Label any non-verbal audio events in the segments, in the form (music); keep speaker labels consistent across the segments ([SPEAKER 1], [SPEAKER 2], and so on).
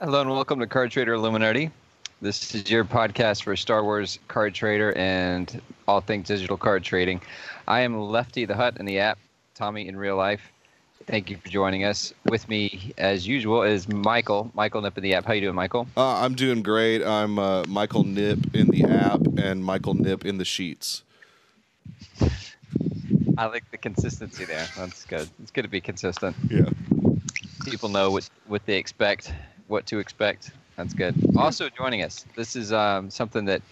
[SPEAKER 1] Hello and welcome to Card Trader Illuminati. This is your podcast for Star Wars Card Trader and all things digital card trading. I am Lefty the Hut in the app, Tommy in real life. Thank you for joining us. With me, as usual, is Michael. Michael Nip in the app. How you doing, Michael?
[SPEAKER 2] Uh, I'm doing great. I'm uh, Michael Nip in the app and Michael Nip in the sheets.
[SPEAKER 1] I like the consistency there. That's good. It's good to be consistent.
[SPEAKER 2] Yeah.
[SPEAKER 1] people know what what they expect, what to expect. That's good. Also joining us, this is um, something that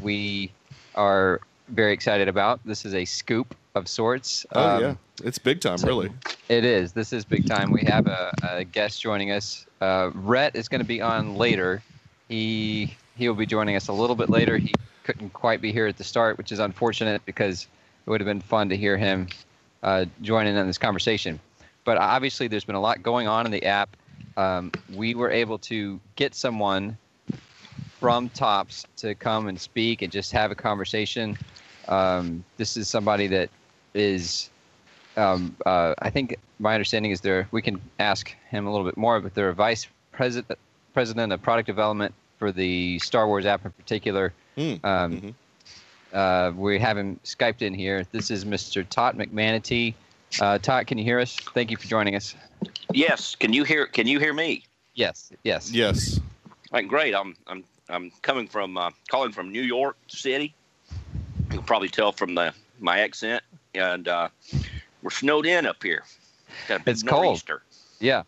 [SPEAKER 1] we are very excited about. This is a scoop of sorts.
[SPEAKER 2] Oh
[SPEAKER 1] Um,
[SPEAKER 2] yeah, it's big time,
[SPEAKER 1] so-
[SPEAKER 2] really.
[SPEAKER 1] It is. This is big time. We have a, a guest joining us. Uh, Rhett is going to be on later. He he will be joining us a little bit later. He couldn't quite be here at the start, which is unfortunate because it would have been fun to hear him uh, join in on this conversation. But obviously, there's been a lot going on in the app. Um, we were able to get someone from Tops to come and speak and just have a conversation. Um, this is somebody that is um, uh, I think my understanding is there. We can ask him a little bit more, but they're a vice president, president of product development for the Star Wars app in particular.
[SPEAKER 2] Mm,
[SPEAKER 1] Um,
[SPEAKER 2] mhm.
[SPEAKER 1] uh, we have him skyped in here. This is Mr. Todd McManatee. Uh, Todd, can you hear us? Thank you for joining us.
[SPEAKER 3] Yes, can you hear? Can you hear me?
[SPEAKER 1] Yes, yes.
[SPEAKER 2] Yes.
[SPEAKER 3] All right, great. I'm I'm I'm coming from uh, calling from New York City. You'll probably tell from the my accent, and uh, we're snowed in up here. Got a big
[SPEAKER 1] It's cold.
[SPEAKER 3] nor'easter.
[SPEAKER 1] Yeah.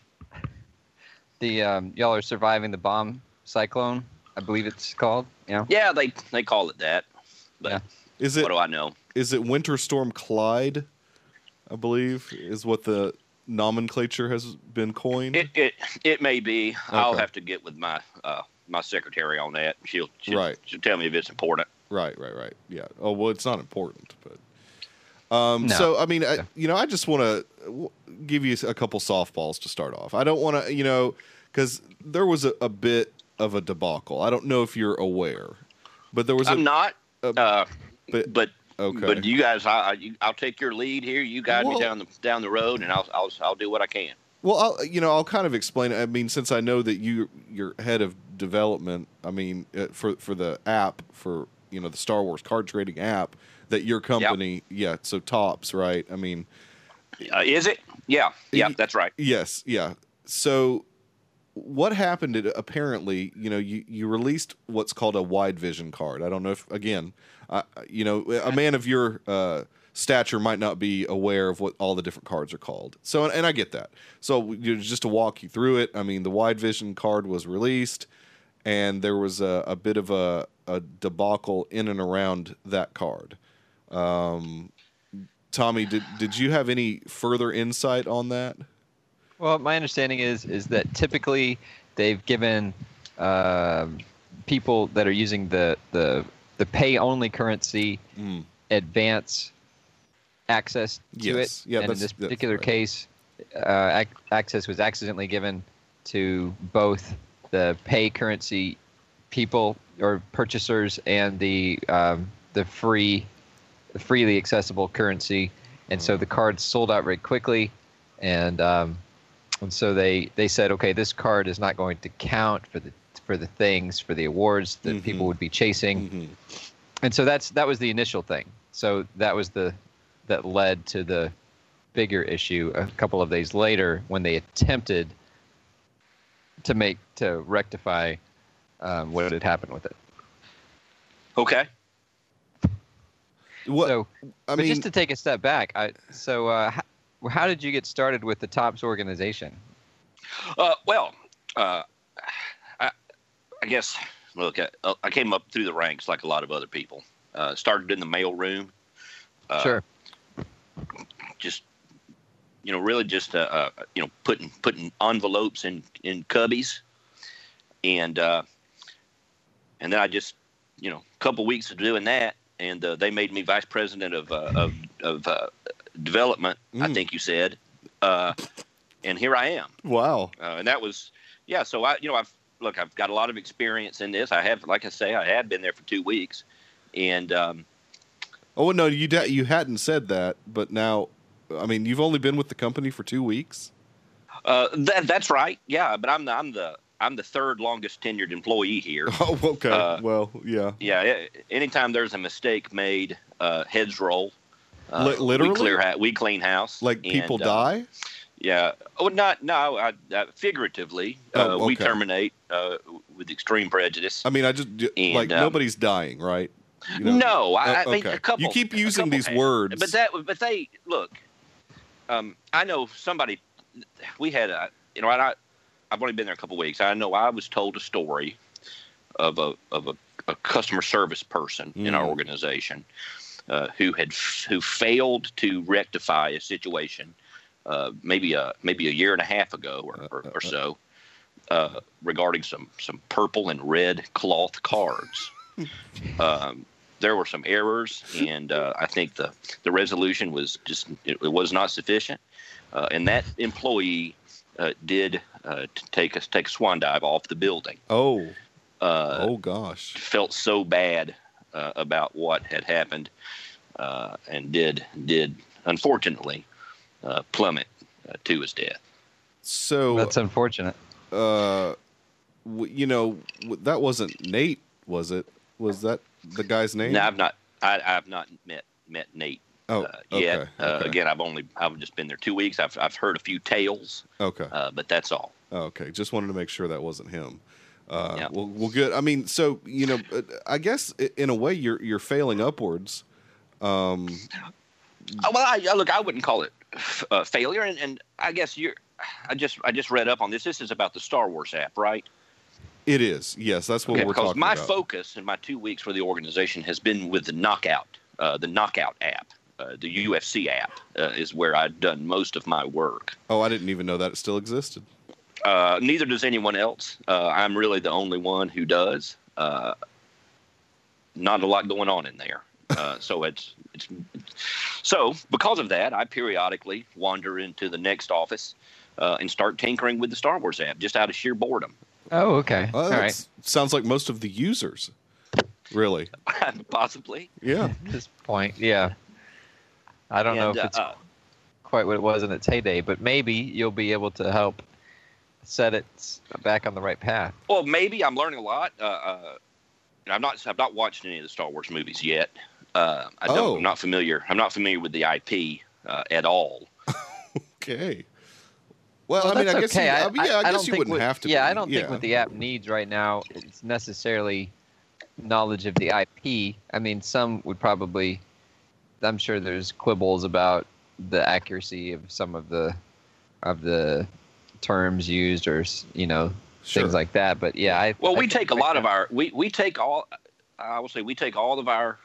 [SPEAKER 1] The um, y'all are surviving the bomb cyclone. I believe it's called. Yeah.
[SPEAKER 3] Yeah, they they call it that, but
[SPEAKER 1] Yeah.
[SPEAKER 2] Is it
[SPEAKER 3] what do I know?
[SPEAKER 2] is it Winter Storm Clyde? I believe is what the nomenclature has been coined.
[SPEAKER 3] It it it may be. I'll
[SPEAKER 2] Okay.
[SPEAKER 3] have to get with my uh, my secretary on that. She'll she'll,
[SPEAKER 2] Right.
[SPEAKER 3] she'll tell me if it's important.
[SPEAKER 2] Right, right, right. Yeah. Oh well, it's not important, but um.
[SPEAKER 1] No.
[SPEAKER 2] So I mean, I,
[SPEAKER 1] Yeah.
[SPEAKER 2] you know, I just want to give you a couple softballs to start off. I don't want to, you know, because there was a, a bit of a debacle. I don't know if you're aware, but there was a
[SPEAKER 3] I'm not.
[SPEAKER 2] uh,
[SPEAKER 3] uh,
[SPEAKER 2] but-
[SPEAKER 3] but
[SPEAKER 2] okay.
[SPEAKER 3] But you guys, I, I you, I'll take your lead here. You guide
[SPEAKER 2] Well-
[SPEAKER 3] me down the down the road, and I'll I'll, I'll do what I can.
[SPEAKER 2] Well, I'll, you know, I'll kind of explain. I mean, since I know that you you're head of development, I mean, uh, for for the app for you know the Star Wars card trading app that your company, yeah, so tops, right? I mean,
[SPEAKER 3] Uh, is it? Yeah, yeah,
[SPEAKER 2] Y-
[SPEAKER 3] that's right.
[SPEAKER 2] yes, yeah. So what happened? It, apparently, you know, you you released what's called a wide vision card. I don't know if again, I you know, a man of your uh, stature might not be aware of what all the different cards are called. So, and, and I get that. So, you know, just to walk you through it, I mean, the wide vision card was released, and there was a, a bit of a, a debacle in and around that card. Um, Tommy, did did you have any further insight on that?
[SPEAKER 1] Well, my understanding is is that typically they've given um people that are using the the the pay only currency
[SPEAKER 2] Mm.
[SPEAKER 1] advance access to
[SPEAKER 2] Yes.
[SPEAKER 1] it.
[SPEAKER 2] Yeah,
[SPEAKER 1] and in
[SPEAKER 2] that's-
[SPEAKER 1] this
[SPEAKER 2] that's
[SPEAKER 1] particular
[SPEAKER 2] right.
[SPEAKER 1] case, uh, ac- access was accidentally given to both the pay currency people or purchasers and the um, the free freely accessible currency, and so the
[SPEAKER 2] Mm-hmm.
[SPEAKER 1] card sold out very quickly, and um, and so they they said, okay, this card is not going to count for the for the things for the awards that
[SPEAKER 2] Mhm.
[SPEAKER 1] people would be chasing
[SPEAKER 2] Mhm.
[SPEAKER 1] and so that's that was the initial thing so that was the that led to the bigger issue a couple of days later when they attempted to make to rectify um, what had happened with it
[SPEAKER 3] Okay.
[SPEAKER 2] What
[SPEAKER 1] so
[SPEAKER 2] I
[SPEAKER 1] but
[SPEAKER 2] mean,
[SPEAKER 1] just to take a step back I, so uh, how, how did you get started with the tops organization
[SPEAKER 3] Uh, well, uh, I, I guess look, I, uh, I came up through the ranks like a lot of other people. Uh, started in the mail room. Uh,
[SPEAKER 1] sure
[SPEAKER 3] Just you know, really just uh, uh, you know putting putting envelopes in in cubbies, and uh, and then I just you know a couple weeks of doing that, and uh, they made me vice president of uh, of of uh, development. I
[SPEAKER 2] Mm.
[SPEAKER 3] think you said, uh, and here I am.
[SPEAKER 2] wow,
[SPEAKER 3] uh, and that was yeah so i you know i've look i've got a lot of experience in this i have like i say i had been there for two weeks and um,
[SPEAKER 2] Oh well, no, you da- you hadn't said that, but now, I mean, you've only been with the company for two weeks. (laughs)
[SPEAKER 3] uh, that, that's right yeah but i'm the i'm the I'm the third longest tenured
[SPEAKER 2] (laughs)
[SPEAKER 3] employee here.
[SPEAKER 2] Oh, okay.
[SPEAKER 3] Uh,
[SPEAKER 2] well, yeah.
[SPEAKER 3] yeah, a- anytime there's a mistake made, uh, heads roll. Uh,
[SPEAKER 2] Li- literally?
[SPEAKER 3] we clear ha- we clean house.
[SPEAKER 2] Like people
[SPEAKER 3] and, uh,
[SPEAKER 2] die.
[SPEAKER 3] Yeah. Oh, not no. I, I, figuratively, uh,
[SPEAKER 2] Oh,
[SPEAKER 3] we
[SPEAKER 2] okay.
[SPEAKER 3] terminate uh, with extreme prejudice.
[SPEAKER 2] I mean, I just d-
[SPEAKER 3] and,
[SPEAKER 2] like
[SPEAKER 3] um,
[SPEAKER 2] nobody's dying, right? You know?
[SPEAKER 3] no, I, I
[SPEAKER 2] Oh,
[SPEAKER 3] think
[SPEAKER 2] okay.
[SPEAKER 3] a couple.
[SPEAKER 2] You keep
[SPEAKER 3] a
[SPEAKER 2] using
[SPEAKER 3] couple
[SPEAKER 2] these
[SPEAKER 3] have.
[SPEAKER 2] words,
[SPEAKER 3] But that, but they look. Um, I know somebody. We had a, you know, and I, I've only been there a couple weeks. I know I was told a story of a of a, a customer service person in our
[SPEAKER 2] Mm.
[SPEAKER 3] organization uh, who had f- who failed to rectify a situation uh, maybe a maybe a year and a half ago or, or, or so uh, regarding some some purple and red cloth cards. um, there were some errors, and uh, I think the the resolution was just it, it was not sufficient, uh, and that employee. Uh, did uh, t- take a take a swan dive off the building.
[SPEAKER 2] oh,
[SPEAKER 3] Uh,
[SPEAKER 2] oh gosh.
[SPEAKER 3] felt so bad uh, about what had happened, uh, and did did unfortunately uh, plummet uh, to his death.
[SPEAKER 2] So
[SPEAKER 1] That's unfortunate.
[SPEAKER 2] uh, w- you know, w- that wasn't Nate, was it? Was that the guy's name?
[SPEAKER 3] Now I've not I, I've not met met Nate
[SPEAKER 2] oh,
[SPEAKER 3] uh, yet.
[SPEAKER 2] okay.
[SPEAKER 3] Uh,
[SPEAKER 2] okay.
[SPEAKER 3] again, I've only I've just been there two weeks. I've I've heard a few tales,
[SPEAKER 2] okay.
[SPEAKER 3] uh, but that's all.
[SPEAKER 2] Oh, okay, just wanted to make sure that wasn't him. Uh,
[SPEAKER 3] Yeah.
[SPEAKER 2] Well, well, good. I mean, so you know, uh, I guess i- in a way you're you're failing upwards. Um,
[SPEAKER 3] Uh, Well, I, I- look, I wouldn't call it f- uh, failure, and, and I guess you're. I just I just read up on this. This is about the Star Wars app, right?
[SPEAKER 2] it is. Yes, that's what
[SPEAKER 3] Okay,
[SPEAKER 2] we're
[SPEAKER 3] because
[SPEAKER 2] talking
[SPEAKER 3] my
[SPEAKER 2] about.
[SPEAKER 3] focus in my two weeks for the organization has been with the Knockout, uh, the Knockout app, uh, the UFC app uh, is where I've done most of my work.
[SPEAKER 2] oh, I didn't even know that it still existed.
[SPEAKER 3] Uh, neither does anyone else. Uh, I'm really the only one who does. Uh, not a lot going on in there.
[SPEAKER 2] (laughs)
[SPEAKER 3] Uh, so it's it's so because of that, I periodically wander into the next office uh, and start tinkering with the Star Wars app just out of sheer boredom. (laughs)
[SPEAKER 1] Oh, okay. (laughs)
[SPEAKER 2] Oh,
[SPEAKER 1] All right.
[SPEAKER 2] that's- Sounds like most of the users. Really?
[SPEAKER 3] Possibly,
[SPEAKER 2] Yeah.
[SPEAKER 1] (laughs) At this point, yeah. I don't know
[SPEAKER 3] And,
[SPEAKER 1] if it's
[SPEAKER 3] uh,
[SPEAKER 1] quite what it was in its heyday, but maybe you'll be able to help set it s- back on the right path.
[SPEAKER 3] Well, maybe I'm learning a lot. Uh, uh, and I'm not. I've not watched any of the Star Wars movies yet. Uh, I don't,
[SPEAKER 2] Oh.
[SPEAKER 3] I'm not familiar. I'm not familiar with the IP uh, at all.
[SPEAKER 2] Okay. Well,
[SPEAKER 1] Well,
[SPEAKER 2] I mean,
[SPEAKER 1] that's
[SPEAKER 2] I guess
[SPEAKER 1] okay.
[SPEAKER 2] you, I, mean, yeah, I,
[SPEAKER 1] don't
[SPEAKER 2] guess you
[SPEAKER 1] think
[SPEAKER 2] wouldn't
[SPEAKER 1] what-
[SPEAKER 2] have to.
[SPEAKER 1] Yeah,
[SPEAKER 2] be.
[SPEAKER 1] I don't think what the app needs right now is necessarily knowledge of the IP. I mean, some would probably. I'm sure there's quibbles about the accuracy of some of the of the terms used or s- you know
[SPEAKER 2] Sure.
[SPEAKER 1] things like that. But yeah, I
[SPEAKER 3] Well,
[SPEAKER 1] I
[SPEAKER 3] we
[SPEAKER 1] think
[SPEAKER 3] take a
[SPEAKER 1] right
[SPEAKER 3] lot of
[SPEAKER 1] now-
[SPEAKER 3] our. We we take all. I will say we take all of our.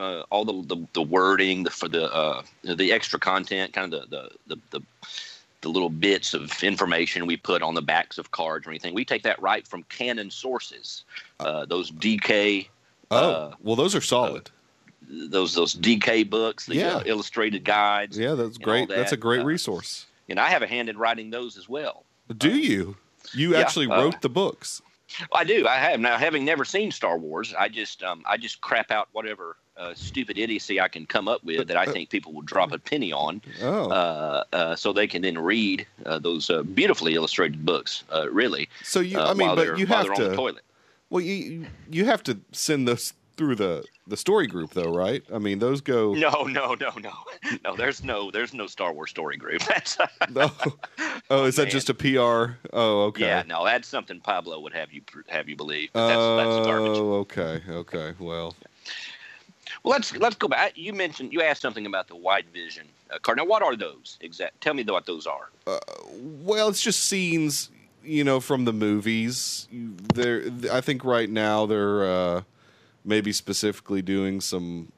[SPEAKER 3] Uh, all the, the the wording, the for the uh, the extra content, kind of the the, the the the little bits of information we put on the backs of cards or anything, we take that right from canon sources. Uh, those DK
[SPEAKER 1] uh,
[SPEAKER 2] Oh, well, those are solid.
[SPEAKER 3] those those DK books, the
[SPEAKER 2] Yeah.
[SPEAKER 3] uh, illustrated guides,
[SPEAKER 2] yeah, that's
[SPEAKER 3] and all
[SPEAKER 2] great. that's a
[SPEAKER 3] that,
[SPEAKER 2] great
[SPEAKER 3] uh,
[SPEAKER 2] resource.
[SPEAKER 3] and I have a hand in writing those as well.
[SPEAKER 1] uh,
[SPEAKER 2] Do you? You
[SPEAKER 3] yeah,
[SPEAKER 2] actually
[SPEAKER 3] uh,
[SPEAKER 2] wrote the books.
[SPEAKER 3] I do. I have now, having never seen Star Wars, I just um, I just crap out whatever uh, stupid idiocy I can come up with that I think people will drop a penny on,
[SPEAKER 2] Oh,
[SPEAKER 3] uh, uh, so they can then read uh, those uh, beautifully illustrated books. Uh, really,
[SPEAKER 2] so you?
[SPEAKER 3] uh,
[SPEAKER 2] I mean,
[SPEAKER 3] while they're,
[SPEAKER 2] but you
[SPEAKER 3] while
[SPEAKER 2] have
[SPEAKER 3] they're on the
[SPEAKER 2] to.
[SPEAKER 3] toilet.
[SPEAKER 2] Well, you you- you have to send those through the the story group though, right? I mean, those
[SPEAKER 3] (laughs)
[SPEAKER 2] go. (laughs)
[SPEAKER 3] No, no, no, no, no. There's no there's no Star Wars story group. (laughs) That's
[SPEAKER 2] No. Oh, is that
[SPEAKER 3] Man.
[SPEAKER 2] just a PR? Oh, okay.
[SPEAKER 3] yeah, no, that's something Pablo would have you have you believe. but That's, that's garbage.
[SPEAKER 2] Oh, okay, okay. Well,
[SPEAKER 3] Well, let's let's go back. You mentioned you asked something about the wide vision uh, card. Now, what are those exact? Tell me what those are.
[SPEAKER 2] uh, well, it's just scenes, you know, from the movies. There, I think right now they're uh, maybe specifically doing some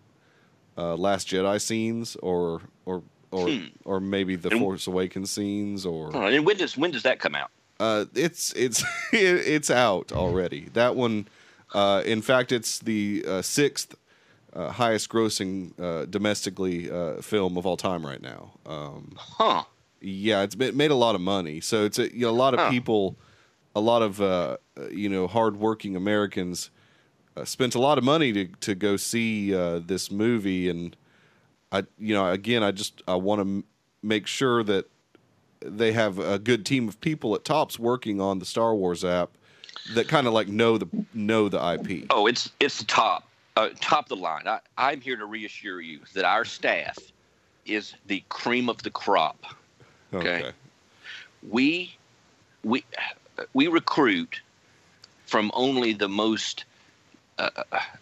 [SPEAKER 2] uh, Last Jedi scenes, or or or or maybe the
[SPEAKER 3] Hmm. And- Hmm.
[SPEAKER 2] Force Awakens scenes, or
[SPEAKER 3] All right, And when does when does that come out?
[SPEAKER 2] uh, it's it's (laughs) it's out already. That one, uh, in fact, it's the uh, sixth uh, highest grossing uh, domestically uh, film of all time right now. Um,
[SPEAKER 3] Huh?
[SPEAKER 2] yeah, it's been, made a lot of money. So it's a, you know, a lot of
[SPEAKER 3] Huh.
[SPEAKER 2] people, a lot of uh, you know hardworking Americans uh, spent a lot of money to to go see uh, this movie, and I you know again I just I want to m- make sure that they have a good team of people at Tops working on the Star Wars app that kind of like know the know the IP.
[SPEAKER 3] Oh, it's it's the top uh, top of the line. I, I'm here to reassure you that our staff is the cream of the crop. okay. We we we recruit from only the most uh,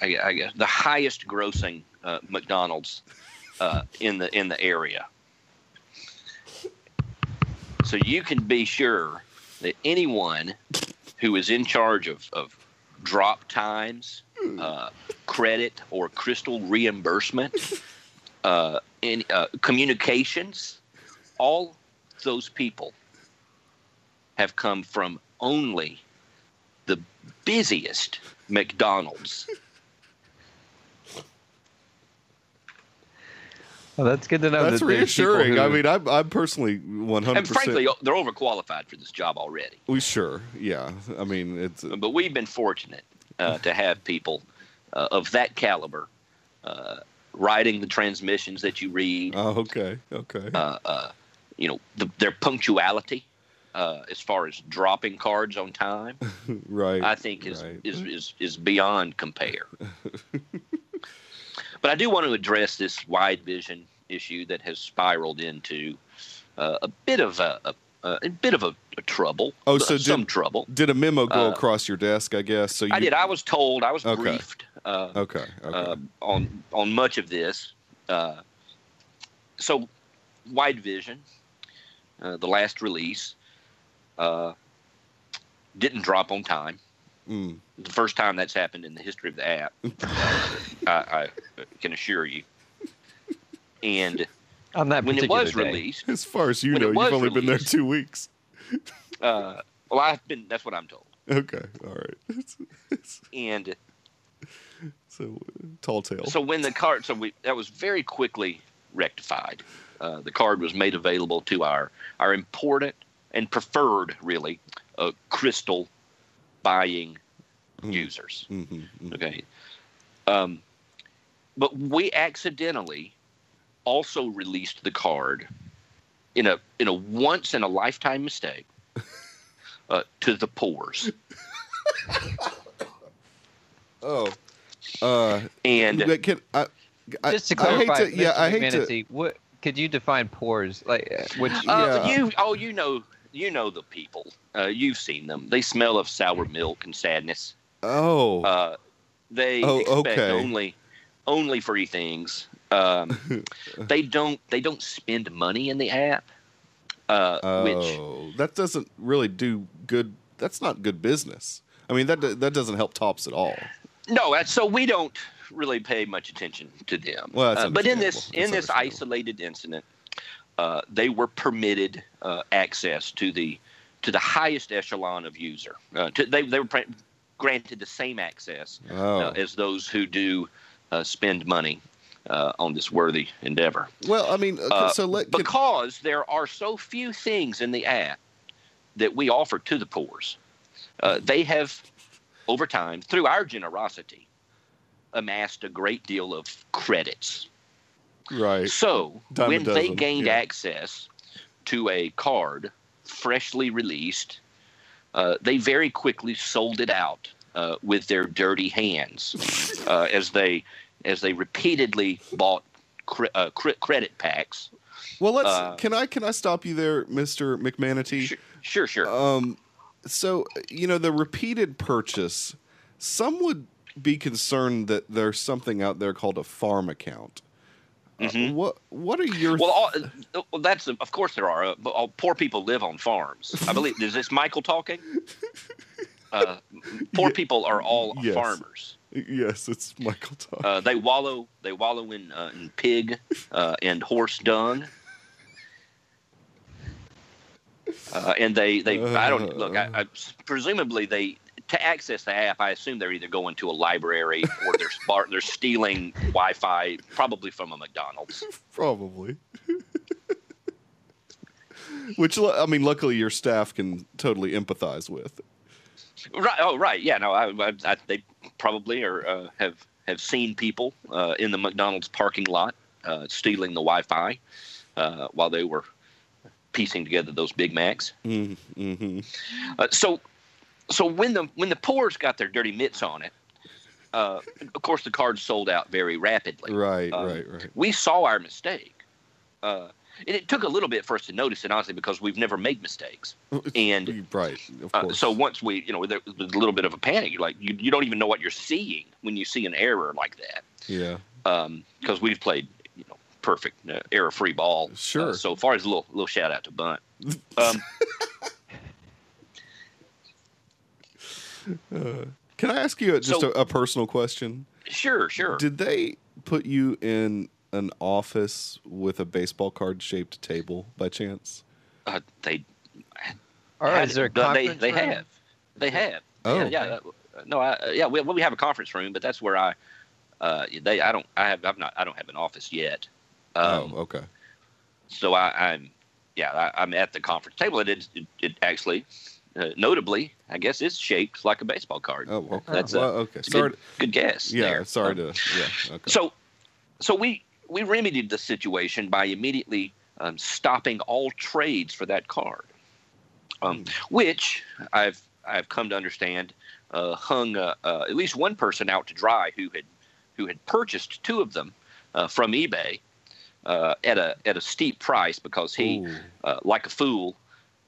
[SPEAKER 3] I, I guess the highest grossing uh, McDonald's uh, in the in the area. So you can be sure that anyone who is in charge of, of drop times, uh, credit or crystal reimbursement, uh, in uh, communications, all those people have come from only the busiest McDonald's.
[SPEAKER 1] Well, that's good to know.
[SPEAKER 2] That's
[SPEAKER 1] that there's people
[SPEAKER 2] reassuring.
[SPEAKER 1] who-
[SPEAKER 2] I mean, I'm, I'm personally 100%.
[SPEAKER 3] And frankly, they're overqualified for this job already.
[SPEAKER 2] we sure. Yeah. I mean, it's
[SPEAKER 3] but we've been fortunate uh, to have people uh, of that caliber uh, writing the transmissions that you read.
[SPEAKER 2] Oh, okay. Okay.
[SPEAKER 3] Uh, uh, you know, the, their punctuality uh, as far as dropping cards on time,
[SPEAKER 2] (laughs) right.
[SPEAKER 3] I think is
[SPEAKER 2] right.
[SPEAKER 3] is, is is beyond compare.
[SPEAKER 2] (laughs)
[SPEAKER 3] but I do want to address this wide vision issue that has spiraled into uh, a bit of a. a a bit of a, a trouble.
[SPEAKER 2] Oh,
[SPEAKER 3] uh,
[SPEAKER 2] so did-
[SPEAKER 3] some trouble.
[SPEAKER 2] Did a memo go
[SPEAKER 3] uh,
[SPEAKER 2] across your desk, I guess? So you,
[SPEAKER 3] I did. I was told. I was
[SPEAKER 2] Okay.
[SPEAKER 3] briefed. Uh,
[SPEAKER 2] Okay. Okay.
[SPEAKER 3] uh, on on much of this. Uh, so, Wide Vision, uh, the last release, uh, didn't drop on time.
[SPEAKER 2] Mm.
[SPEAKER 3] The first time that's happened in the history of
[SPEAKER 1] (laughs)
[SPEAKER 3] the app, I, I can assure you. And
[SPEAKER 1] on that
[SPEAKER 3] when it
[SPEAKER 1] particular
[SPEAKER 3] was
[SPEAKER 1] day.
[SPEAKER 3] released,
[SPEAKER 2] As far as you
[SPEAKER 3] when it
[SPEAKER 2] know, you've
[SPEAKER 3] was
[SPEAKER 2] only been there
[SPEAKER 3] released-
[SPEAKER 2] two weeks.
[SPEAKER 3] uh, well, I've been. That's what I'm told.
[SPEAKER 2] Okay. All right. (laughs) It's, it's,
[SPEAKER 3] And
[SPEAKER 2] so tall tale.
[SPEAKER 3] So when the card, so we that was very quickly rectified. Uh, the card was made available to our our important and preferred, really, uh, crystal buying
[SPEAKER 2] Mm.
[SPEAKER 3] users.
[SPEAKER 2] hmm
[SPEAKER 3] Okay, um, but we accidentally also released the card in a in a once in a lifetime
[SPEAKER 2] (laughs)
[SPEAKER 3] mistake uh, to the poors
[SPEAKER 2] Oh. Uh,
[SPEAKER 3] and.
[SPEAKER 2] but can, I, I,
[SPEAKER 1] Just to
[SPEAKER 2] I hate
[SPEAKER 1] clarify,
[SPEAKER 2] to- yeah, I hate to.
[SPEAKER 1] humanity, what could you define pores? Like uh, which?
[SPEAKER 3] Uh,
[SPEAKER 2] Yeah.
[SPEAKER 3] You oh you know you know the people. Uh, you've seen them. They smell of sour milk and sadness.
[SPEAKER 2] Oh.
[SPEAKER 3] Uh, they
[SPEAKER 2] Oh,
[SPEAKER 3] expect
[SPEAKER 2] okay.
[SPEAKER 3] only only free things.
[SPEAKER 2] (laughs)
[SPEAKER 3] Um, they don't they don't spend money in the app. Uh, Which
[SPEAKER 2] Oh, that doesn't really do good. That's not good business. I mean that do- that doesn't help tops at all.
[SPEAKER 3] no, that's- so we don't really pay much attention to them.
[SPEAKER 2] Well, that's
[SPEAKER 3] Uh, but in this
[SPEAKER 2] understandable.
[SPEAKER 3] in
[SPEAKER 2] That's
[SPEAKER 3] this
[SPEAKER 2] understandable.
[SPEAKER 3] isolated incident, uh, they were permitted uh, access to the to the highest echelon of user. Uh, to, they they were pr- granted the same access
[SPEAKER 2] Oh,
[SPEAKER 3] uh, as those who do uh, spend money uh, on this worthy endeavor.
[SPEAKER 2] well, I mean, okay,
[SPEAKER 3] uh,
[SPEAKER 2] so let can-
[SPEAKER 3] Because there are so few things in the app that we offer to the poors, uh, they have, over time, through our generosity, amassed a great deal of credits.
[SPEAKER 2] right.
[SPEAKER 3] So
[SPEAKER 2] Dime a
[SPEAKER 3] when they
[SPEAKER 2] dozen,
[SPEAKER 3] gained
[SPEAKER 2] yeah.
[SPEAKER 3] access to a card freshly released, uh, they very quickly sold it out uh, with their
[SPEAKER 2] (laughs)
[SPEAKER 3] dirty hands uh, as they as they repeatedly bought cre- uh, cre- credit packs.
[SPEAKER 2] Well, let's.
[SPEAKER 3] uh,
[SPEAKER 2] can I can I stop you there, Mister McManatee?
[SPEAKER 3] Sure, sure. sure.
[SPEAKER 2] Um, so you know the repeated purchase. Some would be concerned that there's something out there called a farm account. Uh,
[SPEAKER 3] Mhm.
[SPEAKER 2] what What are your
[SPEAKER 3] well, all, uh, well, that's of course there are. Uh, but all poor people live on farms. I believe is this Michael talking? Uh, poor people are all
[SPEAKER 2] Yes.
[SPEAKER 3] farmers.
[SPEAKER 2] (laughs) yes? It's Michael Todd. (laughs)
[SPEAKER 3] Uh, they wallow. They wallow in, uh, in pig uh, and horse dung. Uh, and they, they I don't look. I, I, presumably, they to access the app. I assume they're either going to a library or they're spar- they're stealing Wi-Fi, probably from a McDonald's.
[SPEAKER 2] Probably. (laughs) Which lu- I mean, luckily your staff can totally empathize with.
[SPEAKER 3] Right. Oh, right. Yeah. No. I, I, I, they probably are uh, have have seen people uh, in the McDonald's parking lot uh, stealing the Wi-Fi uh, while they were piecing together those Big Macs.
[SPEAKER 2] Mm-hmm.
[SPEAKER 3] Uh, so, so when the when the poor's got their dirty mitts on it, uh, of course the cards sold out very rapidly.
[SPEAKER 2] Right,
[SPEAKER 3] Um,
[SPEAKER 2] right, right.
[SPEAKER 3] We saw our mistake, uh, and it took a little bit for us to notice it, honestly, because we've never made mistakes. And
[SPEAKER 2] You- (laughs) Right, of
[SPEAKER 3] uh,
[SPEAKER 2] course.
[SPEAKER 3] so once we, you know, there was a little bit of a panic. You're Like you, you don't even know what you're seeing when you see an error like that,
[SPEAKER 2] yeah,
[SPEAKER 3] because we've played, you know, perfect uh, error-free ball. uh,
[SPEAKER 2] Sure.
[SPEAKER 3] so far as a little little shout out to Bunt. Um,
[SPEAKER 2] Uh, can I ask you a- just
[SPEAKER 3] So-
[SPEAKER 2] a, a personal question?
[SPEAKER 3] sure, sure.
[SPEAKER 2] Did they put you in an office with a baseball card shaped table by chance?
[SPEAKER 3] uh, they
[SPEAKER 1] All right,
[SPEAKER 3] had
[SPEAKER 1] is there a
[SPEAKER 3] it. They-
[SPEAKER 1] conference
[SPEAKER 3] They,
[SPEAKER 1] room?
[SPEAKER 3] have. They have.
[SPEAKER 2] Oh.
[SPEAKER 3] Yeah. yeah uh, no. I, uh, yeah. We, well, we have a conference room, but that's where I. Uh, they. I don't. I have. I'm not. I don't have an office yet. Um,
[SPEAKER 2] oh, okay.
[SPEAKER 3] So I, I'm. Yeah. I, I'm at the conference table. It. It, it actually, uh, notably, I guess, it's shaped like a baseball card.
[SPEAKER 2] Oh, okay.
[SPEAKER 3] That's
[SPEAKER 2] well,
[SPEAKER 3] a,
[SPEAKER 2] okay.
[SPEAKER 3] it's a
[SPEAKER 2] Sorry.
[SPEAKER 3] good, good guess.
[SPEAKER 2] yeah,
[SPEAKER 3] there.
[SPEAKER 2] sorry
[SPEAKER 3] Um,
[SPEAKER 2] to. Yeah, okay.
[SPEAKER 3] so, so we we remedied the situation by immediately um, stopping all trades for that card, um,
[SPEAKER 2] Hmm.
[SPEAKER 3] which I've I've come to understand uh, hung uh, uh, at least one person out to dry who had who had purchased two of them uh, from eBay uh, at a at a steep price because he
[SPEAKER 2] Ooh.
[SPEAKER 3] uh, like a fool.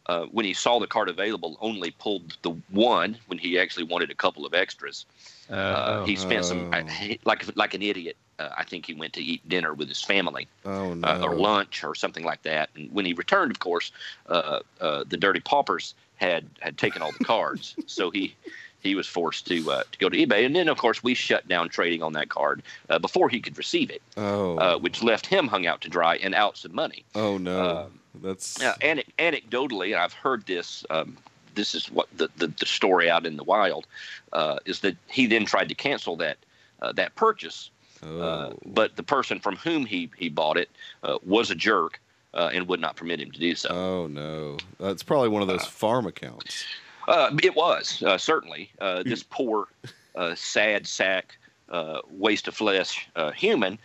[SPEAKER 3] Uh, when he saw the card available, only pulled the one when he actually wanted a couple of extras. Uh,
[SPEAKER 1] Uh,
[SPEAKER 3] he spent some I,
[SPEAKER 2] Oh.
[SPEAKER 3] he- like like an idiot. Uh, I think he went to eat dinner with his family
[SPEAKER 2] Oh no.
[SPEAKER 3] uh, or lunch or something like that. And when he returned, of course, uh, uh, the dirty paupers had had
[SPEAKER 2] (laughs)
[SPEAKER 3] taken all the cards, so he he was forced to uh, to go to eBay. And then, of course, we shut down trading on that card uh, before he could receive it,
[SPEAKER 2] oh.
[SPEAKER 3] uh, which left him hung out to dry and out some money.
[SPEAKER 2] oh no.
[SPEAKER 3] um,
[SPEAKER 2] That's.
[SPEAKER 3] Now, ane- anecdotally, and I've heard this. Um, this is what the, the, the story out in the wild uh, is that he then tried to cancel that uh, that purchase,
[SPEAKER 2] oh.
[SPEAKER 3] uh, but the person from whom he he bought it uh, was a jerk uh, and would not permit him to do so.
[SPEAKER 2] oh no. That's probably one of those farm accounts. (laughs)
[SPEAKER 3] Uh, it was uh, certainly uh, this poor, uh, sad sack, uh, waste of flesh uh, human.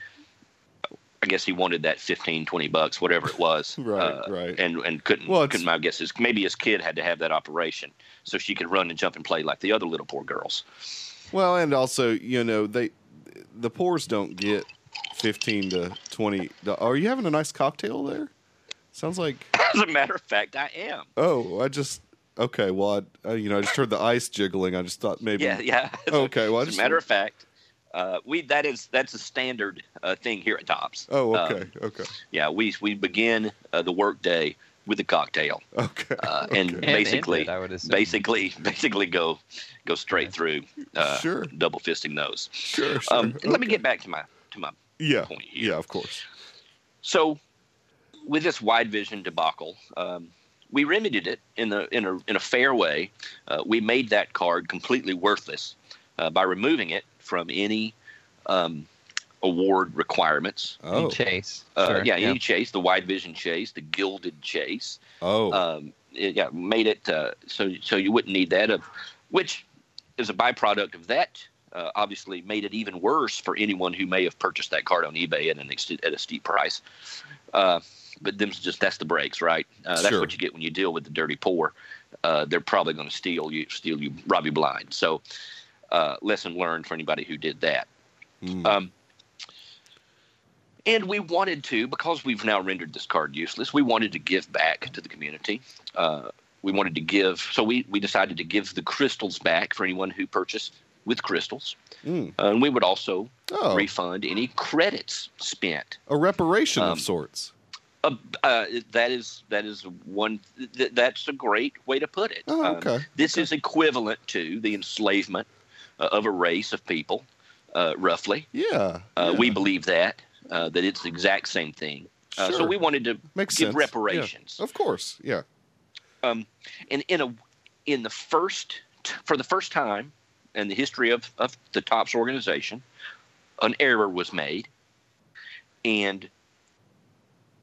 [SPEAKER 3] I guess he wanted that 15, 20 bucks, whatever it was,
[SPEAKER 2] (laughs) Right,
[SPEAKER 3] uh,
[SPEAKER 2] right.
[SPEAKER 3] and and couldn't.
[SPEAKER 2] Well, it's-
[SPEAKER 3] couldn't my guess is maybe his kid had to have that operation so she could run and jump and play like the other little poor girls. (laughs)
[SPEAKER 2] Well, and also, you know, they the poors don't get fifteen to twenty. do- Are you having a nice cocktail there? Sounds like.
[SPEAKER 3] As a matter of fact, I am.
[SPEAKER 2] Oh, I just. Okay, well, I, uh, you know, I just heard the ice jiggling. I just thought maybe. Oh,
[SPEAKER 3] Yeah, yeah.
[SPEAKER 2] (laughs)
[SPEAKER 3] (laughs)
[SPEAKER 2] Okay, well, I
[SPEAKER 3] As
[SPEAKER 2] just-
[SPEAKER 3] a matter of fact, uh, we that is that's a standard uh, thing here at Tops.
[SPEAKER 2] Oh,
[SPEAKER 3] Um,
[SPEAKER 2] okay, okay,
[SPEAKER 3] yeah, we we begin uh, the workday with a cocktail.
[SPEAKER 2] okay. (laughs)
[SPEAKER 3] uh, and
[SPEAKER 2] okay.
[SPEAKER 1] And ended,
[SPEAKER 3] basically-
[SPEAKER 1] I would assume.
[SPEAKER 3] basically (laughs) basically go go straight through uh,
[SPEAKER 2] (laughs) Sure.
[SPEAKER 3] double fisting those
[SPEAKER 2] sure, sure.
[SPEAKER 3] um, let
[SPEAKER 2] okay.
[SPEAKER 3] me get back to my to my
[SPEAKER 2] Yeah,
[SPEAKER 3] point here.
[SPEAKER 2] yeah, of course.
[SPEAKER 3] so with this wide vision debacle um, we remedied it in the in a in a fair way uh, we made that card completely worthless uh, by removing it from any um, award requirements
[SPEAKER 1] Any
[SPEAKER 2] Oh,
[SPEAKER 1] chase.
[SPEAKER 3] uh,
[SPEAKER 1] Sure,
[SPEAKER 3] yeah, any chase, the wide vision chase, the gilded chase,
[SPEAKER 2] oh,
[SPEAKER 3] um, it, yeah, made it uh, so so you wouldn't need that. Of which is a byproduct of that. Uh, obviously, made it even worse for anyone who may have purchased that card on eBay at an ex- at a steep price. Uh, but them's just that's the breaks, right? Uh, that's
[SPEAKER 2] Sure.
[SPEAKER 3] what you get when you deal with the dirty poor. Uh, they're probably going to steal you, steal you, rob you blind. So, uh, lesson learned for anybody who did that.
[SPEAKER 2] mm,
[SPEAKER 3] Um, and we wanted to, because we've now rendered this card useless, we wanted to give back to the community. Uh, we wanted to give, so we, we decided to give the crystals back for anyone who purchased with crystals.
[SPEAKER 2] mm.
[SPEAKER 3] Uh, and we would also
[SPEAKER 2] oh,
[SPEAKER 3] refund any credits spent.
[SPEAKER 2] a reparation
[SPEAKER 3] um,
[SPEAKER 2] of sorts.
[SPEAKER 3] Uh, uh, that is that is one. Th- that's a great way to put it.
[SPEAKER 2] Oh,
[SPEAKER 3] Um,
[SPEAKER 2] okay.
[SPEAKER 3] this is equivalent to the enslavement uh, of a race of people, uh, roughly.
[SPEAKER 2] Yeah,
[SPEAKER 3] Uh,
[SPEAKER 2] yeah.
[SPEAKER 3] We believe that uh, that it's the exact same thing. Uh, So
[SPEAKER 2] Sure.
[SPEAKER 3] we wanted to
[SPEAKER 2] Makes
[SPEAKER 3] give
[SPEAKER 2] sense.
[SPEAKER 3] reparations,
[SPEAKER 2] Yeah. Of course, yeah.
[SPEAKER 3] um, and in a in the first t- for the first time in the history of of the Tops organization, an error was made, and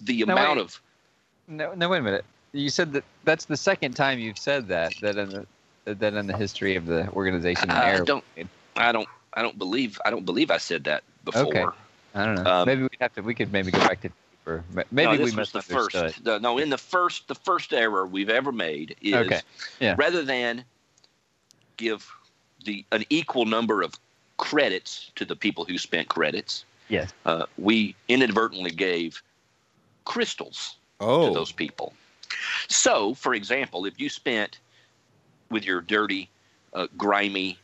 [SPEAKER 3] the
[SPEAKER 1] Now,
[SPEAKER 3] amount
[SPEAKER 1] wait.
[SPEAKER 3] of
[SPEAKER 1] No, no, wait a minute. You said that that's the second time you've said that. That in the that in the history of the organization, an
[SPEAKER 3] I- I
[SPEAKER 1] error-
[SPEAKER 3] Uh, don't- I don't I don't believe I don't believe I said that before.
[SPEAKER 1] Okay. I don't know.
[SPEAKER 3] um,
[SPEAKER 1] maybe we would have to. We could maybe go back to remember. M- Maybe
[SPEAKER 3] no,
[SPEAKER 1] we
[SPEAKER 3] this was the
[SPEAKER 1] misunderstood.
[SPEAKER 3] first. The, no, in the first, the first error we've ever made is
[SPEAKER 1] Okay. Yeah.
[SPEAKER 3] rather than give the an equal number of credits to the people who spent credits,
[SPEAKER 1] Yes.
[SPEAKER 3] uh, we inadvertently gave crystals to
[SPEAKER 2] Oh,
[SPEAKER 3] those people. So, for example, if you spent with your dirty, uh, grimy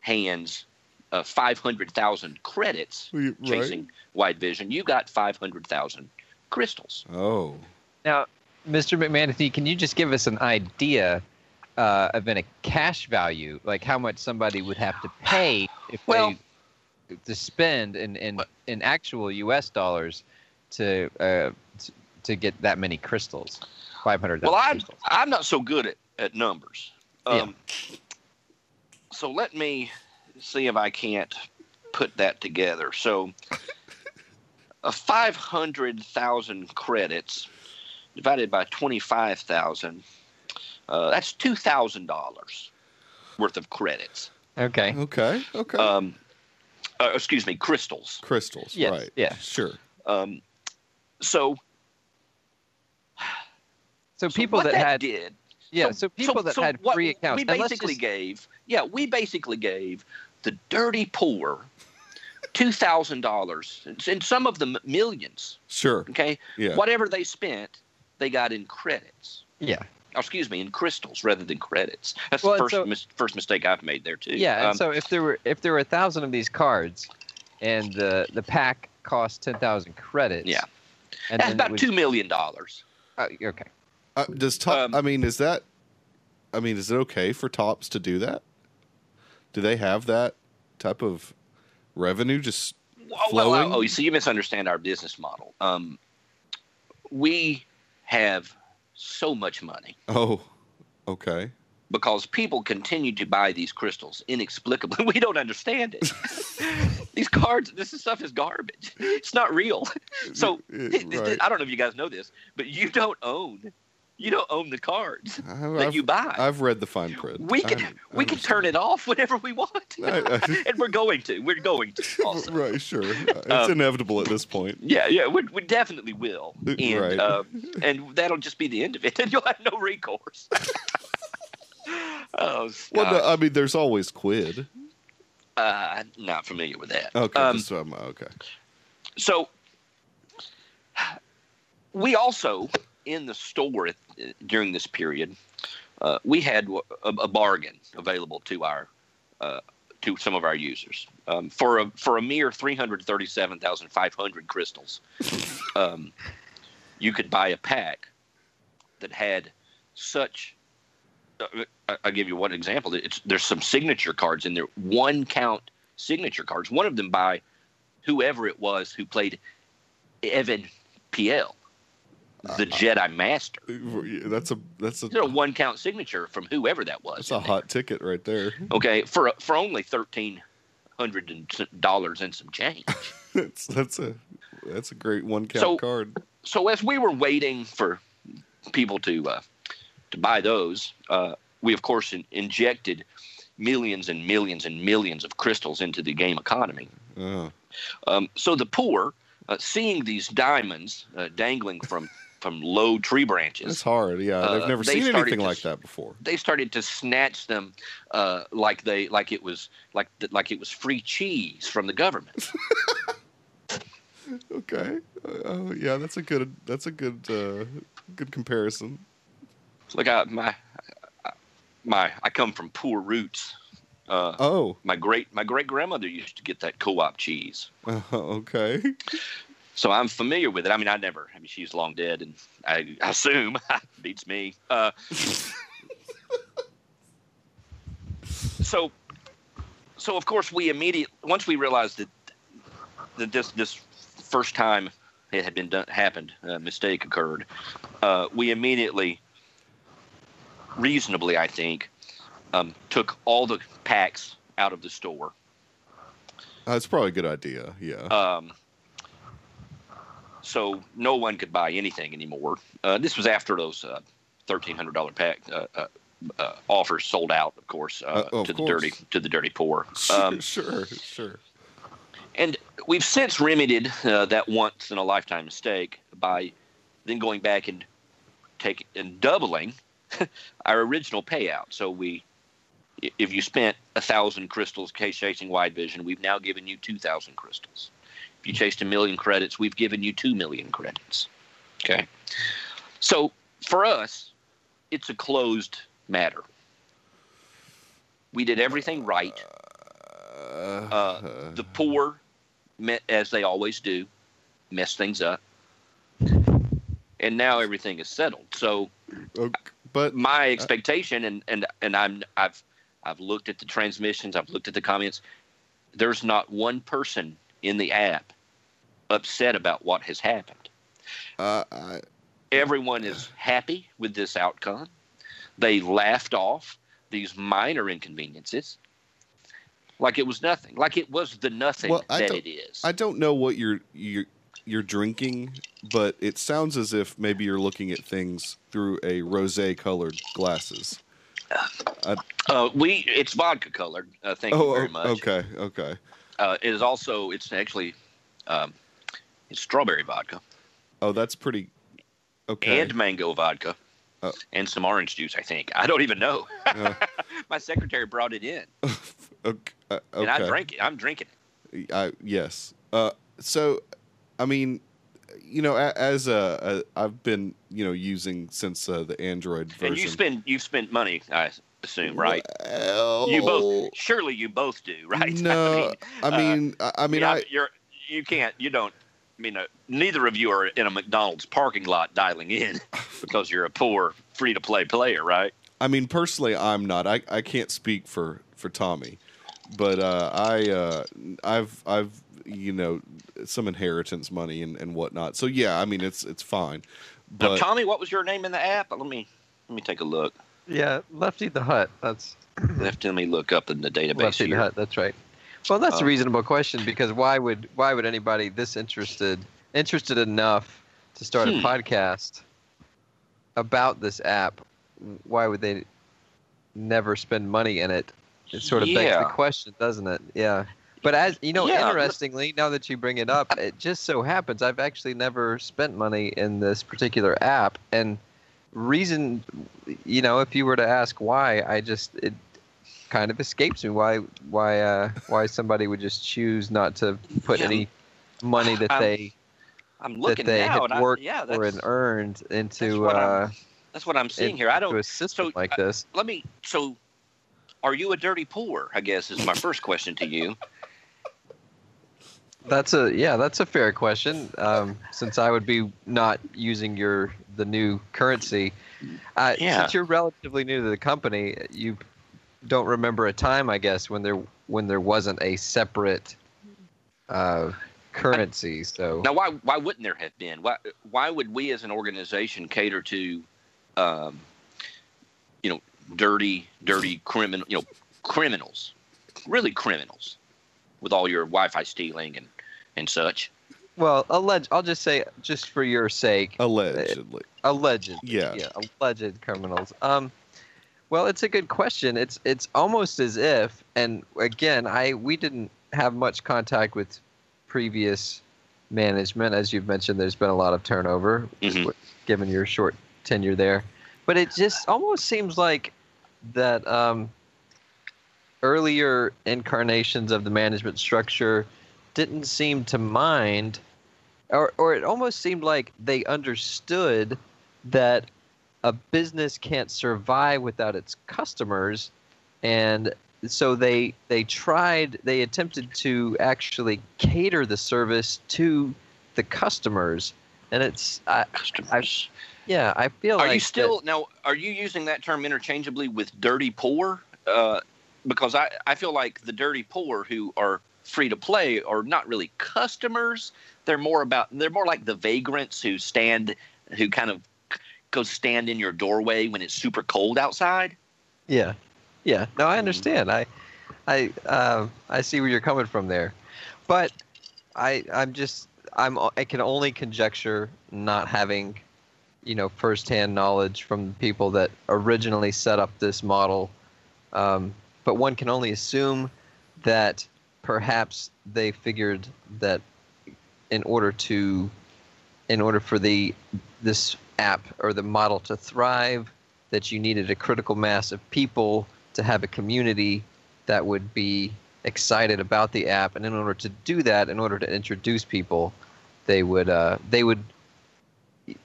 [SPEAKER 3] hands uh, 500,000 credits
[SPEAKER 2] right.
[SPEAKER 3] chasing wide vision, you got 500,000 crystals.
[SPEAKER 2] Oh,
[SPEAKER 1] Now, Mr. McManathy, can you just give us an idea uh, of in a cash value, like how much somebody would have to pay if
[SPEAKER 3] Well-
[SPEAKER 1] they to spend in in, in actual U.S. dollars to, uh, to to get that many crystals, five hundred.
[SPEAKER 3] Well, I'm, I'm not so good at, at numbers. Um, So let me see if I can't put that together. So, a 500,000 credits divided by 25,000, uh, that's $2,000 worth of credits.
[SPEAKER 1] okay.
[SPEAKER 2] okay, okay.
[SPEAKER 3] Um, uh, excuse me, crystals.
[SPEAKER 2] Crystals,
[SPEAKER 1] yes,
[SPEAKER 2] right?
[SPEAKER 1] yeah.
[SPEAKER 2] sure.
[SPEAKER 3] Um, so,
[SPEAKER 1] So
[SPEAKER 3] so
[SPEAKER 1] people
[SPEAKER 3] what
[SPEAKER 1] that, had
[SPEAKER 3] did
[SPEAKER 1] yeah,
[SPEAKER 3] So-
[SPEAKER 1] so people that
[SPEAKER 3] so
[SPEAKER 1] had
[SPEAKER 3] what
[SPEAKER 1] free accounts.
[SPEAKER 3] We
[SPEAKER 1] and let's
[SPEAKER 3] basically
[SPEAKER 1] just-
[SPEAKER 3] gave, yeah, we basically gave the dirty poor two thousand dollars, and some of them millions.
[SPEAKER 2] Sure.
[SPEAKER 3] Okay,
[SPEAKER 2] Yeah.
[SPEAKER 3] whatever they spent, they got in credits.
[SPEAKER 1] yeah,
[SPEAKER 3] Oh, excuse me, in crystals rather than credits. That's
[SPEAKER 1] Well,
[SPEAKER 3] the
[SPEAKER 1] and
[SPEAKER 3] first
[SPEAKER 1] so-
[SPEAKER 3] mis- first mistake I've made there too.
[SPEAKER 1] Yeah, and
[SPEAKER 3] Um,
[SPEAKER 1] so if there were if there were a thousand of these cards, and the the pack cost ten thousand credits.
[SPEAKER 3] Yeah.
[SPEAKER 1] and then
[SPEAKER 3] that's
[SPEAKER 1] it
[SPEAKER 3] about
[SPEAKER 1] was-
[SPEAKER 3] two million dollars.
[SPEAKER 1] uh, okay.
[SPEAKER 2] Uh, does top?
[SPEAKER 3] Um,
[SPEAKER 2] I mean, is that? I mean, is it okay for tops to do that? Do they have that type of revenue? Just
[SPEAKER 3] Well, well,
[SPEAKER 2] Flowing?
[SPEAKER 3] oh, you see, you misunderstand our business model. Um, we have so much money.
[SPEAKER 2] oh, okay.
[SPEAKER 3] because people continue to buy these crystals inexplicably. (laughs) We don't understand
[SPEAKER 2] (laughs)
[SPEAKER 3] it. these cards, this stuff is garbage. It's not real. (laughs) So
[SPEAKER 2] Yeah,
[SPEAKER 3] it- it-
[SPEAKER 2] right.
[SPEAKER 3] I don't know if you guys know this, but you don't own you don't own the cards
[SPEAKER 2] I,
[SPEAKER 3] that
[SPEAKER 2] I've,
[SPEAKER 3] you buy.
[SPEAKER 2] I've read the fine print.
[SPEAKER 3] we can
[SPEAKER 2] I- I
[SPEAKER 3] we can turn it off whenever we want,
[SPEAKER 2] (laughs)
[SPEAKER 3] (laughs)
[SPEAKER 2] I- uh,
[SPEAKER 3] and we're going to. We're going
[SPEAKER 2] (laughs)
[SPEAKER 3] to. Also.
[SPEAKER 2] understand. Right,
[SPEAKER 3] (laughs)
[SPEAKER 2] sure. It's
[SPEAKER 3] Um,
[SPEAKER 2] inevitable at this point.
[SPEAKER 3] Yeah, yeah, we, we definitely will,
[SPEAKER 2] Uh,
[SPEAKER 3] and
[SPEAKER 2] right. (laughs)
[SPEAKER 3] um, and that'll just be the end of it, and you'll have no
[SPEAKER 2] (laughs)
[SPEAKER 3] recourse. (laughs) oh,
[SPEAKER 2] Well,
[SPEAKER 3] gosh.
[SPEAKER 2] no, I mean, there's always quid.
[SPEAKER 3] Uh, I'm not familiar with that.
[SPEAKER 2] Okay,
[SPEAKER 3] Um,
[SPEAKER 2] just, um, okay.
[SPEAKER 3] so we also in the store at, during this period, uh, we had a, a bargain available to our uh, to some of our users um, for a for a mere three hundred thirty seven thousand five hundred crystals. (laughs) um, you could buy a pack that had such. uh, I- I'll give you one example. It's there's some signature cards in there, one count signature cards. One of them by whoever it was who played Evan Piel,
[SPEAKER 2] Uh-huh.
[SPEAKER 3] the Jedi Master.
[SPEAKER 2] Yeah, That's a that's a
[SPEAKER 3] There's a one count signature from whoever that was.
[SPEAKER 2] that's a hot ticket right there. (laughs)
[SPEAKER 3] Okay, for for only thirteen hundred and s- dollars and
[SPEAKER 2] (laughs)
[SPEAKER 3] some change.
[SPEAKER 2] That's that's a that's a great one count
[SPEAKER 3] So-
[SPEAKER 2] card.
[SPEAKER 3] so as we were waiting for people to uh, to buy those, uh, we of course in, injected millions and millions and millions of crystals into the game economy.
[SPEAKER 2] Oh,
[SPEAKER 3] Um, so the poor, uh, seeing these diamonds uh, dangling from from low tree branches,
[SPEAKER 2] it's hard. Yeah,
[SPEAKER 3] Uh,
[SPEAKER 2] they've never
[SPEAKER 3] they
[SPEAKER 2] seen
[SPEAKER 3] started
[SPEAKER 2] anything
[SPEAKER 3] to
[SPEAKER 2] like
[SPEAKER 3] s-
[SPEAKER 2] that before.
[SPEAKER 3] they started to snatch them uh, like they like it was like th- like it was free cheese from the government.
[SPEAKER 2] Okay. Uh, Oh, yeah, that's a good that's a good uh, good comparison.
[SPEAKER 3] Look, I, my my I come from poor roots. Uh,
[SPEAKER 2] Oh, (laughs)
[SPEAKER 3] my great my great grandmother used to get that co-op cheese,
[SPEAKER 2] uh, okay.
[SPEAKER 3] so I'm familiar with it. I mean, I never. I mean, she's long dead, and I, I assume (laughs) beats me. Uh, so, so of course, we immediately once we realized that that this this first time it had been done happened, a mistake occurred. Uh, we immediately, reasonably, I think, um, took all the packs out of the store.
[SPEAKER 2] That's Uh, probably a good idea. Yeah.
[SPEAKER 3] Um, so no one could buy anything anymore. Uh, this was after those uh, thirteen hundred dollar pack uh, uh, uh, offers sold out, of course, uh,
[SPEAKER 2] Uh, of
[SPEAKER 3] to
[SPEAKER 2] course.
[SPEAKER 3] Um, the dirty to the dirty poor.
[SPEAKER 2] (laughs) Sure,
[SPEAKER 3] Um,
[SPEAKER 2] sure, sure.
[SPEAKER 3] and we've since remedied uh, that once in a lifetime mistake by then going back and taking and doubling (laughs) our original payout. So we, i- if you spent a thousand crystals case chasing wide vision, we've now given you two thousand crystals. If you chased a million credits, we've given you two million credits. Okay. So for us, it's a closed matter. We did everything right
[SPEAKER 2] Uh,
[SPEAKER 3] the poor, me- as they always do, mess things up. And now everything is settled. So
[SPEAKER 2] ok- but
[SPEAKER 3] my expectation, and and and I'm I've I've looked at the transmissions, I've looked at the comments. There's not one person in the app upset about what has happened.
[SPEAKER 2] uh, I,
[SPEAKER 3] Everyone is happy with this outcome. They laughed off these minor inconveniences, like it was nothing, like it was the nothing
[SPEAKER 2] Well, I
[SPEAKER 3] that
[SPEAKER 2] don't-
[SPEAKER 3] it is.
[SPEAKER 2] I don't know what you're you're you're drinking, but it sounds as if maybe you're looking at things through a rose-colored glasses.
[SPEAKER 3] Uh, we it's vodka colored. Uh, thank you very
[SPEAKER 2] oh,
[SPEAKER 3] much.
[SPEAKER 2] okay, okay.
[SPEAKER 3] Uh, it is also it's actually um, it's strawberry vodka
[SPEAKER 2] Oh, that's pretty. Okay.
[SPEAKER 3] and mango vodka
[SPEAKER 2] Oh.
[SPEAKER 3] and some orange juice. I think I don't even know.
[SPEAKER 2] Uh,
[SPEAKER 3] (laughs) My secretary brought it in
[SPEAKER 2] (laughs) ok- uh, okay.
[SPEAKER 3] and I drank it. I'm drinking it.
[SPEAKER 2] I, yes. Uh, so, I mean, you know, a- as a, a I've been you know using since uh, the Android version.
[SPEAKER 3] And you spend you've spent money. I assume right.
[SPEAKER 2] Well,
[SPEAKER 3] You both surely you both do (laughs) right.
[SPEAKER 2] oh. No, I
[SPEAKER 3] uh,
[SPEAKER 2] mean, I, I mean,
[SPEAKER 3] yeah,
[SPEAKER 2] I,
[SPEAKER 3] you're you can't you don't. I mean, uh, neither of you are in a McDonald's parking lot
[SPEAKER 2] (laughs)
[SPEAKER 3] dialing in because you're a poor free to play player, right?
[SPEAKER 2] I mean, personally, I'm not. I, I can't speak for for Tommy, but uh, I uh, I've I've you know some inheritance money and, and whatnot. So yeah, I mean, it's it's fine.
[SPEAKER 3] now,
[SPEAKER 2] But
[SPEAKER 3] Tommy, what was your name in the app? Let me let me take a look.
[SPEAKER 1] Yeah, Lefty the Hut. That's
[SPEAKER 3] Left, let me look up in the database
[SPEAKER 1] Lefty the
[SPEAKER 3] here.
[SPEAKER 1] Hut. That's right. Well, that's a
[SPEAKER 3] Uh,
[SPEAKER 1] reasonable question because why would why would anybody this interested interested enough to start a
[SPEAKER 3] Hmm.
[SPEAKER 1] podcast about this app? Why would they never spend money in it? It sort of begs the
[SPEAKER 3] Yeah.
[SPEAKER 1] question, doesn't it? Yeah. But as you know,
[SPEAKER 3] Yeah, but-
[SPEAKER 1] interestingly, now that you bring it up, it just so happens I've actually never spent money in this particular app, and reason, you know, if you were to ask why, I just it kind of escapes me why why uh, why somebody would just choose not to put
[SPEAKER 3] Yeah.
[SPEAKER 1] any money that
[SPEAKER 3] I'm
[SPEAKER 1] they
[SPEAKER 3] I'm
[SPEAKER 1] that
[SPEAKER 3] looking
[SPEAKER 1] they
[SPEAKER 3] now, and
[SPEAKER 1] had
[SPEAKER 3] I,
[SPEAKER 1] worked
[SPEAKER 3] yeah,
[SPEAKER 1] for
[SPEAKER 3] that's,
[SPEAKER 1] and earned into
[SPEAKER 3] what I'm
[SPEAKER 1] uh,
[SPEAKER 3] that's what I'm seeing
[SPEAKER 1] in-
[SPEAKER 3] here. I
[SPEAKER 1] into
[SPEAKER 3] don't.
[SPEAKER 1] a system
[SPEAKER 3] so,
[SPEAKER 1] like
[SPEAKER 3] I-
[SPEAKER 1] this.
[SPEAKER 3] Let me. So, are you a dirty poor? I guess is my first question to you.
[SPEAKER 1] That's a yeah, that's a fair question. Um, since I would be not using your the new currency, uh,
[SPEAKER 3] Yeah.
[SPEAKER 1] since you're relatively new to the company, you don't remember a time, I guess, when there when there wasn't a separate uh, currency. So
[SPEAKER 3] Now, why why wouldn't there have been? Why why would we as an organization cater to, um, you know, dirty dirty criminal you know criminals, really criminals, with all your Wi-Fi stealing and and such.
[SPEAKER 1] well, alleged. I'll just say, just for your sake,
[SPEAKER 2] Oh. allegedly,
[SPEAKER 1] alleged.
[SPEAKER 2] Yeah.
[SPEAKER 1] uh, yeah, alleged criminals. Um, well, it's a good question. It's it's almost as if, and again, I we didn't have much contact with previous management, as you've mentioned. There's been a lot of turnover,
[SPEAKER 3] Mhm.
[SPEAKER 1] given your short tenure there. But it just almost seems like that um, earlier incarnations of the management structure didn't seem to mind, or, or it almost seemed like they understood that a business can't survive without its customers. And so they they tried they attempted to actually cater the service to the customers and it's I,
[SPEAKER 3] Customers.
[SPEAKER 1] yeah, I feel
[SPEAKER 3] Are
[SPEAKER 1] like
[SPEAKER 3] you
[SPEAKER 1] that-
[SPEAKER 3] still now? Are you using that term interchangeably with dirty poor? Uh, because I, I feel like the dirty poor who are free to play are not really customers. They're more about they're more like the vagrants who stand who kind of go stand in your doorway when it's super cold outside.
[SPEAKER 1] Yeah, yeah. No, I understand. I, I, um, I see where you're coming from there, but I, I'm just, I'm, I can only conjecture not having, you know, firsthand knowledge from the people that originally set up this model. Um, but one can only assume that perhaps they figured that in order to in order for the this app or the model to thrive that you needed a critical mass of people to have a community that would be excited about the app and in order to do that in order to introduce people they would uh, they would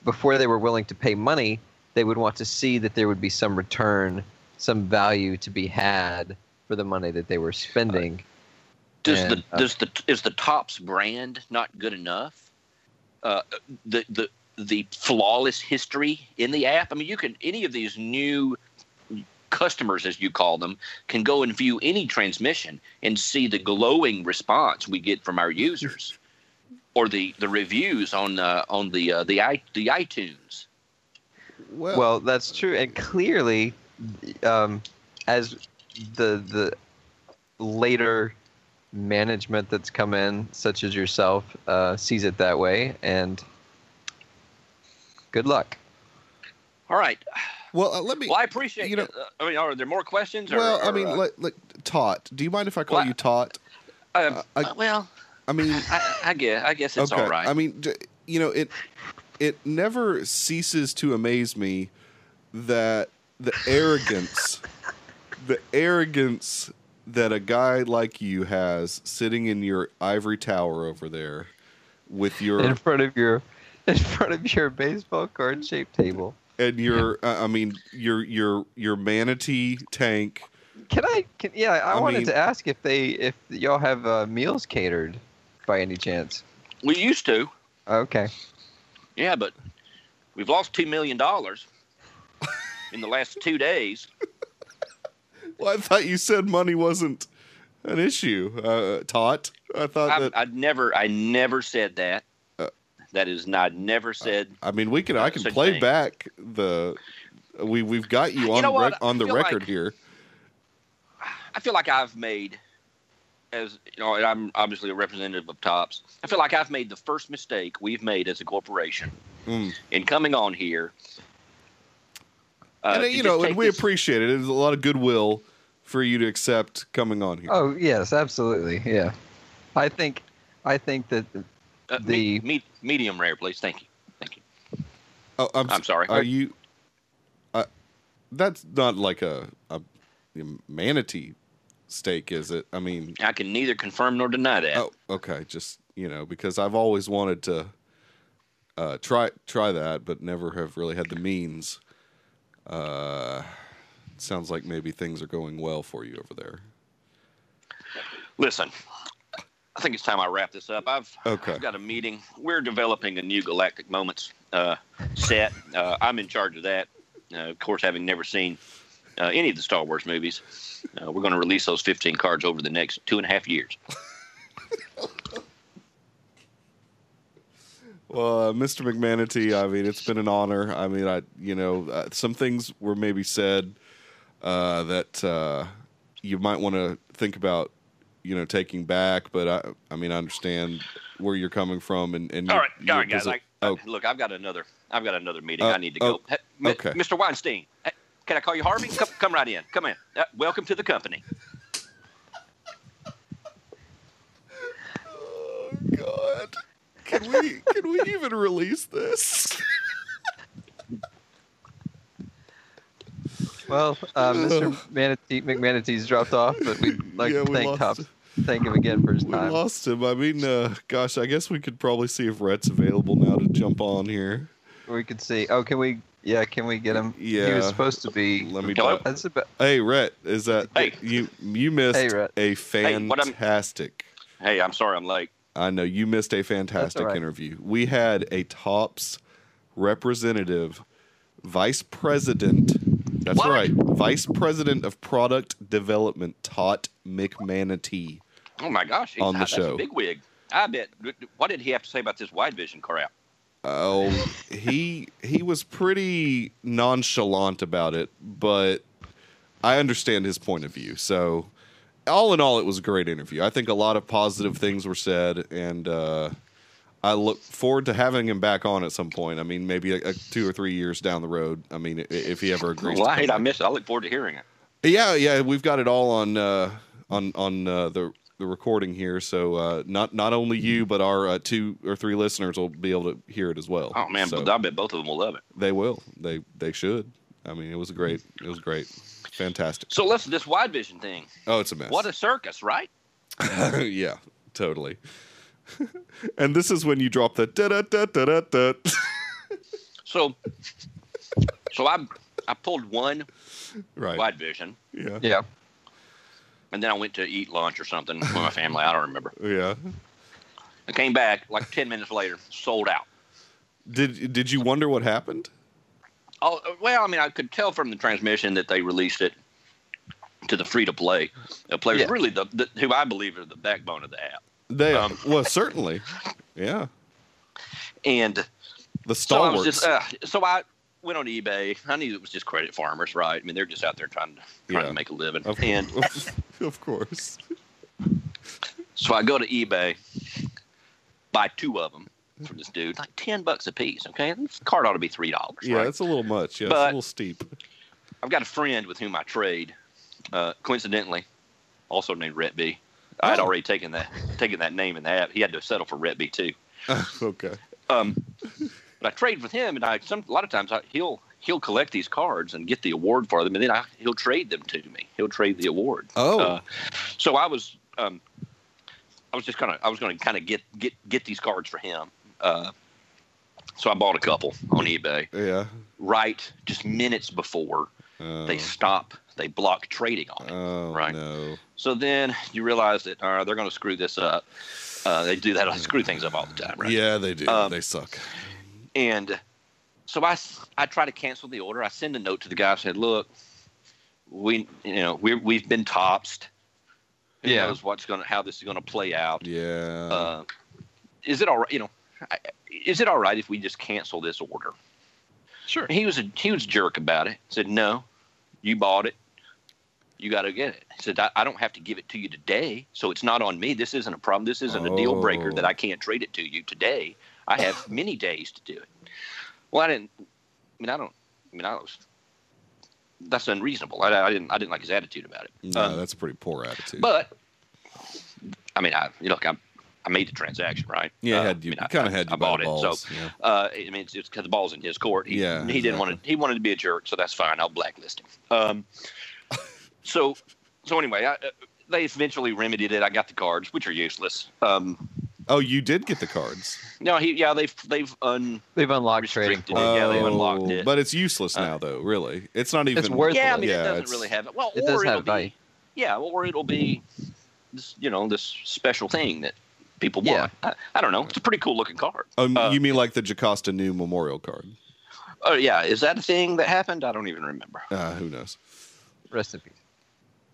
[SPEAKER 1] before they were willing to pay money they would want to see that there would be some return some value to be had for the money that they were spending
[SPEAKER 3] Does
[SPEAKER 1] And,
[SPEAKER 3] the
[SPEAKER 1] uh,
[SPEAKER 3] does the is the Tops brand not good enough? Uh, the the the flawless history in the app. I mean, you can any of these new customers, as you call them, can go and view any transmission and see the glowing response we get from our users, or the the reviews on uh, on the uh, the i the iTunes.
[SPEAKER 2] Well,
[SPEAKER 1] Well, that's true, and clearly, um, as the the later management that's come in, such as yourself, uh, sees it that way, and good luck.
[SPEAKER 3] All right.
[SPEAKER 2] well, uh, let me.
[SPEAKER 3] Well, I appreciate.
[SPEAKER 2] You know-
[SPEAKER 3] uh, I mean, are there more questions? Or,
[SPEAKER 2] well, I
[SPEAKER 3] or,
[SPEAKER 2] mean,
[SPEAKER 3] uh,
[SPEAKER 2] like, like Tot. Do you mind if I call
[SPEAKER 3] Well,
[SPEAKER 2] you Tot?
[SPEAKER 3] uh,
[SPEAKER 2] I-
[SPEAKER 3] uh, well,
[SPEAKER 2] I mean,
[SPEAKER 3] I, I guess I guess it's all right.
[SPEAKER 2] I mean, j- you know, it it never ceases to amaze me that the arrogance, (laughs) the arrogance that a guy like you has sitting in your ivory tower over there with
[SPEAKER 1] In
[SPEAKER 2] your
[SPEAKER 1] front of your (laughs) in front of your baseball card shaped table.
[SPEAKER 2] and your uh, I mean your your your manatee tank.
[SPEAKER 1] Can I? Can, yeah, I,
[SPEAKER 2] I
[SPEAKER 1] wanted
[SPEAKER 2] mean-
[SPEAKER 1] to ask if they if y'all have uh, meals catered by any chance.
[SPEAKER 3] we used to.
[SPEAKER 1] Okay.
[SPEAKER 3] Yeah, but we've lost two million dollars in the last
[SPEAKER 2] (laughs)
[SPEAKER 3] two days.
[SPEAKER 2] Well, I thought you said money wasn't an issue, uh, Tot. I thought
[SPEAKER 3] I,
[SPEAKER 2] that.
[SPEAKER 3] I never, I never said that.
[SPEAKER 2] Uh,
[SPEAKER 3] that is, not never said.
[SPEAKER 2] I mean, we can. I can
[SPEAKER 3] Such
[SPEAKER 2] play
[SPEAKER 3] thing.
[SPEAKER 2] back the. We we've got you
[SPEAKER 3] You
[SPEAKER 2] on
[SPEAKER 3] know what?
[SPEAKER 2] rec- on the
[SPEAKER 3] I feel like-
[SPEAKER 2] record here.
[SPEAKER 3] I feel like I've made, as you know, and I'm obviously a representative of Tops. I feel like I've made the first mistake we've made as a corporation
[SPEAKER 2] Mm.
[SPEAKER 3] in coming on here. uh,
[SPEAKER 2] and uh,
[SPEAKER 3] to
[SPEAKER 2] you
[SPEAKER 3] just
[SPEAKER 2] know, and
[SPEAKER 3] take
[SPEAKER 2] we
[SPEAKER 3] this-
[SPEAKER 2] appreciate it. There's a lot of goodwill for you to accept coming on
[SPEAKER 3] Uh,
[SPEAKER 2] here.
[SPEAKER 1] Oh yes, absolutely. Yeah. I think I think that
[SPEAKER 3] uh,
[SPEAKER 1] the-
[SPEAKER 3] me- me- medium rare, please. Thank you. Thank you.
[SPEAKER 2] Oh, I'm,
[SPEAKER 3] I'm
[SPEAKER 2] s-
[SPEAKER 3] sorry.
[SPEAKER 2] Are you? Uh, that's not like a, a manatee steak, is it? I mean,
[SPEAKER 3] I can neither confirm nor deny that.
[SPEAKER 2] oh, okay. Just you know, because I've always wanted to uh, try try that, but never have really had the means. Uh, sounds like maybe things are going well for you over there.
[SPEAKER 3] Listen, I think it's time I wrap this up. I've,
[SPEAKER 2] Okay.
[SPEAKER 3] I've got a meeting. We're developing a new Galactic Moments uh, set. Uh, I'm in charge of that. Uh, of course, having never seen uh, any of the Star Wars movies, uh, we're going to release those 15 cards over the next two and a half years.
[SPEAKER 2] Well, uh, Mr. McManatee, I mean, it's been an honor. I mean, I you know, uh, some things were maybe said uh, that uh, you might want to think about, you know, taking back. But I, I mean, I understand where you're coming from, and and
[SPEAKER 3] All
[SPEAKER 2] your-
[SPEAKER 3] right, all
[SPEAKER 2] your
[SPEAKER 3] right, guys.
[SPEAKER 2] posi-
[SPEAKER 3] I,
[SPEAKER 2] oh,
[SPEAKER 3] I- look, I've got another. I've got another meeting.
[SPEAKER 2] Uh,
[SPEAKER 3] I need to
[SPEAKER 2] oh,
[SPEAKER 3] go. Hey, Mi-
[SPEAKER 2] okay.
[SPEAKER 3] Mr. Weinstein, hey, can I call you Harvey? Come, come right in. Come in. Uh, welcome to the company.
[SPEAKER 2] oh God, can we can we even release this?
[SPEAKER 1] well, uh,
[SPEAKER 2] (laughs)
[SPEAKER 1] Mr. Manatee McManatee's dropped off, but we'd like
[SPEAKER 2] Yeah,
[SPEAKER 1] to
[SPEAKER 2] we
[SPEAKER 1] thank
[SPEAKER 2] lost
[SPEAKER 1] Tops.
[SPEAKER 2] him.
[SPEAKER 1] Thank him again for his
[SPEAKER 2] We
[SPEAKER 1] time.
[SPEAKER 2] lost him. I mean, uh, gosh, I guess we could probably see if Rhett's available now to jump on here.
[SPEAKER 1] We could see. Oh, can we? Yeah, can we get him? He
[SPEAKER 2] Yeah.
[SPEAKER 1] was supposed to be.
[SPEAKER 2] Let me.
[SPEAKER 3] Hello?
[SPEAKER 1] That's about.
[SPEAKER 2] Hey, Rhett, is that
[SPEAKER 3] Hey.
[SPEAKER 2] you? You missed
[SPEAKER 1] Hey, Rhett.
[SPEAKER 2] a
[SPEAKER 3] what I'm-
[SPEAKER 2] fantastic.
[SPEAKER 3] Hey, I'm sorry I'm late.
[SPEAKER 2] I know you missed a fantastic
[SPEAKER 1] right.
[SPEAKER 2] interview. We had a tops representative, vice president. That's
[SPEAKER 3] What?
[SPEAKER 2] right, vice president of product development, Tot McManatee.
[SPEAKER 3] Oh my gosh, he's
[SPEAKER 2] on the
[SPEAKER 3] that's
[SPEAKER 2] show.
[SPEAKER 3] a big wig. I bet. What did he have to say about this wide vision crap?
[SPEAKER 2] Oh, he he was pretty nonchalant about it, but I understand his point of view. So, all in all, it was a great interview. I think a lot of positive things were said, and uh, I look forward to having him back on at some point. I mean, maybe a, a two or three years down the road. I mean, i- if he ever agrees. to
[SPEAKER 3] Well, I
[SPEAKER 2] come
[SPEAKER 3] hate I
[SPEAKER 2] back.
[SPEAKER 3] missed it. I look forward to hearing it.
[SPEAKER 2] Yeah, yeah, we've got it all on uh, on on uh, the the recording here, so uh, not not only you but our uh, two or three listeners will be able to hear it as well.
[SPEAKER 3] Oh man,
[SPEAKER 2] So
[SPEAKER 3] but I bet both of them will love it.
[SPEAKER 2] they will. They they should. I mean, it was great. It was great. Fantastic.
[SPEAKER 3] So listen, this wide vision thing.
[SPEAKER 2] Oh, it's a mess.
[SPEAKER 3] What a circus, right?
[SPEAKER 2] (laughs) yeah, totally. (laughs) and this is when you drop the da da da da da da. (laughs)
[SPEAKER 3] So, so I I pulled one
[SPEAKER 2] Right.
[SPEAKER 3] wide vision,
[SPEAKER 2] Yeah.
[SPEAKER 1] Yeah.
[SPEAKER 3] and then I went to eat lunch or something with my family. I don't remember.
[SPEAKER 2] Yeah.
[SPEAKER 3] I came back like ten minutes later, sold out.
[SPEAKER 2] Did did you wonder what happened?
[SPEAKER 3] Oh well, I mean, I could tell from the transmission that they released it to the free to play uh, players.
[SPEAKER 1] Yeah.
[SPEAKER 3] Really, the, the who I believe are the backbone of the app.
[SPEAKER 2] They
[SPEAKER 3] Um.
[SPEAKER 2] well certainly. Yeah.
[SPEAKER 3] And
[SPEAKER 2] The
[SPEAKER 3] so I
[SPEAKER 2] stalwarts.
[SPEAKER 3] was just uh, so I went on eBay. I knew it was just credit farmers, right? I mean, they're just out there trying to trying
[SPEAKER 2] Yeah.
[SPEAKER 3] to make a living.
[SPEAKER 2] of,
[SPEAKER 3] And
[SPEAKER 2] (laughs) of course.
[SPEAKER 3] So I go to eBay, buy two of them from this dude, like ten bucks a piece. Okay, this card ought to be three dollars.
[SPEAKER 2] Yeah,
[SPEAKER 3] right?
[SPEAKER 2] it's a little much. Yeah, it's a
[SPEAKER 3] But-
[SPEAKER 2] little steep.
[SPEAKER 3] I've got a friend with whom I trade, uh, coincidentally, also named Rhett B. I had
[SPEAKER 2] Oh.
[SPEAKER 3] already taken that taken that name in the app. He had to settle for Rhett B too.
[SPEAKER 2] okay.
[SPEAKER 3] Um, but I trade with him, and I some a lot of times I, he'll he'll collect these cards and get the award for them, and then I, he'll trade them to me. He'll trade the award.
[SPEAKER 2] Oh.
[SPEAKER 3] Uh, so I was um, I was just kind of I was going to kind of get get get these cards for him. Uh, so I bought a couple on eBay
[SPEAKER 2] yeah.
[SPEAKER 3] right just minutes before
[SPEAKER 2] Oh,
[SPEAKER 3] they stop they block trading on it.
[SPEAKER 2] oh
[SPEAKER 3] right.
[SPEAKER 2] no.
[SPEAKER 3] So then you realize that all right, they're going to screw this up. Uh, they do that. I screw things up all the time, right?
[SPEAKER 2] Yeah, they do.
[SPEAKER 3] Um,
[SPEAKER 2] they suck.
[SPEAKER 3] And so I, s- I try to cancel the order. I send a note to the guy. I said, look, we you know we we've been topsed. Who
[SPEAKER 1] Yeah.
[SPEAKER 3] knows what's going to how this is going to play out?
[SPEAKER 2] Yeah.
[SPEAKER 3] Uh, is it all right? You know, I- is it all right if we just cancel this order?
[SPEAKER 1] Sure.
[SPEAKER 3] He was a huge jerk about it. Said no, you bought it. You got to get it. He said I, I don't have to give it to you today, so it's not on me. This isn't a problem. This isn't a deal breaker
[SPEAKER 2] Oh.
[SPEAKER 3] that I can't trade it to you today. I
[SPEAKER 2] (laughs)
[SPEAKER 3] have many days to do it. Well, I didn't. I mean, I don't. I mean, I was. That's unreasonable. I, I didn't. I didn't like his attitude about it.
[SPEAKER 2] no,
[SPEAKER 3] um,
[SPEAKER 2] that's pretty poor attitude.
[SPEAKER 3] But I mean, I you know, look, I, I made the transaction, right?
[SPEAKER 2] yeah,
[SPEAKER 3] Uh,
[SPEAKER 2] had you,
[SPEAKER 3] I mean, I-
[SPEAKER 2] kind of
[SPEAKER 3] I-
[SPEAKER 2] had you
[SPEAKER 3] I
[SPEAKER 2] by
[SPEAKER 3] bought
[SPEAKER 2] the
[SPEAKER 3] it.
[SPEAKER 2] balls.
[SPEAKER 3] So (laughs)
[SPEAKER 2] yeah.
[SPEAKER 3] uh, I mean, it's because the ball's in his court. He,
[SPEAKER 2] Yeah,
[SPEAKER 3] he didn't want to. He wanted to be a jerk, so that's fine. I'll blacklist him.
[SPEAKER 2] (laughs)
[SPEAKER 3] Um, so, so anyway, I, uh, they eventually remedied it. I got the cards, which are useless. Um,
[SPEAKER 2] Oh, you did get the cards.
[SPEAKER 3] no, he, yeah, they've they've un.
[SPEAKER 1] They've unlocked trading
[SPEAKER 3] Restricted.
[SPEAKER 1] for it.
[SPEAKER 3] yeah, they
[SPEAKER 2] Oh,
[SPEAKER 3] unlocked it.
[SPEAKER 2] But it's useless
[SPEAKER 3] Uh,
[SPEAKER 2] now, though. Really, it's not even
[SPEAKER 1] It's worth-
[SPEAKER 3] Yeah, I mean,
[SPEAKER 2] Yeah,
[SPEAKER 3] it doesn't
[SPEAKER 2] it's-
[SPEAKER 3] really have it. Well,
[SPEAKER 1] It
[SPEAKER 3] or
[SPEAKER 1] doesn't
[SPEAKER 3] it'll
[SPEAKER 1] have value.
[SPEAKER 3] be, yeah, or it'll be, this, you know, this special thing that people
[SPEAKER 1] Yeah.
[SPEAKER 3] want. I, I don't know. It's a pretty cool looking card.
[SPEAKER 2] Um,
[SPEAKER 3] uh,
[SPEAKER 2] you mean like the Jocasta New Memorial card?
[SPEAKER 3] Oh yeah, is that a thing that happened? I don't even remember.
[SPEAKER 2] Uh, who knows?
[SPEAKER 1] Rest in peace.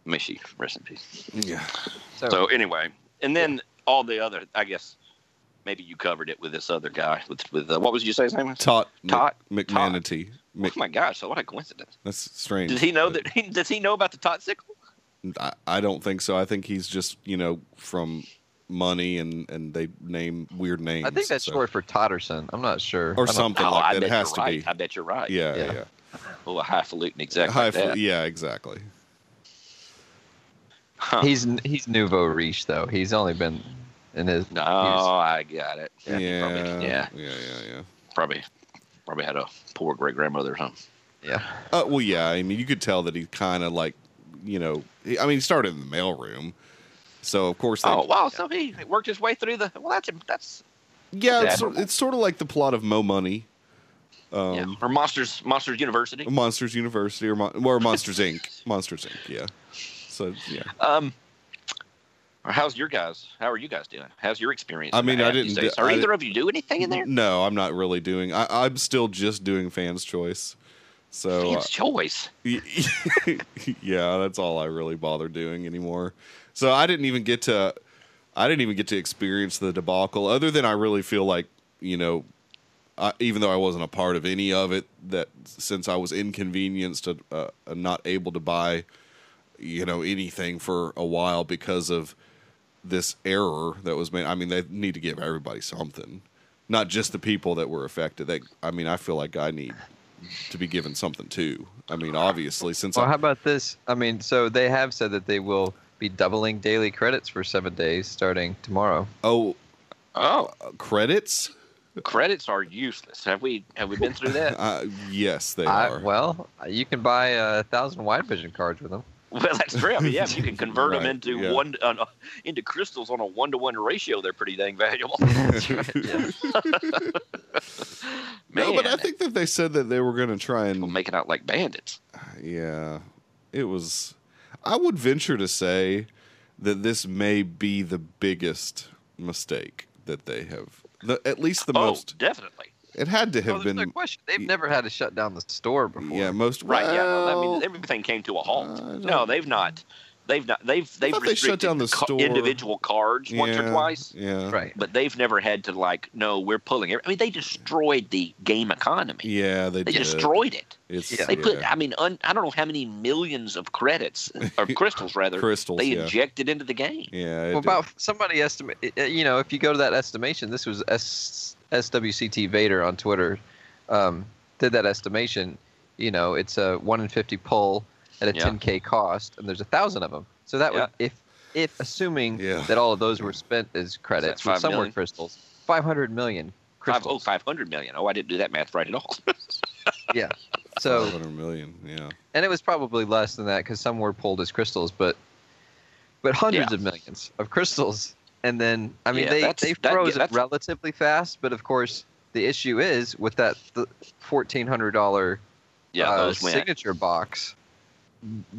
[SPEAKER 3] May she rest in peace.
[SPEAKER 2] Yeah.
[SPEAKER 1] So,
[SPEAKER 3] So anyway, and then all the other, I guess, maybe you covered it with this other guy with with uh, what was you say his name was?
[SPEAKER 2] Tot. Mc-
[SPEAKER 3] Tot-
[SPEAKER 2] McManatee.
[SPEAKER 3] Oh
[SPEAKER 2] Mc-
[SPEAKER 3] my gosh, what a coincidence!
[SPEAKER 2] that's strange.
[SPEAKER 3] Does he know
[SPEAKER 2] but-
[SPEAKER 3] that? He, does he know about the tot sickle?
[SPEAKER 2] I, I don't think so. I think he's just you know from money and and they name weird names.
[SPEAKER 1] I think that's
[SPEAKER 2] so-
[SPEAKER 1] short for Totterson. I'm not sure. I
[SPEAKER 2] or
[SPEAKER 1] don't-
[SPEAKER 2] something
[SPEAKER 3] Oh,
[SPEAKER 2] like
[SPEAKER 3] I
[SPEAKER 2] that.
[SPEAKER 3] bet
[SPEAKER 2] It has
[SPEAKER 3] you're
[SPEAKER 2] to
[SPEAKER 3] right.
[SPEAKER 2] be.
[SPEAKER 3] I bet you're right.
[SPEAKER 2] yeah,
[SPEAKER 1] Yeah.
[SPEAKER 2] yeah,
[SPEAKER 3] Oh, a highfalutin exact.
[SPEAKER 2] High
[SPEAKER 3] like
[SPEAKER 2] fl-
[SPEAKER 3] that.
[SPEAKER 2] yeah, exactly.
[SPEAKER 3] Huh.
[SPEAKER 1] He's he's nouveau riche though. He's only been in his.
[SPEAKER 3] no, I got it.
[SPEAKER 2] Yeah,
[SPEAKER 3] he Probably, yeah,
[SPEAKER 2] yeah, yeah, yeah.
[SPEAKER 3] probably, probably had a poor great grandmother or something.
[SPEAKER 1] Yeah.
[SPEAKER 2] Uh, well, yeah. I mean, you could tell that he kind of like, you know, he, I mean, he started in the mailroom, so of course. They,
[SPEAKER 3] Oh wow, so he worked his way through the. Well, that's that's
[SPEAKER 2] yeah. It's,
[SPEAKER 3] Yeah.
[SPEAKER 2] it's sort of like the plot of Mo Money, um,
[SPEAKER 3] yeah. Or monsters, monsters university.
[SPEAKER 2] Monsters University, or, Mon- or Monsters Inc. Monsters Inc. Yeah. So yeah.
[SPEAKER 3] Um, how's your guys? How are you guys doing? How's your experience?
[SPEAKER 2] I
[SPEAKER 3] in
[SPEAKER 2] mean,
[SPEAKER 3] the
[SPEAKER 2] I
[SPEAKER 3] app
[SPEAKER 2] didn't
[SPEAKER 3] these
[SPEAKER 2] do-
[SPEAKER 3] days? Are
[SPEAKER 2] I
[SPEAKER 3] either
[SPEAKER 2] didn't-
[SPEAKER 3] of you do anything in there?
[SPEAKER 2] No, I'm not really doing. I, I'm still just doing fans choice. So uh,
[SPEAKER 3] It's choice.
[SPEAKER 2] y- (laughs) yeah, that's all I really bother doing anymore. So I didn't even get to. I didn't even get to experience the debacle. Other than I really feel like you know, I, even though I wasn't a part of any of it, that since I was inconvenienced and uh, and not able to buy, you know, anything for a while because of this error that was made. I mean, they need to give everybody something, not just the people that were affected. That I mean, I feel like I need to be given something too. I mean, obviously, since
[SPEAKER 1] Well,
[SPEAKER 2] I,
[SPEAKER 1] how about this? I mean, so they have said that they will be doubling daily credits for seven days starting tomorrow.
[SPEAKER 2] Oh,
[SPEAKER 3] Oh,
[SPEAKER 2] uh, credits?
[SPEAKER 3] credits are useless. Have we have we been
[SPEAKER 2] (laughs)
[SPEAKER 3] through that?
[SPEAKER 2] Uh, yes, they
[SPEAKER 1] I,
[SPEAKER 2] are.
[SPEAKER 1] well, (laughs) you can buy uh, a thousand wide vision cards with them.
[SPEAKER 3] well, that's true. I mean, yeah, if you can convert
[SPEAKER 2] Right,
[SPEAKER 3] them into
[SPEAKER 2] yeah.
[SPEAKER 3] one uh, into crystals on a one to one ratio, they're pretty
[SPEAKER 2] (laughs)
[SPEAKER 3] dang valuable. (laughs) Man,
[SPEAKER 2] no, but I think that they said that they were going to try
[SPEAKER 3] people
[SPEAKER 2] and
[SPEAKER 3] making out like bandits.
[SPEAKER 2] Yeah, it was. I would venture to say that this may be the biggest mistake that they have. The, at least the
[SPEAKER 3] oh,
[SPEAKER 2] most.
[SPEAKER 3] definitely.
[SPEAKER 2] It had to
[SPEAKER 1] Well,
[SPEAKER 2] have
[SPEAKER 1] there's
[SPEAKER 2] been.
[SPEAKER 1] no question. They've
[SPEAKER 2] y-
[SPEAKER 1] never had to shut down the store before.
[SPEAKER 2] yeah, most.
[SPEAKER 3] Right. yeah. no, I
[SPEAKER 2] well,
[SPEAKER 3] mean, everything came to a halt.
[SPEAKER 2] I
[SPEAKER 3] No,
[SPEAKER 2] don't-
[SPEAKER 3] they've not. They've not. They've they've
[SPEAKER 2] thought they shut
[SPEAKER 3] restricted
[SPEAKER 2] down the
[SPEAKER 3] ca-
[SPEAKER 2] store.
[SPEAKER 3] individual cards once or
[SPEAKER 2] yeah,
[SPEAKER 3] twice.
[SPEAKER 2] Yeah.
[SPEAKER 1] Right.
[SPEAKER 3] but they've never had to like no we're pulling it i mean they destroyed the game economy
[SPEAKER 2] Yeah, they,
[SPEAKER 3] they
[SPEAKER 2] did.
[SPEAKER 3] destroyed it
[SPEAKER 2] It's,
[SPEAKER 1] Yeah.
[SPEAKER 3] they put i mean un, i don't know how many millions of credits
[SPEAKER 2] (laughs)
[SPEAKER 3] or crystals rather
[SPEAKER 2] crystals.
[SPEAKER 3] they
[SPEAKER 2] yeah.
[SPEAKER 3] injected into the game
[SPEAKER 2] yeah. it
[SPEAKER 1] Well,
[SPEAKER 2] did.
[SPEAKER 1] about somebody estimate. uh, You know, if you go to that estimation, this was S- SWCT Vader on Twitter um, did that estimation. You know, it's a one in fifty pull at a
[SPEAKER 3] Yeah.
[SPEAKER 1] 10k cost, and there's a thousand of them. So that would if if assuming
[SPEAKER 2] Yeah.
[SPEAKER 1] that all of those were spent as credits,
[SPEAKER 3] five
[SPEAKER 1] which some were
[SPEAKER 3] million?
[SPEAKER 1] crystals, five hundred million
[SPEAKER 3] Five,
[SPEAKER 1] crystals.
[SPEAKER 3] oh, 500 million. Oh, I didn't do that math right at all. (laughs)
[SPEAKER 1] Yeah. So
[SPEAKER 2] 500 million. Yeah.
[SPEAKER 1] and it was probably less than that because some were pulled as crystals, but but hundreds
[SPEAKER 3] Yeah.
[SPEAKER 1] of millions of crystals. And then I mean
[SPEAKER 3] Yeah,
[SPEAKER 1] they
[SPEAKER 3] that's-
[SPEAKER 1] they
[SPEAKER 3] that-
[SPEAKER 1] froze
[SPEAKER 3] yeah,
[SPEAKER 1] it
[SPEAKER 3] that's-
[SPEAKER 1] relatively fast, but of course the issue is with that the fourteen hundred dollar
[SPEAKER 3] Yeah,
[SPEAKER 1] uh,
[SPEAKER 3] those went.
[SPEAKER 1] signature box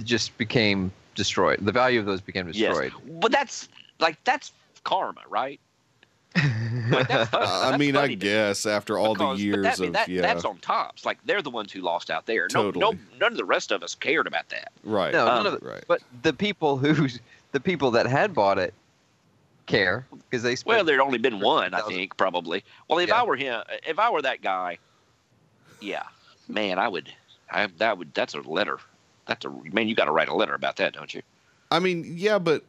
[SPEAKER 1] just became destroyed. The value of those became
[SPEAKER 3] Yes. (laughs)
[SPEAKER 1] destroyed.
[SPEAKER 3] But that's like, that's karma,
[SPEAKER 2] (laughs)
[SPEAKER 3] right? Like, (laughs) that's funny.
[SPEAKER 2] I I
[SPEAKER 3] That's
[SPEAKER 2] mean, I
[SPEAKER 3] funny to-
[SPEAKER 2] guess after all the
[SPEAKER 3] because-
[SPEAKER 2] years
[SPEAKER 3] but that, I mean,
[SPEAKER 2] of
[SPEAKER 3] that-
[SPEAKER 2] yeah,
[SPEAKER 3] That's on tops. Like, they're the ones who lost out there. No,
[SPEAKER 2] Totally.
[SPEAKER 3] no, none of the rest of us cared about that.
[SPEAKER 2] right,
[SPEAKER 1] No,
[SPEAKER 3] Um,
[SPEAKER 1] none of the,
[SPEAKER 2] right.
[SPEAKER 1] but the people who the people that had bought it care because they spent
[SPEAKER 3] Well, there'd only been one, I
[SPEAKER 1] 13,000.
[SPEAKER 3] think, probably. Well, if
[SPEAKER 1] Yeah.
[SPEAKER 3] I were him, if I were that guy, yeah, man, I would. I that would. That's a letter. That's a man. You got to write a letter about that, don't you?
[SPEAKER 2] I mean, yeah, but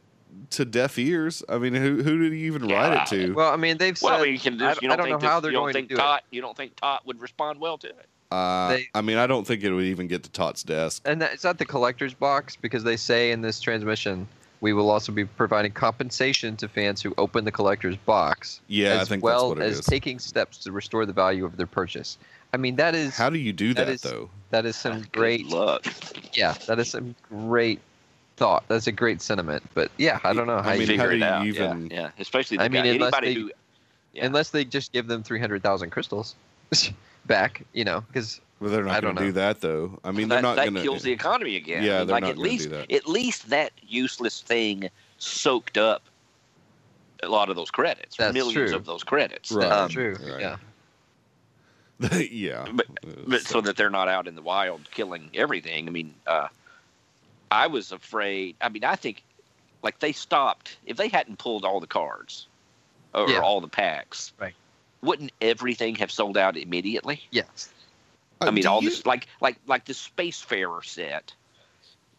[SPEAKER 2] to deaf ears. I mean, who who did he even
[SPEAKER 3] Yeah,
[SPEAKER 2] write it to?
[SPEAKER 1] well, I mean they've said
[SPEAKER 3] well, you can.
[SPEAKER 1] I-
[SPEAKER 3] Just, you don't,
[SPEAKER 1] I don't
[SPEAKER 3] think
[SPEAKER 1] know how
[SPEAKER 3] this-
[SPEAKER 1] they're
[SPEAKER 3] you don't
[SPEAKER 1] going to
[SPEAKER 3] think
[SPEAKER 1] do it.
[SPEAKER 3] Tot, You don't think Tot would respond well to it?
[SPEAKER 2] Uh,
[SPEAKER 1] They-
[SPEAKER 2] I mean, I don't think it would even get to Tot's desk.
[SPEAKER 1] And that, is that the collector's box? Because they say in this transmission, we will also be providing compensation to fans who open the collector's box,
[SPEAKER 2] Yeah,
[SPEAKER 1] as
[SPEAKER 2] I think
[SPEAKER 1] well
[SPEAKER 2] that's what it
[SPEAKER 1] as
[SPEAKER 2] is.
[SPEAKER 1] taking steps to restore the value of their purchase. I mean, that is
[SPEAKER 2] How do you do
[SPEAKER 1] that
[SPEAKER 2] that,
[SPEAKER 1] is-
[SPEAKER 2] though?
[SPEAKER 1] that is some great,
[SPEAKER 3] Good luck.
[SPEAKER 1] yeah, that is some great thought. That's a great sentiment. But yeah, I don't know how
[SPEAKER 2] I mean,
[SPEAKER 1] you,
[SPEAKER 2] how
[SPEAKER 3] figure
[SPEAKER 2] do
[SPEAKER 3] it
[SPEAKER 2] you
[SPEAKER 3] out.
[SPEAKER 2] even-
[SPEAKER 3] Yeah, yeah. Especially the
[SPEAKER 1] I mean,
[SPEAKER 3] guy.
[SPEAKER 1] unless
[SPEAKER 3] anybody
[SPEAKER 1] they-
[SPEAKER 3] who. yeah.
[SPEAKER 1] unless they just give them three hundred thousand crystals (laughs) back, you know, because
[SPEAKER 2] Well, they're
[SPEAKER 1] I
[SPEAKER 2] not
[SPEAKER 1] don't
[SPEAKER 2] going to do that, though. I mean,
[SPEAKER 3] that,
[SPEAKER 2] they're not
[SPEAKER 3] that
[SPEAKER 2] going
[SPEAKER 3] kills the
[SPEAKER 2] to.
[SPEAKER 3] economy
[SPEAKER 2] (laughs)
[SPEAKER 3] again.
[SPEAKER 2] Yeah,
[SPEAKER 3] I mean,
[SPEAKER 2] they're
[SPEAKER 3] like
[SPEAKER 2] not
[SPEAKER 3] at
[SPEAKER 2] gonna do
[SPEAKER 3] least
[SPEAKER 2] that.
[SPEAKER 3] at least that useless thing soaked up a lot of those credits,
[SPEAKER 1] That's
[SPEAKER 3] millions
[SPEAKER 1] true.
[SPEAKER 3] of those credits.
[SPEAKER 2] Right.
[SPEAKER 3] Um,
[SPEAKER 1] that's true.
[SPEAKER 2] right.
[SPEAKER 1] Yeah,
[SPEAKER 2] yeah.
[SPEAKER 3] But so that they're not out in the wild killing everything. I mean, uh, I was afraid. I mean, I think like they stopped if they hadn't pulled all the cards or
[SPEAKER 1] Yeah.
[SPEAKER 3] all the packs.
[SPEAKER 1] Right.
[SPEAKER 3] Wouldn't everything have sold out immediately?
[SPEAKER 1] yes,
[SPEAKER 2] Uh,
[SPEAKER 3] I mean,
[SPEAKER 2] do
[SPEAKER 3] all
[SPEAKER 2] you-
[SPEAKER 3] this like like like the Spacefarer set